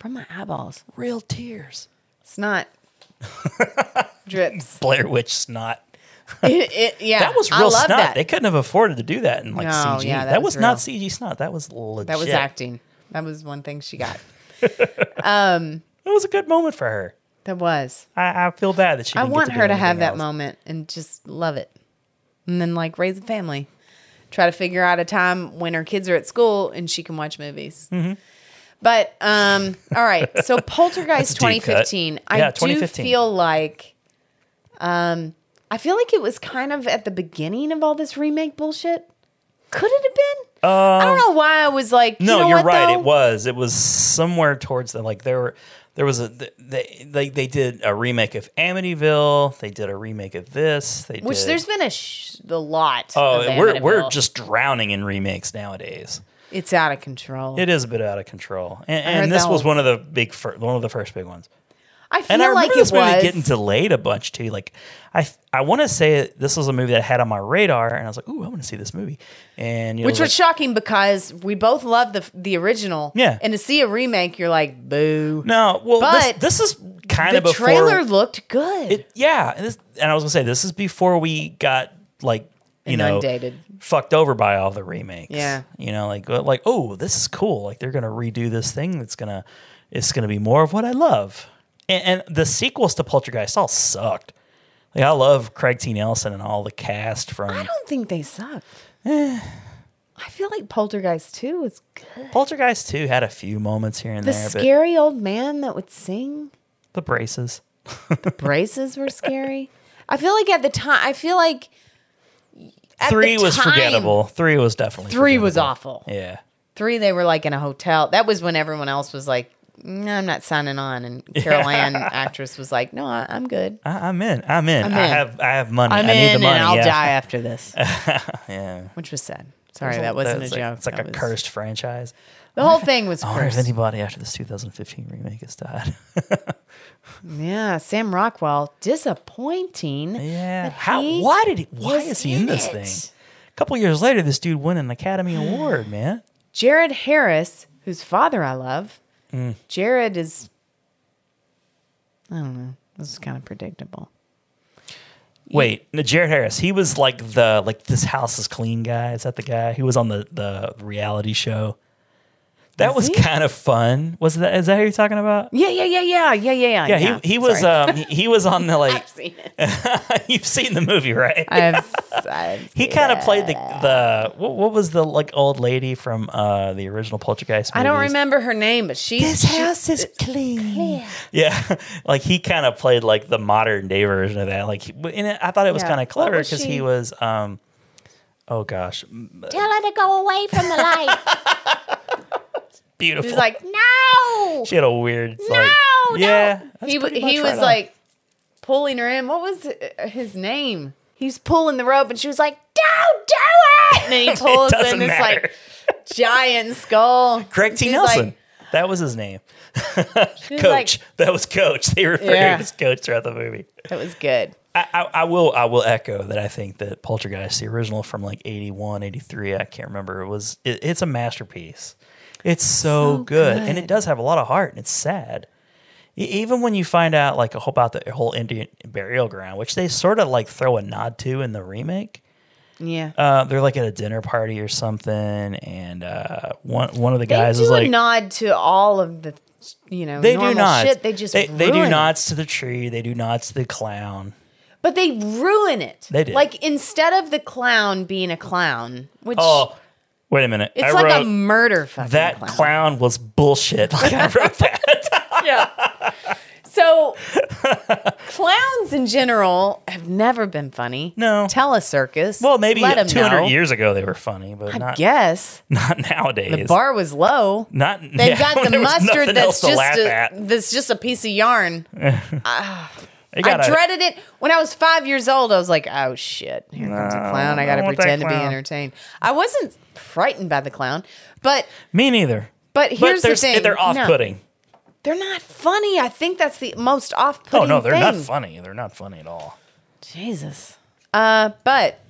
from my eyeballs.
Real tears.
It's not drips.
Blair Witch snot.
It- it- yeah,
that was
I
real
love
snot.
that.
They couldn't have afforded to do that in like
No,
CG.
yeah,
that,
that
was,
was
not
real.
CG snot. That was legit.
That was acting. That was one thing she got. um,
it was a good moment for her.
That was.
I, I feel bad that she.
I
didn't get
want
to do
her to have
anything
that
else.
moment and just love it, and then like raise a family, try to figure out a time when her kids are at school and she can watch movies.
Mm-hmm.
But um, all right, so
That's a
Poltergeist
deep cut.
2015. I
Yeah,
do
2015.
feel like, um, I feel like it was kind of at the beginning of all this remake bullshit. Could it have been? I don't know why I was like,
Um, No,
you know
are
what,
right.
Though?
It was. It was somewhere towards the like there were there was a they they they did a remake of Amityville. They did a remake of this. They
Which
did,
there's been a sh- the lot.
oh
of
we're we're
Amityville.
just drowning in remakes nowadays.
it's out of control.
It is a bit out of control, and,
I heard
and this
that
was
whole-
one of the big fir- one of the first big ones.
I feel
And I
like
remember
it
this
was
movie getting delayed a bunch too. Like I I want to say this was a movie that I had on my radar, and I was like, ooh, I want to see this movie, and you know,
which
it like,
was shocking because we both love the the original.
Yeah.
and to see a remake, you're like, boo.
no, well, this-
But
this, is kind
the
of before
trailer looked good.
It, yeah, and, this, and I was gonna say this is before we got like you
Inundated.
know fucked over by all the remakes.
Yeah.
you know, like like oh, this is cool. Like they're gonna redo this thing that's gonna it's gonna be more of what I love. And, and the sequels to Poltergeist all sucked. Like I love Craig T. Nelson and all the cast from. Eh.
I don't think they suck. I feel like Poltergeist 2 is good.
Poltergeist 2 had a few moments here and
The
there,
scary old man that would sing.
but the braces.
The braces were scary. I feel like at the time, I feel like at
Three
the
was
time-
forgettable. Three was definitely
Three was awful.
forgettable. Yeah.
Three, they were like in a hotel. That was when everyone else was like, "No, I'm not signing on. And Carol
Yeah.
Ann, actress, was like, no, I, I'm good.
I, I'm in. I'm in.
I'm
I
in.
have. I have money.
I'm
I need
in
the money.
and I'll
yeah.
die after this.
yeah.
Which was sad. Sorry, that wasn't
that's
a
like-
joke.
It's like
That
a Oh,
was-
cursed franchise.
The whole thing was
I wonder if
cursed.
anybody after this 2015 remake has died.
Yeah, Sam Rockwell, disappointing. Yeah.
How? Why did he? Why is he in this thing? A couple years later, this dude won an Academy Award, man.
Jared Harris, whose father I love.
Mm.
Jared is, I don't know. This is kind of predictable.
Wait, no, Jared Harris. He was like the like this house is clean guy. Is that the guy? He was on the the reality show. That was kind of fun. Was that? Is that who you're talking about?
Yeah, yeah, yeah, yeah, yeah, yeah,
Yeah, he, he was
Sorry.
um he, he was on the like
seen
you've seen the movie right
I've,
he kind of played the the what, what was the like old lady from uh the original Poltergeist
I don't
movies?
remember her name, but she.
This house
is clean.
yeah like he kind of played like the modern day version of that like he- but- and I thought it was
Yeah.
kind of
What
clever
was
because
she?
he was um oh gosh m-
Tell her to go away from the light.
beautiful
She's like, no.
she had a weird no
no.
yeah that's
he wa-
pretty much
he
right
was
on.
like pulling her in. What was uh, his name? He's pulling the rope, and she was like, "Don't do it!" And then he
It
pulls in
doesn't
this
matter.
like giant skull.
Greg T
She's
Nelson
like-
that was his name
was
coach
like-
that was coach they referred to
Yeah.
him as coach throughout the movie
that was good.
I, I, I will I will echo that I think that Poltergeist, the original from like 81, 83, I can't remember, it was it, it's a masterpiece. It's so,
So
good. And it
good.
does have a lot of heart and it's sad. E- Even when you find out like a whole about the whole Indian burial ground, which they sort of like throw a nod to in the remake.
Yeah.
Uh, they're like at a dinner party or something, and uh, one one of the
They
guys
do
is
a
like
nod to all of the, you know,
they
normal
do nods.
shit. They just
they, they do
ruin it.
nods to the tree. They do nods to the clown.
but they ruin it.
They did.
Like instead of the clown being a clown, which
oh, wait a minute!
it's
I
like a
wrote-
murder fucking
that
clown.
clown. was bullshit. Like I wrote that.
So, clowns in general have never been funny. No. Tell a circus. Well,
Maybe
Let 'em
200
know.
years ago they were funny, but
I
not
guess.
not nowadays.
The bar was low.
not
They've
yeah,
got the
there was
mustard
nothing
that's
else to laugh
just a,
at.
that's just a piece of yarn. Ah,
They got
I
a-
dreaded it when I was five years old. I was like, "Oh shit, here comes a
No,
clown! I got to
I want that
pretend to be
clown.
entertained." I wasn't frightened by the clown, but
Me neither.
but here's the
there's-
thing:
They're
No.
off-putting.
they're not funny. I think that's the most off-putting.
Oh no, they're not
thing.
funny. They're not funny at all.
Jesus. Uh, but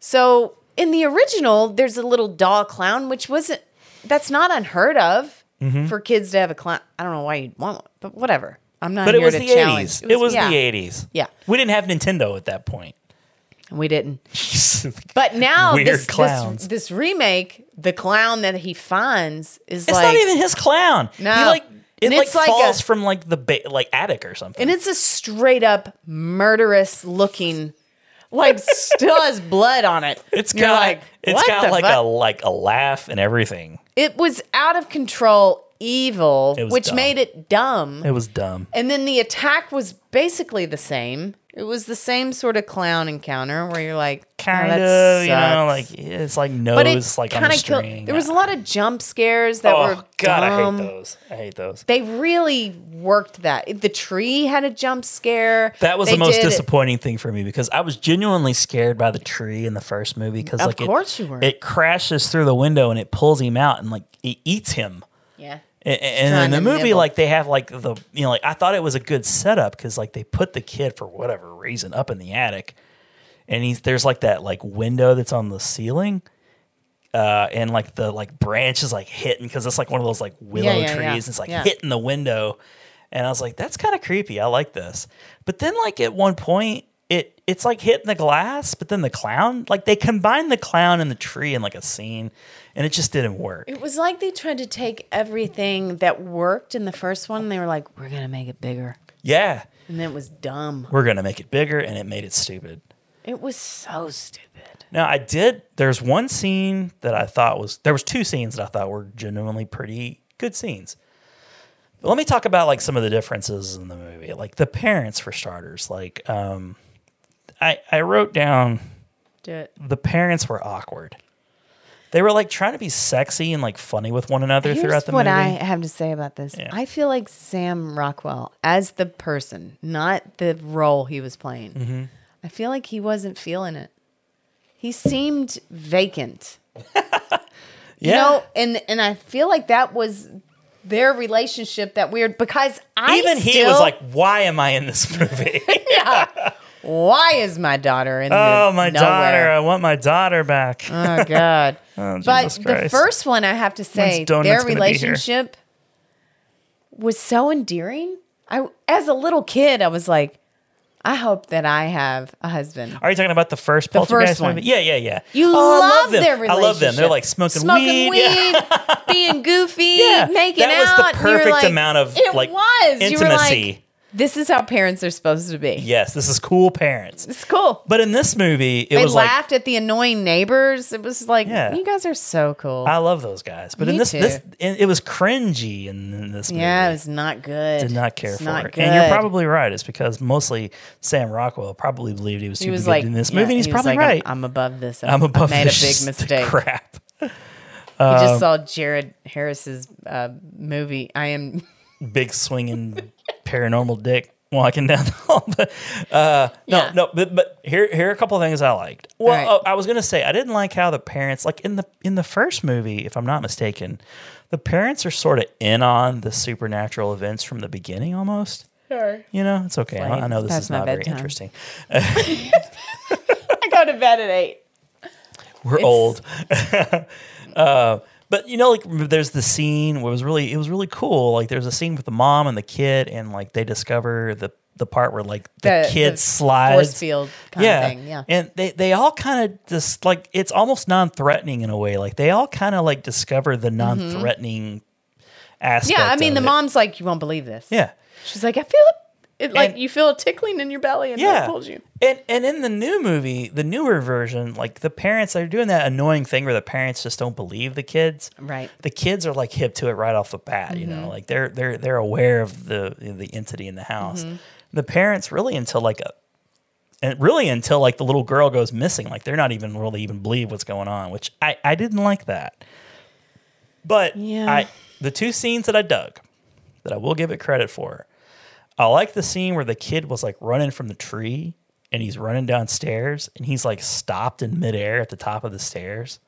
so in the original, there's a little doll clown, which wasn't that's not unheard of
Mhm.
for kids to have a clown. I don't know why you'd want one, but whatever. I'm not.
But it
here
was
to
the
challenge.
80s. It was
yeah.
the 80s.
Yeah.
We didn't have Nintendo at that point.
We didn't. But now
Weird
this, this-
clowns.
This, remake, the clown that he finds is
It's
like
not even his clown.
No.
He like it
And
like
it's like
falls
a-
from like the ba- like attic or something.
and it's a straight up murderous looking, like still has blood on it.
It's
And you're
got like it's
"What the
got like
fuck?"
a like a laugh and everything.
It was out of control, evil,
It was
which
dumb.
made it dumb.
It was dumb.
and then the attack was basically the same. It was the same sort of clown encounter where you're like,
kind
"Oh, that
of, you know,
sucks."
like it's like nose,
But it
like on a
kinda
string.
killed- There was a lot of jump scares that
oh
were
god,
dumb.
I hate those. I hate those.
They really worked that. The tree had a jump scare.
That was
They
the most
did-
disappointing thing for me because I was genuinely scared by the tree in the first movie because
Of
like it-
course you were.
it crashes through the window and it pulls him out and like it eats him.
Yeah.
A- a- And,
trying
in the
to
movie,
nibble.
like they have like the you know, like I thought it was a good setup because like they put the kid for whatever reason up in the attic, and he's there's like that like window that's on the ceiling, uh, and like the like branch is like hitting because it's like one of those like willow
Yeah, yeah,
trees.
yeah.
and It's like
Yeah.
hitting the window, and I was like, that's kind of creepy. I like this, but then like at one point. It, it's like hitting the glass, but then the clown, like they combined the clown and the tree in like a scene, and it just didn't work.
It was like they tried to take everything that worked in the first one and they were like, we're going to make it bigger.
Yeah,
And then it was dumb.
we're going to make it bigger and it made it stupid
It was so stupid.
Now I did. There's one scene that I thought was there was two scenes that I thought were genuinely pretty good scenes. But let me talk about like some of the differences in the movie, like the parents for starters. Like, um, I I wrote down
Do it.
the parents were awkward. They were like trying to be sexy and like funny with one another
Here's
throughout the
what
movie.
I have to say about this. I feel like Sam Rockwell, as the person, not the role he was playing,
Mhm.
I feel like he wasn't feeling it. He seemed vacant. You
Yeah.
know, and and I feel like that was their relationship that weird because I
Even
still,
he was like, "Why am I in this movie?
why is my daughter in
oh,
the
my
nowhere?
daughter! I want my daughter back."
Oh, God.
Oh,
But
Jesus
the
Christ.
first one, I have to say,
When's Donuts
their
gonna be here?
relationship was so endearing. I, as a little kid, I was like, I hope that I have a husband.
Are you talking about the first
The
Poltergeist
first one.
movie? Yeah, yeah, yeah.
You
Oh, I
love, their
them. I
relationship.
love them. They're like smoking, weed. Yeah.
being goofy, making
that was
out.
the
and you were
perfect
like-
amount of,
it
like,
was. You were like,
intimacy.
this is how parents are supposed to be.
Yes, this is cool parents.
It's cool.
But in this movie, it
they
was
laughed at the annoying neighbors. It was like,
Yeah.
you guys are so cool.
like I love those guys. But
Me
in this,
too.
this it, it was cringy in, in this movie.
yeah, it was not good.
Did not care
It's
for
not
it, and you're
good.
probably right. It's because mostly Sam Rockwell probably believed he was
He
too
was
good
like-
in this
yeah,
movie, and he's
he was
probably
like, I'm-
right.
I'm above this.
I'm
I
above
made a
this
big
sh-
mistake.
Crap.
You just
Um,
saw Jared Harris's uh, movie. I am.
big swinging paranormal dick walking down the hall. But, uh, no, no, but, but here here are a couple of things I liked. Well,
All right.
oh, I was gonna say I didn't like how the parents like in the in the first movie, if I'm not mistaken, the parents are sort of in on the supernatural events from the beginning almost.
Sure.
You know, it's okay. I,
Like,
I know this
that's
is
my
not very
bedtime.
interesting.
I go to bed at eight.
We're old. uh, but you know, like there's the scene where it was really it was really cool. Like there's a scene with the mom and the kid, and like they discover the the part where like the,
The-
kid
the
slides
force field kinda thing, yeah.
and they they all kind of just like it's almost non-threatening in a way. Like they all kind of like discover the non-threatening aspect.
Mm-hmm. yeah, I mean,
of
the
it.
mom's like, you won't believe this.
Yeah.
She's like, I feel it. it like you feel a tickling in your belly, and
Yeah.
I told you.
And and in the new movie, the newer version, like the parents are doing that annoying thing where the parents just don't believe the kids.
Right.
The kids are like hip to it right off the bat, you know,
Mhm.
like they're they're they're aware of the the entity in the house.
Mhm.
The parents really until like a and really until like the little girl goes missing, like they're not even really even believe what's going on, which I I didn't like that. But I the two scenes that I dug that I will give it credit for. I like the scene where the kid was like running from the tree and he's running downstairs and he's like stopped in midair at the top of the stairs.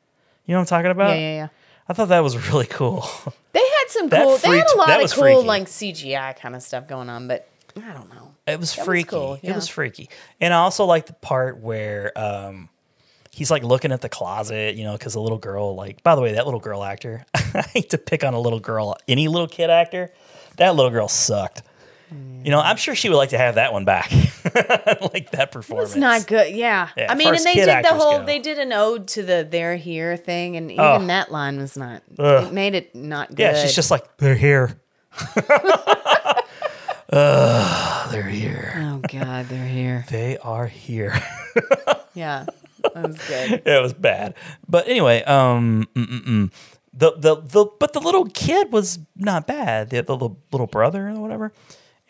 You know what I'm talking about?
yeah, yeah, yeah.
I thought that was really cool.
They had some
Uh, That
cool. they had
freaked-
a lot
that
of
was
cool,
freaky.
like CGI kind of stuff going on, but I don't know.
It was
That was
freaky.
cool,
It
yeah.
was freaky. And I also like the part where um, he's like looking at the closet, you know, because the little girl, like, by the way, that little girl actor, I hate to pick on a little girl, any little kid actor. That little girl sucked. You know, I'm sure she would like to have that one back, like that performance.
It's not good. Yeah.
Yeah,
I mean,
first
and they
kid
did the
actors
whole,
go.
they did an ode to the they're here thing, and even
Ugh.
that line was not,
Ugh.
it made it not good.
Yeah, she's just like they're here. Ugh, they're here.
Oh God, they're here.
they are here.
yeah, that was good.
it was bad. But anyway, um, mm, mm, mm. the the the but the little kid was not bad. The, the, little- little brother or whatever.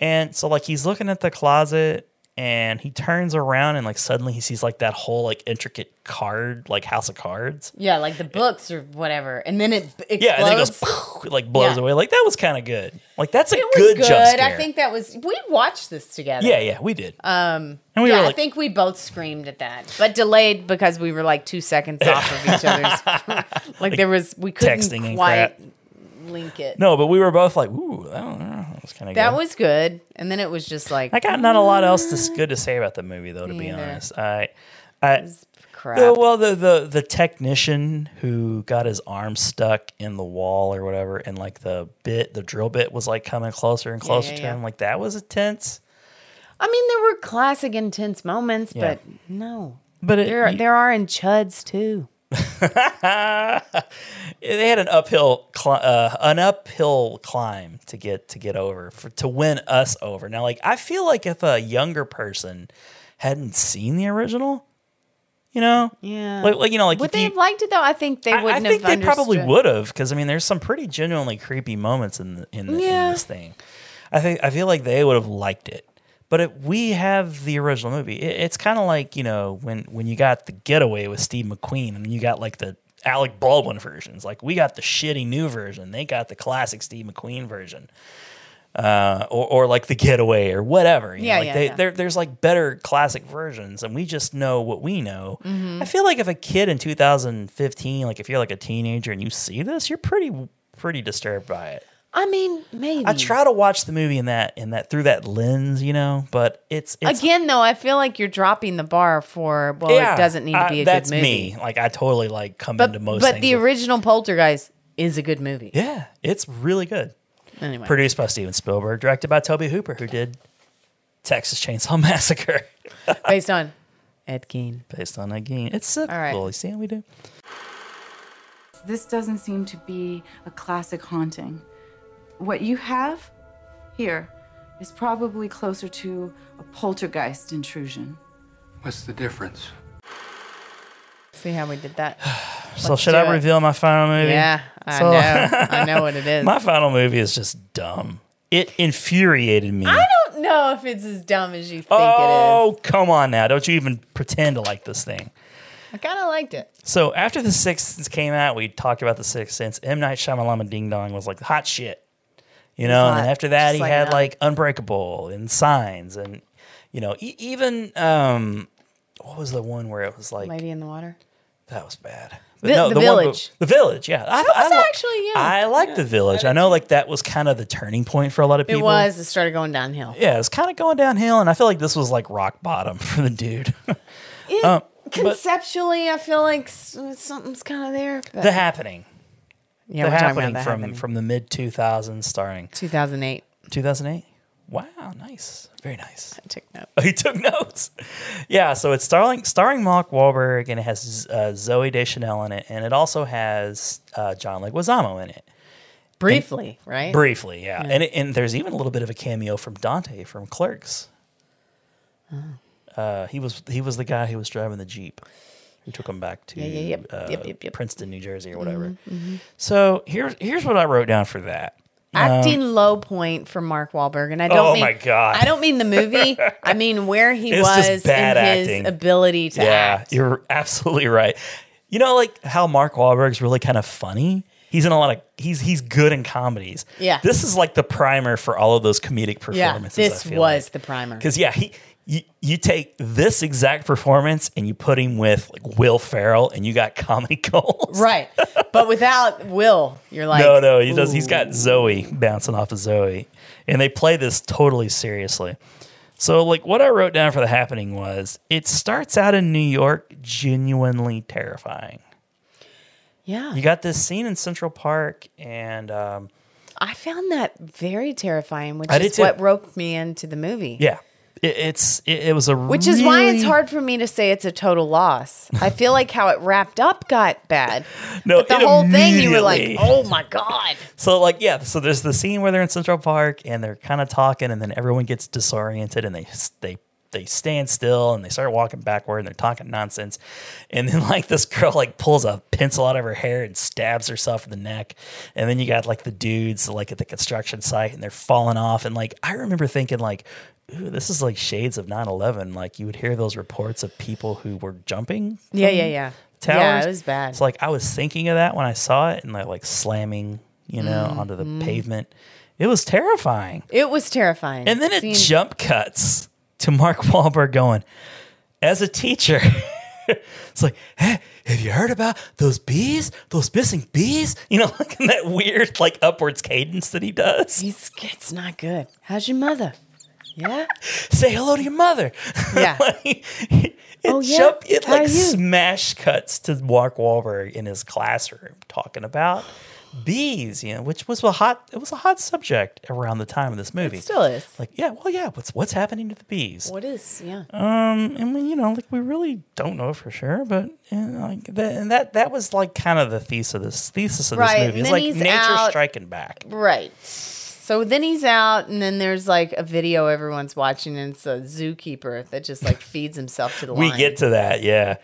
And so like he's looking at the closet and he turns around and like suddenly he sees like that whole like intricate card like house of cards.
Yeah, like the books or whatever, and then it explodes.
Yeah, and then it goes poof, it, like blows
Yeah.
away. Like that was kind of good. Like that's a
It was
good,
good.
jump scare.
I think that was we watched this together.
Yeah, yeah, we did.
Um,
And we
yeah,
were
I
like-
think we both screamed at that, but delayed because we were like two seconds off of each other's. like, there was we couldn't
texting and
quite
crap.
link it.
No, but we were both like, ooh, that was, that was kind of
that
good.
was good, and then it was just like
I got not a lot else that's good to say about the movie, though. To
Mm. Me
be
either.
honest, I, I
crap.
the- well, the, the the technician who got his arm stuck in the wall or whatever, and like the bit, the drill bit was like coming closer and
Yeah,
closer
yeah,
to
yeah.
him. Like that was a tense.
I mean, there were classic intense moments,
Yeah.
but no.
But it-
there,
you-
there are in chuds too.
They had an uphill, cli- uh, an uphill climb to get to get over for, to win us over. Now, like I feel like if a younger person hadn't seen the original, You know,
Yeah.
like, like you know, like
would
if
they
you-
have liked it though? I think they
I-
wouldn't
I think
have.
they probably
understood.
would have because I mean, there's some pretty genuinely creepy moments in the, in, the,
Yeah.
in this thing. I think I feel like they would have liked it, but it, we have the original movie. It, it's kind of like you know when when you got the Getaway with Steve McQueen and you got like the Alec Baldwin versions. Like we got the shitty new version. They got the classic Steve McQueen version. Uh, or, or like the getaway or whatever. you know,
Yeah,
like
yeah,
they,
yeah.
there- There's like better classic versions, and we just know what we know.
Mm-hmm.
I feel like if a kid in 2015, like if you're like a teenager and you see this, you're pretty pretty disturbed by it.
I mean, maybe.
I try to watch the movie in that in that through that lens, you know, but it's, it's
Again, though, I feel like you're dropping the bar for well,
Yeah,
it doesn't need to
I-
be a
that's
good movie.
me. Like I totally like come into most
but
things.
the
with-
original Poltergeist is a good movie.
yeah, it's really good.
Anyway.
Produced by Steven Spielberg, directed by Toby Hooper, who did Texas Chainsaw Massacre.
Based on Ed Gein.
Based on Ed Gein. It's sick.
All right.
Lily. See how we do?
This doesn't seem to be a classic haunting. What you have here is probably closer to a poltergeist intrusion.
What's the difference?
See how we did that.
So
Let's
should
do
I
it.
reveal my final movie?
Yeah, I
So-
know. I know what it is.
my final movie is just dumb. It infuriated me.
I don't know if it's as dumb as you think it is.
Oh, come on now. Don't you even pretend to like this thing.
I kind of liked it.
So after The Sixth Sense came out, we talked about The Sixth Sense. M. Night Shyamalan Ding Dong was like the hot shit. You know, and then
hot.
after that,
Just
he
like
had
that.
like Unbreakable and Signs and, you know, e- even, um, what was the one where it was like,
Lady in the Water.
that was bad.
Vi- The
one where-
Village.
the Village, yeah. I,
That was
li-
actually, yeah.
I like The Village. I know like that was kind of the turning point for a lot of people.
It was. It started going downhill.
Yeah, it's kind of going downhill, and I feel like this was like rock bottom for the dude.
It-
Um, but
Conceptually, I feel like s- something's kind of there. but-
the happening.
Yeah,
the
we're talking about
happening
The
from
Happening.
from the mid 2000s, starring
2008.
2008. Wow, nice, very nice.
I took notes.
Oh, you took notes. yeah, so it's starring starring Mark Wahlberg, and it has uh, Zoe Deschanel in it, and it also has uh, John Leguizamo in it. And-
Briefly, right?
Briefly, yeah.
Yeah.
And it, and there's even a little bit of a cameo from Dante from Clerks. Uh, he was he was the guy who was driving the jeep, who took him back to
Yeah, yeah, yep,
uh,
yep, yep, yep.
Princeton, New Jersey, or whatever. So here's here's what I wrote down for that. Um,
Acting low point for Mark Wahlberg, and I don't
Oh
mean
my God.
I don't mean the movie. I mean where he
It's just
was
bad
in
acting.
his ability to
yeah,
act.
you're absolutely right. You know, like how Mark Wahlberg's really kind of funny. He's in a lot of he's he's good in comedies.
Yeah.
this is like the primer for all of those comedic
Yeah,
performances.
this
I feel
was the primer.
Because yeah, he you, you take this exact performance and you put him with like Will Ferrell, and you got comedy gold.
right, but without Will, you're like
no, no, he does. He's
ooh.
got Zoe bouncing off of Zoe, and they play this totally seriously. So, like, what I wrote down for the happening was it starts out in New York, genuinely terrifying.
Yeah,
You got this scene in Central Park, and um,
I found that very terrifying, which
I did
is
too.
what roped me into the movie.
yeah, it, it's it, it was a
Which is why it's
really-
hard for me to say it's a total loss. I feel like how it wrapped up got bad.
No,
but the
it
whole thing you were like,
immediately-
"Oh my god."
So like yeah, so there's the scene where they're in Central Park and they're kind of talking, and then everyone gets disoriented and they they they stand still and they start walking backward and they're talking nonsense, and then like this girl like pulls a pencil out of her hair and stabs herself in the neck, and then you got like the dudes like at the construction site and they're falling off, and like I remember thinking like. Ooh, this is like shades of 9-11 like you would hear those reports of people who were jumping
Yeah,
from
yeah, Mm. yeah.
towers.
Yeah, it was bad.
So like I was thinking of that when I saw it and like like slamming, you know, onto the
Mhm.
pavement. It was terrifying.
It was terrifying.
And then it
Seeing-
jump cuts to Mark Wahlberg going, as a teacher. it's like, hey, have you heard about those bees? Those missing bees? You know, like in that weird like upwards cadence that he does.
He's it's not good. How's your mother? Yeah.
Say hello to your mother.
Yeah.
It
Oh, yeah?
jump- it
How are
like
you?
smash cuts to Mark Wahlberg in his classroom talking about bees, you know, which was a hot it was a hot subject around the time of this movie.
It still is.
Like, yeah, well, yeah, what's what's happening to the bees?
What is? Yeah.
Um, and we, you know, like we really don't know for sure, but you know, like that, and that that was like kind of the thesis of this thesis of this
Right, and
movie. It's
then
like
he's
nature
out-
striking back.
Right. So then he's out, and then there's like a video everyone's watching, and it's a zookeeper that just like feeds himself to the
We
lion.
get to that, yeah.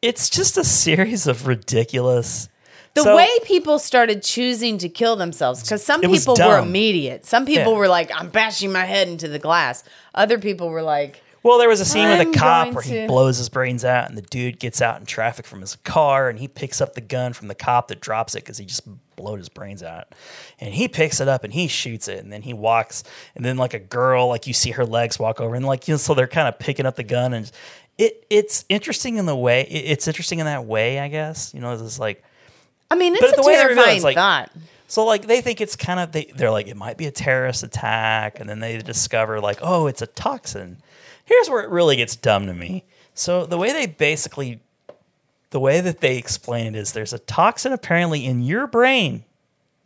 It's just a series of ridiculous.
The
So-
way people started choosing to kill themselves, because some
It was
people were
dumb.
immediate. Some people
Yeah.
were like, I'm bashing my head into the glass. Other people were like,
Well, there was a scene with
I'm
a cop
going
where
to-
he blows his brains out, and the dude gets out in traffic from his car, and he picks up the gun from the cop that drops it because he just blowed his brains out, and he picks it up and he shoots it, and then he walks, and then like a girl, like you see her legs walk over, and like you know, so they're kind of picking up the gun, and it it's interesting in the way it- it's interesting in that way, I guess. You know, it's just like
I mean, it's
But
a
the way they reveal it,
terrifying
it's like-
thought.
so like they think it's kind of they they're like it might be a terrorist attack, and then they discover like oh it's a toxin. Here's where it really gets dumb to me. So the way they basically, the way that they explain it is there's a toxin apparently in your brain,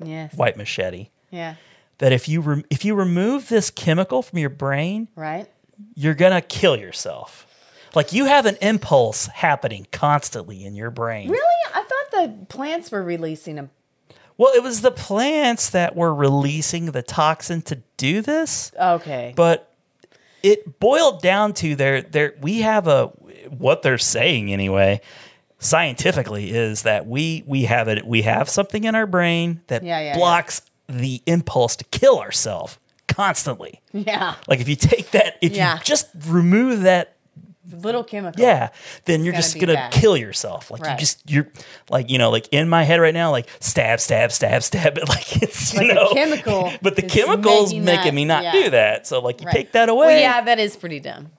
Yes.
white machete,
Yeah.
that if you rem if you remove this chemical from your brain,
Right?
you're gonna kill yourself. Like you have an impulse happening constantly in your brain.
Really? I thought the plants were releasing them.
Well, it was the plants that were releasing the toxin to do this.
Okay.
But it boiled down to their their we have a what they're saying anyway scientifically is that we we have it we have something in our brain that
Yeah, yeah, yeah.
blocks the impulse to kill ourselves constantly.
Yeah.
Like if you take that if
Yeah.
you just remove that
Little chemical.
yeah, then you're
gonna
just
be
gonna
bad.
kill yourself. Like
Right.
you just you're like you know like in my head right now like stab stab stab stab. But like it's you
Like the
know
chemical
But the
is
chemicals
making
making,
that-
me not
yeah.
do that. So like you
Right.
take that away.
Well, yeah, that is pretty dumb.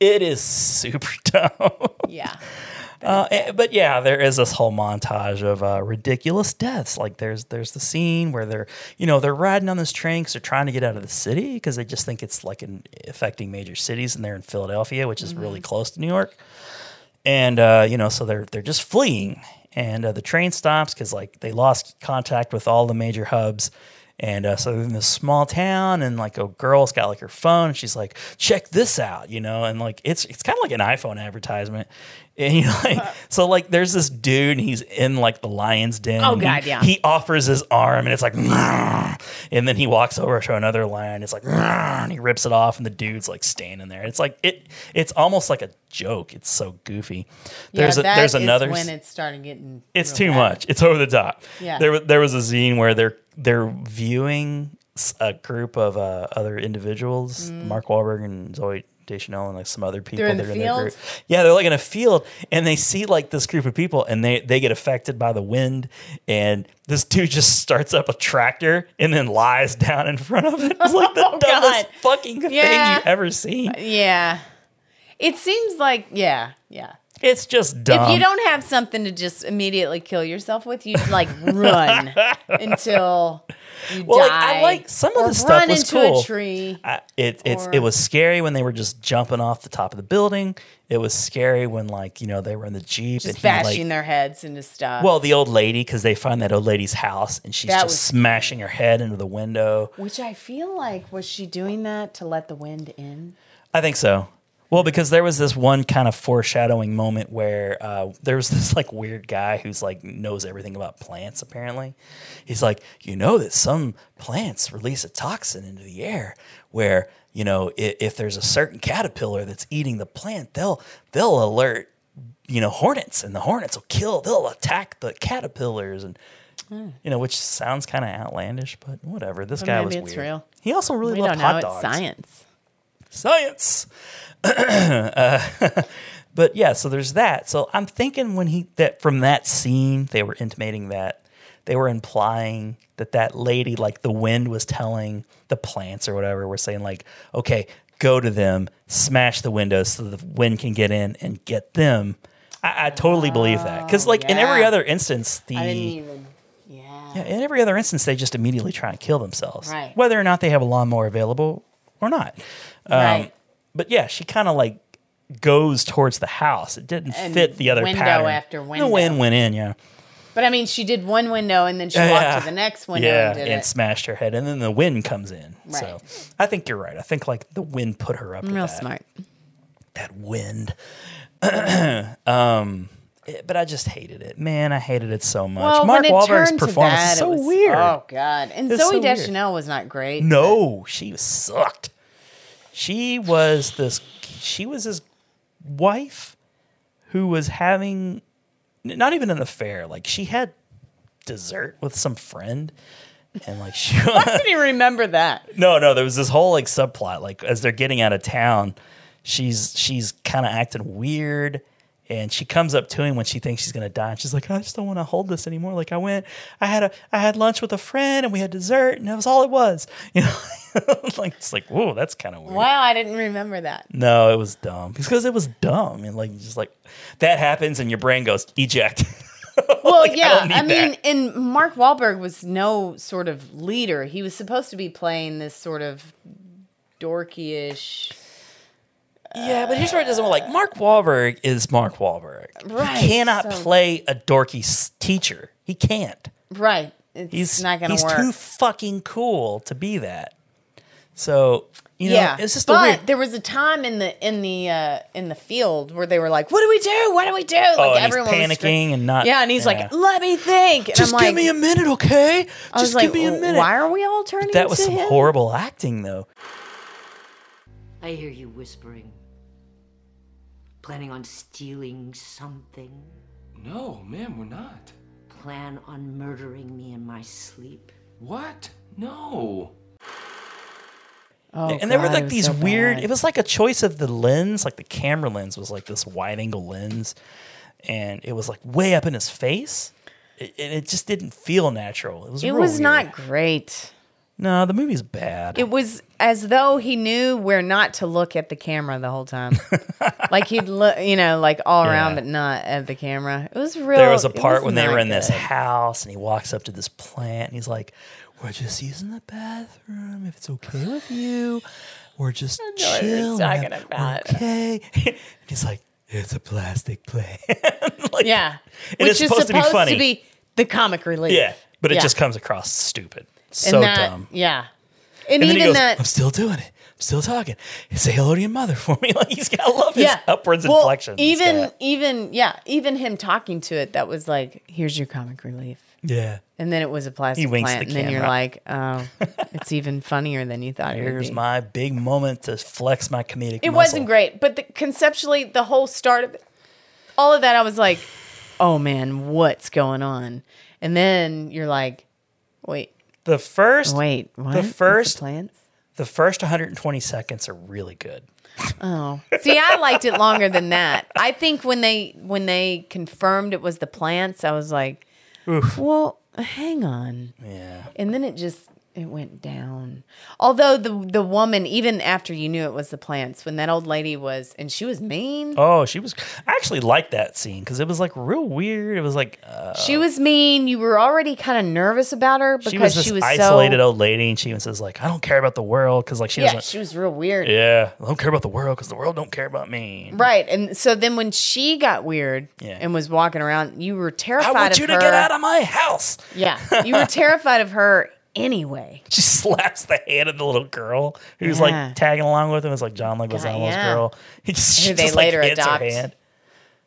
It is super dumb.
Yeah.
Uh, eh, but yeah, there is this whole montage of uh, ridiculous deaths. Like there's there's the scene where they're you know they're riding on this train because they're trying to get out of the city because they just think it's like in, affecting major cities and they're in Philadelphia, which is really close to New York. And uh, you know, so they're they're just fleeing, and uh, the train stops because like they lost contact with all the major hubs. And uh, so they're in this small town, and like a girl's got like her phone, and she's like, "Check this out," you know, and like it's it's kind of like an iPhone advertisement, and you know, like so like there's this dude, and he's in like the lion's den.
Uh. Oh,
and
God,
he,
yeah.
He offers his arm, and it's like, "Nyah." and then he walks over to another lion. and It's like, "Nyah," and he rips it off, and the dude's like standing there. It's like it, it's almost like a joke. It's so goofy. There's
yeah,
a, there's
that is
another.
when
s-
it's starting getting.
it's
real
too
bad.
much. It's over the top.
Yeah.
There, wa- there was a scene where they're they're viewing s- a group of uh, other individuals,
Mm.
Mark Wahlberg and Zoe Deschanel, and like some other people.
They're in the
that are their
field?
group. Yeah, they're like in a field, and they see like this group of people, and they they get affected by the wind, and this dude just starts up a tractor and then lies down in front of it. It's like the dumbest fucking
Oh, Yeah.
thing you ever seen.
Yeah. It seems like, yeah, yeah.
It's just dumb.
If you don't have something to just immediately kill yourself with, you like run until you
Well,
die.
like, I like- some of
or
the stuff
run
was
into
cool.
a tree.
I, it it's
Or-
it was scary when they were just jumping off the top of the building. It was scary when like you know they were in the jeep
just
and he
bashing
like
their heads into stuff.
well the old lady because they find that old lady's house and she's
That
just
was-
smashing her head into the window.
which I feel like was she doing that to let the wind in?
I think so. Well, because there was this one kind of foreshadowing moment where uh, there was this like weird guy who's like knows everything about plants. Apparently, he's like, you know that some plants release a toxin into the air where you know if, if there's a certain caterpillar that's eating the plant, they'll they'll alert you know hornets, and the hornets will kill. They'll attack the caterpillars, and you know which sounds kind of outlandish, but whatever. This
Hmm. But
guy
maybe
was
it's
weird.
real.
He also really
we
loved
don't
hot
know.
dogs.
It's science.
Science. Uh, but yeah, so there's that. So I'm thinking when he that from that scene, they were intimating that they were implying that that lady, like the wind, was telling the plants or whatever, were saying like, okay, go to them, smash the windows so the wind can get in and get them. I, I totally believe that because like in every
Oh, yeah.
other instance, the
I didn't even.
yeah, in every other instance, they just immediately try and kill themselves,
Right.
whether or not they have a lawnmower available or not. Um,
Right.
But yeah, she kind of like goes towards the house. It didn't
And
fit the other
window
pattern.
after window.
The wind went in, yeah.
But I mean, she did one window and then she walked to the next window
yeah,
and did it.
smashed her head, and then the wind comes in.
Right.
So I think you're right. I think like the wind put her up.
I'm
to
real
that.
smart.
That wind. um, it- but I just hated it, man. I hated it so much.
Well,
Mark
when it
Wahlberg's
turned to
performance
that,
is
it
so
was-
weird.
Oh God! And
It's
Zoe
so weird.
Deschanel was not great.
No, she sucked. She was this. She was his wife who was having n- not even an affair. Like she had dessert with some friend, and like she
Why did he remember that?
no, no, there was this whole like subplot. Like as they're getting out of town, she's she's kind of acting weird. And she comes up to him when she thinks she's gonna die. And she's like, I just don't want to hold this anymore. Like I went, I had a I had lunch with a friend and we had dessert and that was all it was. You know, like it's like, whoa, that's kind of weird.
Wow, I didn't remember that.
No, it was dumb. It's because it was dumb. And like just like that happens and your brain goes, eject.
Well, yeah,
don't
I,
need
mean, and Mark Wahlberg was no sort of leader. He was supposed to be playing this sort of dorky-ish.
yeah, but here's where it doesn't work. Like Mark Wahlberg is Mark Wahlberg.
Right,
He cannot
so-
play a dorky s- teacher. He can't.
Right, it's
He's
not going
he's
to work.
too fucking cool to be that. So you know,
yeah,
it's just
but
a weird.
there was a time in the in the uh, in the field where they were like, "What do we do? What do we do?" Like
oh, and he's
was screaming.
panicking and not.
yeah, and he's like, "Let me think." And
Just
I'm
give
like,
me a minute, okay?
I was
Just
like,
give me a minute.
Why are we all turning?
But that was
to
some
him?
horrible acting, though.
I hear you whispering. Planning on stealing something?
No, ma'am, we're not.
Plan on murdering me in my sleep?
What? No.
Oh,
and there were like these weird. It was like a choice of the lens, like the camera lens was like this wide angle lens, and it was like way up in his face, it, and it just didn't feel natural. It was.
It
real
was
weird.
not great.
No, the movie's bad.
It was as though he knew where not to look at the camera the whole time. like he'd look, you know, like all around,
Yeah.
but not at the camera. It was real.
there was a
it
part when they
not
were in this
good.
house, and he walks up to this plant, and he's like, "We're just using the bathroom. If it's okay with you, we're just
what you're
chilling.
talking
We're
about."
okay." and he's like, "It's a plastic plant."
yeah,
And it's supposed to be funny.
the comic relief.
yeah, but it
Yeah.
just comes across stupid.
And
So
that-
dumb.
Yeah, and,
then
even
he goes,
that
I'm still doing it. I'm still talking. Say hello to your mother for me. Like he's got I love his
Yeah.
upwards
Well,
inflection. He's
Even
got-
even yeah, even him talking to it, that was like, here's your comic relief.
Yeah.
And then it was a plastic
He winks
plant,
the
and then you're
camera.
like, oh, it's even funnier than you thought. it would
here's
be.
my big moment to flex my comedic.
It
muscle.
wasn't great, but the, conceptually, the whole start of it, all of that, I was like, oh man, what's going on? And then you're like, wait,
The first
wait, what? It's the
first
plants.
The first 120 seconds are really good.
Oh, see, I liked it longer than that. I think when they when they confirmed it was the plants, I was like, well, hang on.
Yeah.
And then it just it went down. Although the the woman, even after you knew it was the plants, when that old lady was, and she was mean.
Oh, she was. I actually liked that scene because it was like real weird. It was like uh,
She was mean. You were already kind of nervous about her because
she was this isolated old lady, and she even says like, "I don't care about the world" because like she
so. yeah,
doesn't.
she was real weird.
yeah, I don't care about the world because the world don't care about me.
Right, and so then when she got weird
Yeah.
and was walking around, you were terrified.
want
of
you to get
her.
out of my house.
Yeah, you were terrified of her anyway.
She slaps the hand of the little girl who's
Yeah.
like tagging along with him. It's like John Leguizamo's
yeah.
girl. He just,
Who
she
they
just,
later
like, hits her
adopt.
hand.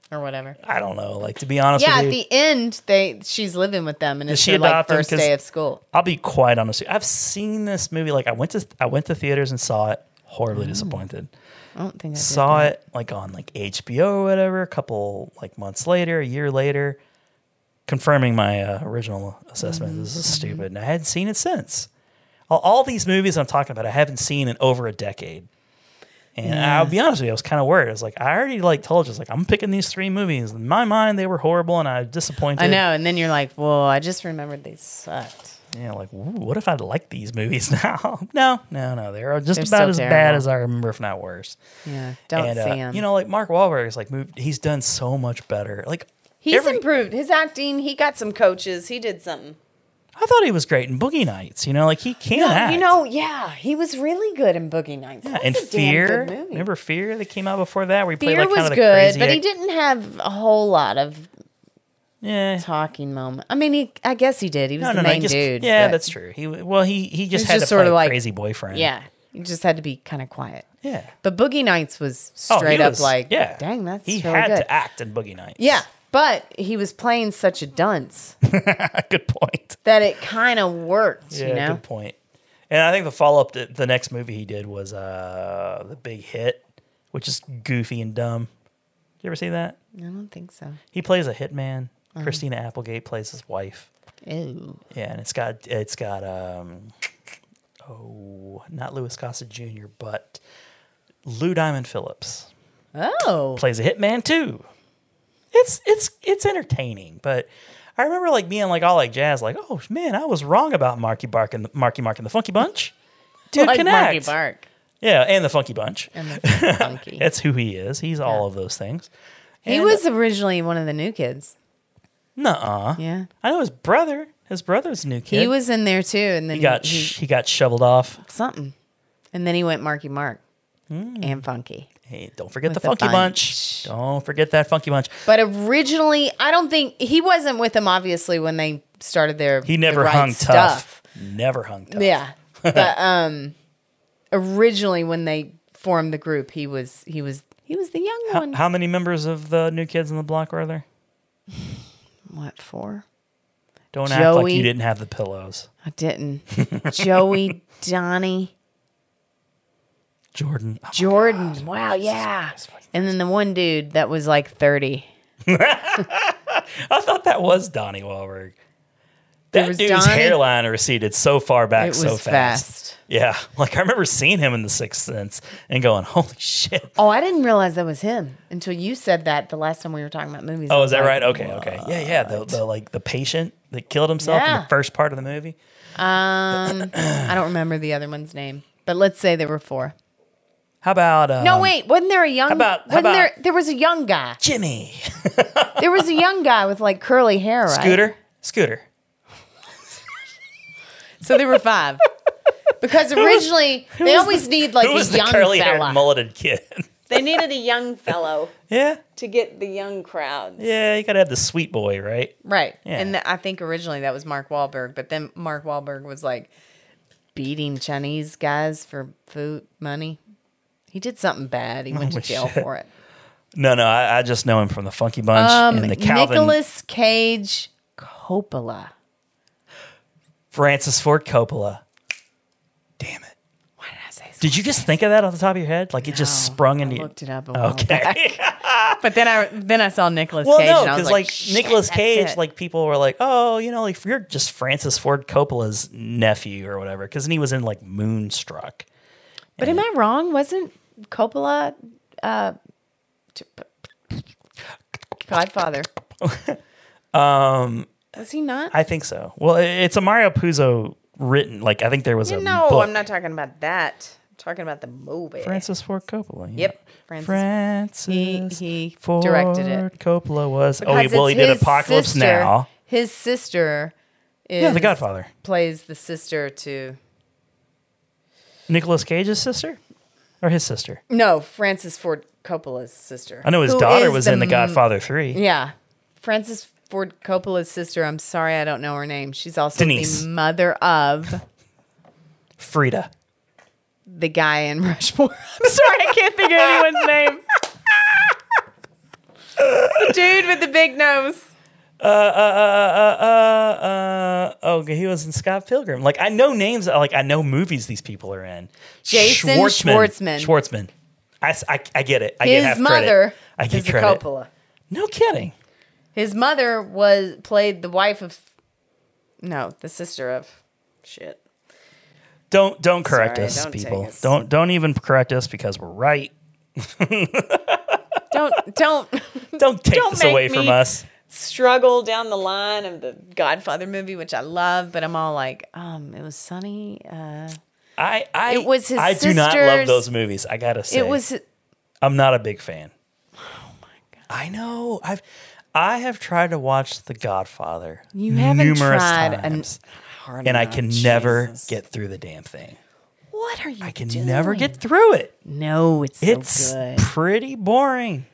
or whatever.
I don't know. Like to be honest
yeah, at
with you,
the end, they she's living with them, and
Does
it's
she
her like
adopt him?
first
'Cause-
day of school.
I'll be quite honest. with you. I've seen this movie. Like I went to I went to theaters and saw it. Horribly disappointed.
I don't think I did
saw
that.
it like on like HBO or whatever. A couple like months later, a year later, confirming my uh, original assessment. This is stupid. And I hadn't seen it since. All, all these movies I'm talking about, I haven't seen in over a decade. And
Yeah.
I'll be honest with you, I was kind of worried. I was like, I already like told you, I was like, I'm picking these three movies. In my mind, they were horrible, and I was disappointed.
I know, and then you're like, "Whoa!" I just remembered they sucked.
Yeah, like, ooh, what if I like these movies now? no, no, no. They're just
They're
about
so
as bad
terrible.
as I remember, if not worse.
Yeah, don't
And,
see
uh,
him.
You know, like Mark Wahlberg is like moved. He's done so much better. Like
He's improved his acting. He got some coaches. He did something.
I thought he was great in Boogie Nights. You know, like he can
No,
act.
you know, yeah, he was really good in Boogie Nights. Yeah,
and Fear. Remember Fear that came out before that, where he played
Fear
like
was
kind of the
good,
crazy
but he
act-
didn't have a whole lot of
yeah
talking moment. I mean, he I guess he did. He was the main
just-
dude.
Yeah,
but
that's true. He well, he he just
was
had
just
to play
sorta like-
crazy boyfriend.
Yeah, you just had to be kind of quiet.
Yeah.
but Boogie Nights was
Oh, he
straight up
was-
like,
yeah.
dang, that's
he
really
had
good.
to act in Boogie Nights.
Yeah, but he was playing such a dunce. good
point.
That it kind of worked, you know.
good point. And I think the follow up, to the next movie he did was uh, the Big Hit, which is goofy and dumb. You ever see that?
I don't think so.
He plays a hitman.
Oh.
Christina Applegate plays his wife.
Ew.
Yeah, and it's got it's got um oh not Louis Gossett Jr. but Lou Diamond Phillips
Oh.
plays a hitman too. It's it's it's entertaining, but I remember like being like all like jazz like oh man I was wrong about Marky Bark and Marky Mark and the Funky Bunch. Dude,
like
connect.
Marky Bark.
Yeah, and the Funky Bunch.
And
That's who he is. He's all of those things.
He
And- uh,
was originally one of the new kids.
Nuh-uh.
Yeah.
I know his brother. His brother's a new kid.
He was in there too, and then
He
he,
got
he-
sh- he got shoveled off.
something, and then he went Marky Mark
Hmm.
and Funky.
Hey, don't forget
With
the
the
funky bunch.
bunch.
Don't forget that funky bunch.
But originally, I don't think he wasn't with them. Obviously, when they started their
He
the
never
right
hung
stuff.
tough. Never hung tough.
Yeah, but um, originally when they formed the group, he was he was he was the young
How,
one.
how many members of the New Kids on the Block were there?
What for?
Don't act like
Joey.
you didn't have the pillows.
I didn't. Joey, Donnie,
Jordan. Oh,
Jordan. wow, yeah. And then the one dude that was like thirty.
I thought that was Donnie Wahlberg.
There
That
was
dude's
Donnie-
hairline receded so far back
It
so
was
fast. Yeah. Like I remember seeing him in The Sixth Sense and going, holy shit.
Oh, I didn't realize that was him until you said that the last time we were talking about movies. I
Oh,
was
is that
like,
right? Okay, okay. Yeah, yeah. The, the like the patient that killed himself in
Yeah.
the first part of the movie.
Um, I don't remember the other one's name, but let's say there were four.
How about um,
no, wait, wasn't there a young?
how about- how
wasn't
about-
there? There was a young guy,
Jimmy.
there was a young guy with like curly hair, right?
Scooter? Scooter.
So there were five. Because
Who was-
originally
who
they
was
always
the-
need like
who
a
was the
young
curly haired
fella.
mulleted kid.
They needed a young fellow.
Yeah.
To get the young crowd.
yeah, you gotta have the sweet boy, right?
Right.
Yeah.
And th- I think originally that was Mark Wahlberg, but then Mark Wahlberg was like beating Chinese guys for food money. He did something bad. He went
Holy
to jail
shit.
for it.
No, no, I, I just know him from the Funky Bunch and the Calvin
Um, Nicholas Cage Coppola.
Francis Ford Coppola.
Why did I say?
Did you just think of that off the top of your head? Like it just sprung into you.
Looked it up. A while
Okay.
back. but then I then I saw Nicholas
Well,
Cage.
no,
and I was
because like,
"Shit,
Nicholas
that's
Cage,
it."
like people were like, oh, you know, like you're just Francis Ford Coppola's nephew or whatever, because he was in like Moonstruck.
But am I wrong? Wasn't Coppola uh, t- p- p- Godfather?
Um,
Was he not?
I think so. Well, it- it's a Mario Puzo written. Like I think there was a
no,
book.
I'm not talking about that. I'm talking about the movie.
Francis Ford Coppola. yeah.
Yep. Francis.
Francis
he he
Ford
directed it.
Coppola was. oh,
Because
he- well,
it's
he did
his
Apocalypse
sister-
Now.
His sister is
Yeah, The Godfather.
Plays the sister to
Nicholas Cage's sister, or his sister.
No, Francis Ford Coppola's sister.
I know his
Who
daughter
is
was in The
m-
Godfather 3.
Yeah. Francis Ford Coppola's sister, I'm sorry I don't know her name. She's also
Denise.
the mother of
Frida.
the guy in Rushmore. I'm sorry, I can't think of anyone's name. the dude with the big nose.
Uh, uh, uh, uh, uh, uh, oh, okay, he was in Scott Pilgrim. Like I know names. Like I know movies these people are in.
Jason
Schwartzman.
Schwartzman.
Schwartzman. I, s- I- I get it. I get half
His mother
Credit. I get
is a
credit.
Coppola.
No kidding.
His mother was played the wife of no, the sister of shit.
Don't don't correct
Sorry,
us,
don't take
people.
us.
Don't don't even correct us because we're right.
Don't don't
Don't take this
make
away from
me
us.
Struggle down the line of the Godfather movie, which I love, but I'm all like, um, it was Sonny. Uh,
I, I
it was his.
I do not love
sister's-
those movies. I gotta say,
It was
I'm not a big fan. Oh my god! I know. I've I have tried to watch The Godfather.
you haven't
numerous
tried
times.
an hard
and I
enough.
can never get through the damn thing.
What are you?
I can never get through it.
No, it's so
it's
good.
pretty boring.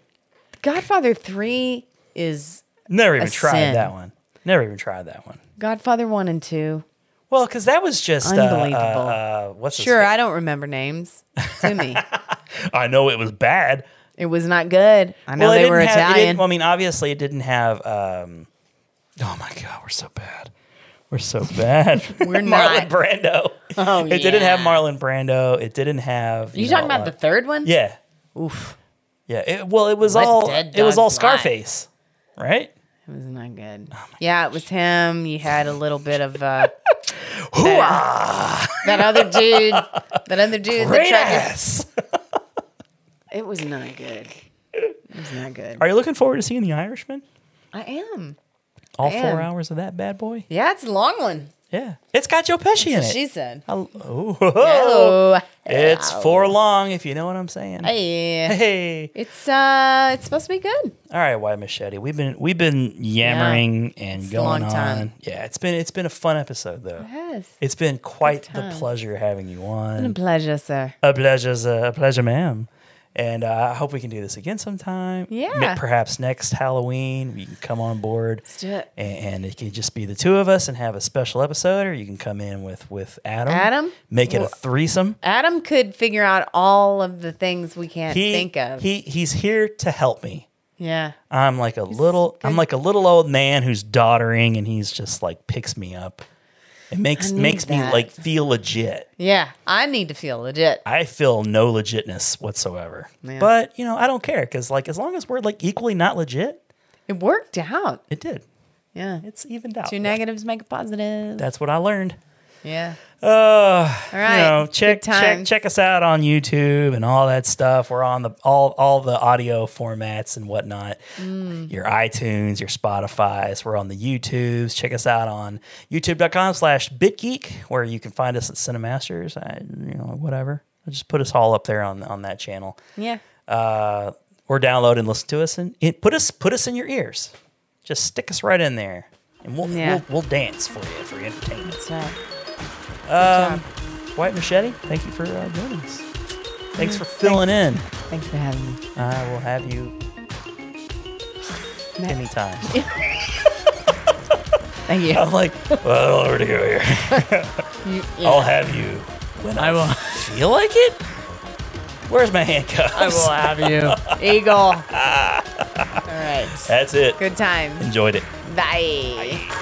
Godfather three is
Never even
a
tried
sin.
that one. Never even tried that one.
Godfather one and two.
Well, because that was just uh,
Unbelievable.
Uh, uh, what's his
sure, I don't remember names. To me,
fa- I know it was bad.
it was not good. I know
it
they
didn't
were
have- it didn't-
Italian.
well, I mean, obviously, it didn't have. Um, oh my god, we're so bad. We're so bad.
We're
Marlon
not.
Brando.
Oh,
it didn't have
yeah.
Marlon Brando. It didn't have.
you talking
know,
about the
like-
third one?
Yeah.
Oof.
Yeah. It, well, it was
Let
all
dead
it was
dogs
all
lie.
Scarface, right?
It was not good.
Oh
yeah, it was him. You had a little bit of uh, that, that other dude. That other dude. that
Great
tried to-
ass.
it was not good. It was not good.
Are you looking forward to seeing The Irishman?
I am.
All
I am.
four hours of that bad boy.
Yeah, it's a long one.
Yeah, it's got Joe Pesci in
That's
it.
what she said.
Hel- Oh,
Hello.
it's for long, if you know what I'm saying.
Hey.
Hey.
It's uh, it's supposed to be good.
All right, why machete? We've been we've been yammering and
It's a
going
long
on.
time.
Yeah, it's been it's been a fun episode though.
Yes.
It's been quite the
time.
pleasure having you on.
Been a pleasure, sir.
A pleasure, sir. a pleasure, ma'am. And uh, I hope we can do this again sometime.
Yeah.
Ma- Perhaps next Halloween we can come on board. Let's
do it.
And, and it can just be the two of us and have a special episode, or you can come in with with Adam.
Adam?
Make it a
Well,
threesome.
Adam could figure out all of the things we can't
he,
think of.
He he's here to help me.
yeah.
I'm like a little I'm like a little old man who's doddering and he's just like picks me up. It makes
need
makes me
that.
like feel legit.
Yeah. I need to feel legit.
I feel no legitness whatsoever.
Yeah.
But, you know, I don't care cuz like as long as we're like equally not legit,
it worked out.
It did.
Yeah.
It's evened out.
Two negatives make a positive.
That's what I learned.
yeah.
Uh,
right.
You know,
Good
check check
times.
check us out on YouTube and all that stuff. We're on the all all the audio formats and whatnot.
Mm.
Your iTunes, your Spotify's. We're on the YouTubes. Check us out on YouTube.com/slash BitGeek, where you can find us at Cinemasters. I, you know, whatever. Just put us all up there on on that channel.
Yeah.
Uh, or download and listen to us, and it, put us put us in your ears. Just stick us right in there, and we'll
Yeah.
we'll, we'll dance for you for your entertainment.
right.
Um, White Machete, thank you for uh, joining us. Thanks for filling in.
Thanks for having me.
I will have you anytime.
Thank you.
I'm like, well, I don't already go here.
You-
I'll
yeah.
have you when I will feel like it. Where's my handcuffs?
I will have you. Eagle. All right.
That's it.
Good times.
Enjoyed it.
Bye.